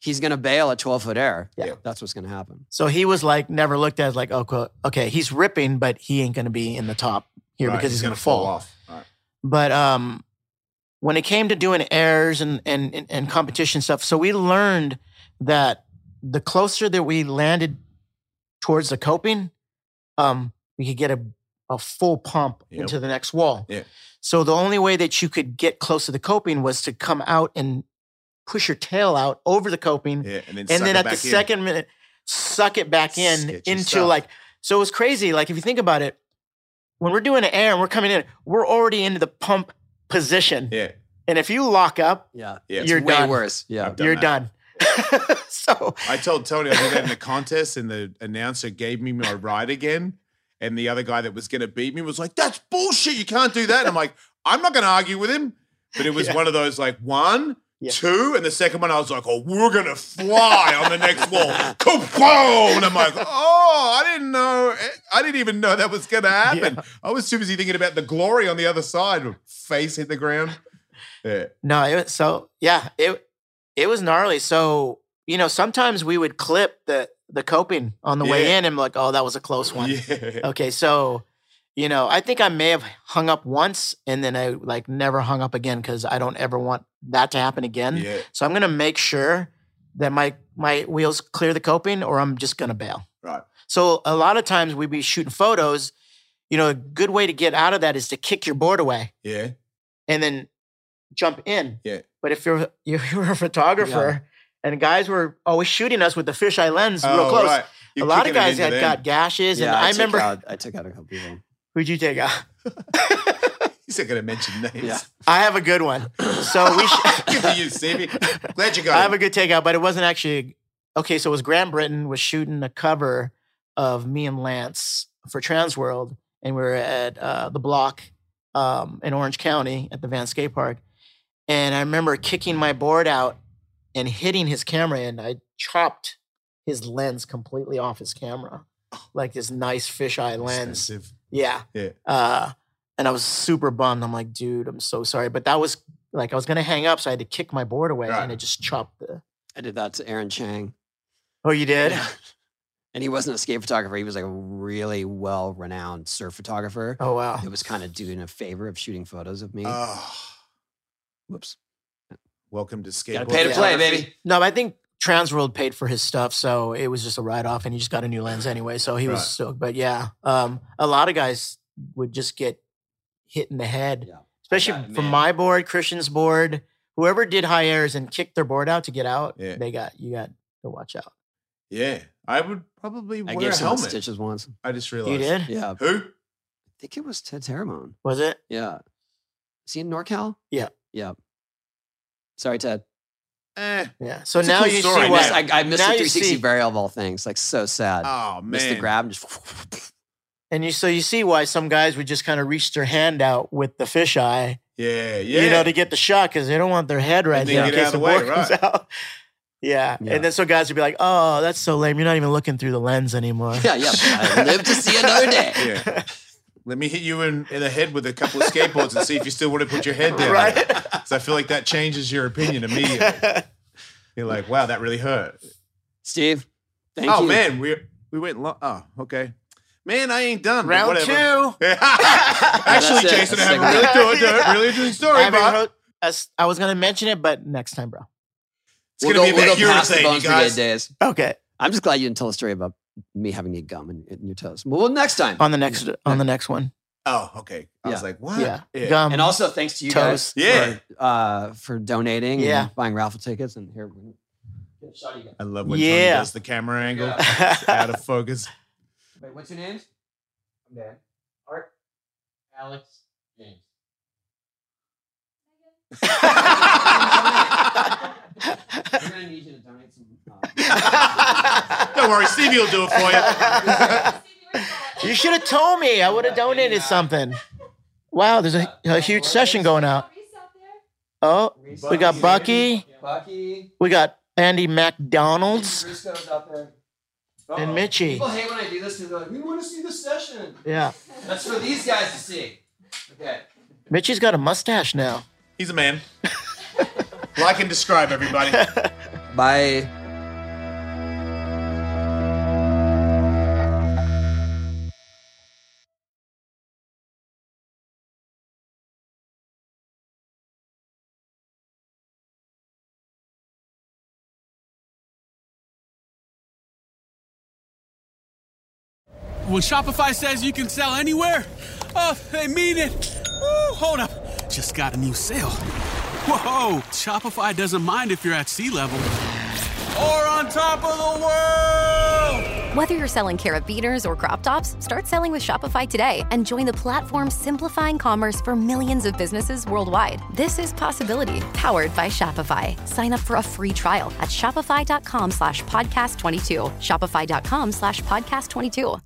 Speaker 2: he's going to bail at 12 foot air.
Speaker 1: Yeah.
Speaker 3: Yeah.
Speaker 2: That's what's going to happen.
Speaker 1: So he was like never looked at as like, okay, okay, he's ripping, but he ain't gonna be in the top here
Speaker 3: Right,
Speaker 1: because he's, gonna,
Speaker 3: gonna
Speaker 1: fall.
Speaker 3: off. Right.
Speaker 1: but um when it came to doing airs and and and- and competition stuff so we learned that the closer that we landed towards the coping um we could get a a full pump
Speaker 3: Yep.
Speaker 1: into the next wall
Speaker 3: Yeah.
Speaker 1: so the only way that you could get close to the coping was to come out and push your tail out over the coping
Speaker 3: Yeah, and then
Speaker 1: and then at the
Speaker 3: back in.
Speaker 1: second minute suck it back in
Speaker 3: Sketchy
Speaker 1: into
Speaker 3: stuff.
Speaker 1: like so it was crazy like if you think about it when we're doing an air and we're coming in we're already into the pump position
Speaker 3: yeah,
Speaker 1: and if you lock up
Speaker 2: Yeah.
Speaker 3: yeah.
Speaker 1: You're
Speaker 2: way
Speaker 1: done.
Speaker 2: worse. Yeah.
Speaker 3: I've done
Speaker 1: you're
Speaker 3: that.
Speaker 1: done so
Speaker 3: I told Tony I did that in a contest, and the announcer gave me my ride again. And the other guy that was going to beat me was like, "That's bullshit! You can't do that." And I'm like, "I'm not going to argue with him." But it was
Speaker 1: Yeah.
Speaker 3: one of those like one,
Speaker 1: Yeah.
Speaker 3: two, and the second one I was like, "Oh, we're going to fly on the next wall!" Kaboom! And I'm like, "Oh, I didn't know. I didn't even know that was going to happen. I was too busy thinking about the glory on the other side. Face hit the ground. Yeah,
Speaker 1: no it was, so yeah it it was gnarly so you know sometimes we would clip the the coping on the way
Speaker 3: Yeah.
Speaker 1: in and be like oh that was a close one
Speaker 3: yeah.
Speaker 1: okay so you know i think i may have hung up once and then i like never hung up again because i don't ever want that to happen again
Speaker 3: yeah.
Speaker 1: so i'm gonna make sure that my my wheels clear the coping or i'm just gonna bail
Speaker 3: Right.
Speaker 1: so a lot of times we'd be shooting photos you know a good way to get out of that is to kick your board away
Speaker 3: Yeah,
Speaker 1: and then jump in
Speaker 3: Yeah.
Speaker 1: but if you're you were a photographer and guys were always shooting us with the fisheye lens real
Speaker 3: Oh,
Speaker 1: close
Speaker 3: right.
Speaker 1: a
Speaker 3: You're
Speaker 1: lot of
Speaker 3: kicking it
Speaker 1: guys
Speaker 3: into
Speaker 1: had
Speaker 3: them.
Speaker 1: got gashes
Speaker 2: Yeah,
Speaker 1: and i,
Speaker 2: took
Speaker 1: remember
Speaker 2: out- I took out a couple people.
Speaker 1: Who'd you take out?
Speaker 3: He's not going to mention names.
Speaker 2: Yeah.
Speaker 1: I have a good one. So we.
Speaker 3: Good
Speaker 1: Sh-
Speaker 3: for you, Stevie. Glad you got
Speaker 1: I have
Speaker 3: it.
Speaker 1: a good takeout, but it wasn't actually okay. So it was Grand Britain was shooting a cover of me and Lance for Transworld, and we were at uh, the block um, in Orange County at the Van Skate Park, and I remember kicking my board out and hitting his camera, and I chopped his lens completely off his camera, like this nice fisheye lens.
Speaker 3: Expensive.
Speaker 1: Yeah.
Speaker 3: Yeah.
Speaker 1: Uh, and I was super bummed. I'm like, dude, I'm so sorry. But that was like, I was going to hang up. So I had to kick my board away
Speaker 3: Right.
Speaker 1: and it just chopped the.
Speaker 2: I did that to Aaron Chang.
Speaker 1: Oh, you did?
Speaker 2: and he wasn't a skate photographer. He was like a really well renowned surf photographer.
Speaker 1: Oh, wow.
Speaker 2: It was kind of doing a favor of shooting photos
Speaker 1: Mm-hmm.
Speaker 2: of me.
Speaker 3: Oh,
Speaker 2: Whoops.
Speaker 3: welcome to skateboard.
Speaker 2: Gotta pay to
Speaker 1: yeah.
Speaker 2: play, baby.
Speaker 1: No, but I think Transworld paid for his stuff. So it was just a write off and he just got a new lens anyway. So he
Speaker 3: Right.
Speaker 1: was stoked. But yeah, um, a lot of guys would just get hit in the head,
Speaker 2: Yeah.
Speaker 1: especially
Speaker 2: Yeah,
Speaker 1: from
Speaker 2: man.
Speaker 1: my board, Christian's board. Whoever did high airs and kicked their board out to get out,
Speaker 3: Yeah.
Speaker 1: they got, you got to watch out.
Speaker 3: Yeah, I would probably
Speaker 2: I
Speaker 3: wear
Speaker 2: gave
Speaker 3: a
Speaker 2: someone
Speaker 3: helmet.
Speaker 2: stitches once.
Speaker 3: I just realized.
Speaker 1: You did?
Speaker 2: Yeah. I
Speaker 3: Who?
Speaker 2: think it was Ted Terramone.
Speaker 1: Was it?
Speaker 2: Yeah. Is he in NorCal?
Speaker 1: Yeah.
Speaker 2: Yeah. Sorry, Ted.
Speaker 3: Eh.
Speaker 1: Yeah. So
Speaker 3: It's a
Speaker 1: now
Speaker 3: cool
Speaker 1: you
Speaker 3: story.
Speaker 1: see
Speaker 2: I
Speaker 3: Wow.
Speaker 2: missed,
Speaker 1: why.
Speaker 2: I, I missed
Speaker 1: Now
Speaker 2: the
Speaker 1: you
Speaker 2: 360
Speaker 1: see-
Speaker 2: variable things. Like, so
Speaker 1: Uh,
Speaker 2: sad.
Speaker 3: Oh man.
Speaker 2: missed the grab and just.
Speaker 1: And you so you see why some guys would just kind of reach their hand out with the fisheye,
Speaker 3: Yeah, yeah.
Speaker 1: you know, to get the shot because they don't want their head right
Speaker 3: And then
Speaker 1: there in
Speaker 3: get out
Speaker 1: case
Speaker 3: of
Speaker 1: the
Speaker 3: the way,
Speaker 1: board comes
Speaker 3: right.
Speaker 1: out. Yeah.
Speaker 2: Yeah.
Speaker 1: and then so guys would be like, "Oh, that's so lame. You're not even looking through the lens anymore."
Speaker 2: Yeah, yeah. I live to see another day.
Speaker 3: yeah. Let me hit you in, in the head with a couple of skateboards and see if you still want to put your head down.
Speaker 1: Right.
Speaker 3: So I feel like that changes your opinion immediately. You're like, wow, that really hurt.
Speaker 2: Steve, thank
Speaker 3: oh
Speaker 2: you.
Speaker 3: man, we we went long. Oh, okay. Man, I ain't done. but
Speaker 1: Round two.
Speaker 3: whatever.
Speaker 1: I
Speaker 3: Actually,
Speaker 2: That's it.
Speaker 3: Jason,
Speaker 2: That's
Speaker 3: I have a
Speaker 2: the
Speaker 1: guy.
Speaker 3: really, do- do- really interesting story
Speaker 1: haven't
Speaker 3: about.
Speaker 1: wrote- I s- I was gonna mention it, but next time, bro.
Speaker 3: It's gonna be a big Euro thing, you
Speaker 2: Brigade
Speaker 3: guys.
Speaker 2: days.
Speaker 1: Okay.
Speaker 2: I'm just glad you didn't tell a story about me having a gum in, in your toes. Well, well, next time.
Speaker 1: On the next on the next one.
Speaker 3: Oh, okay. I was
Speaker 2: Yeah.
Speaker 3: like, what?
Speaker 1: Yeah.
Speaker 3: Yeah.
Speaker 1: Gum.
Speaker 2: and also thanks to you
Speaker 1: toes.
Speaker 2: guys
Speaker 3: Yeah.
Speaker 2: for, uh, for donating
Speaker 1: Yeah.
Speaker 2: and buying raffle tickets. And here, we- Good shot, you guys.
Speaker 3: I love when Tony
Speaker 1: Yeah.
Speaker 3: does the camera angle
Speaker 2: Yeah.
Speaker 3: out of focus.
Speaker 2: Wait, what's your names? I'm Dan. Art. Alex. James. We're gonna need you to donate some. uh,
Speaker 3: Don't worry, Stevie will do it for you.
Speaker 1: You should have told me. I would have donated something. Wow, there's a, a huge session going out. Oh, we got Bucky.
Speaker 2: Bucky.
Speaker 1: We got Andy McDonald's
Speaker 2: Briscoe's out there.
Speaker 1: and
Speaker 2: Uh-oh.
Speaker 1: Mitchie.
Speaker 2: People hate when I do this because they're like, "We want to see the session."
Speaker 1: Yeah,
Speaker 2: That's for these guys to see. Okay.
Speaker 1: Mitchie's got a mustache now.
Speaker 3: He's a man. like and describe everybody.
Speaker 2: Bye.
Speaker 4: When Shopify says you can sell anywhere, oh, they mean it. Woo, hold up. Just got a new sale. Whoa, Shopify doesn't mind if you're at sea level or on top of the world.
Speaker 6: Whether you're selling carrot beaters or crop tops, start selling with Shopify today and join the platform simplifying commerce for millions of businesses worldwide. This is possibility powered by Shopify. Sign up for a free trial at shopify.com slash podcast 22. Shopify.com slash podcast 22.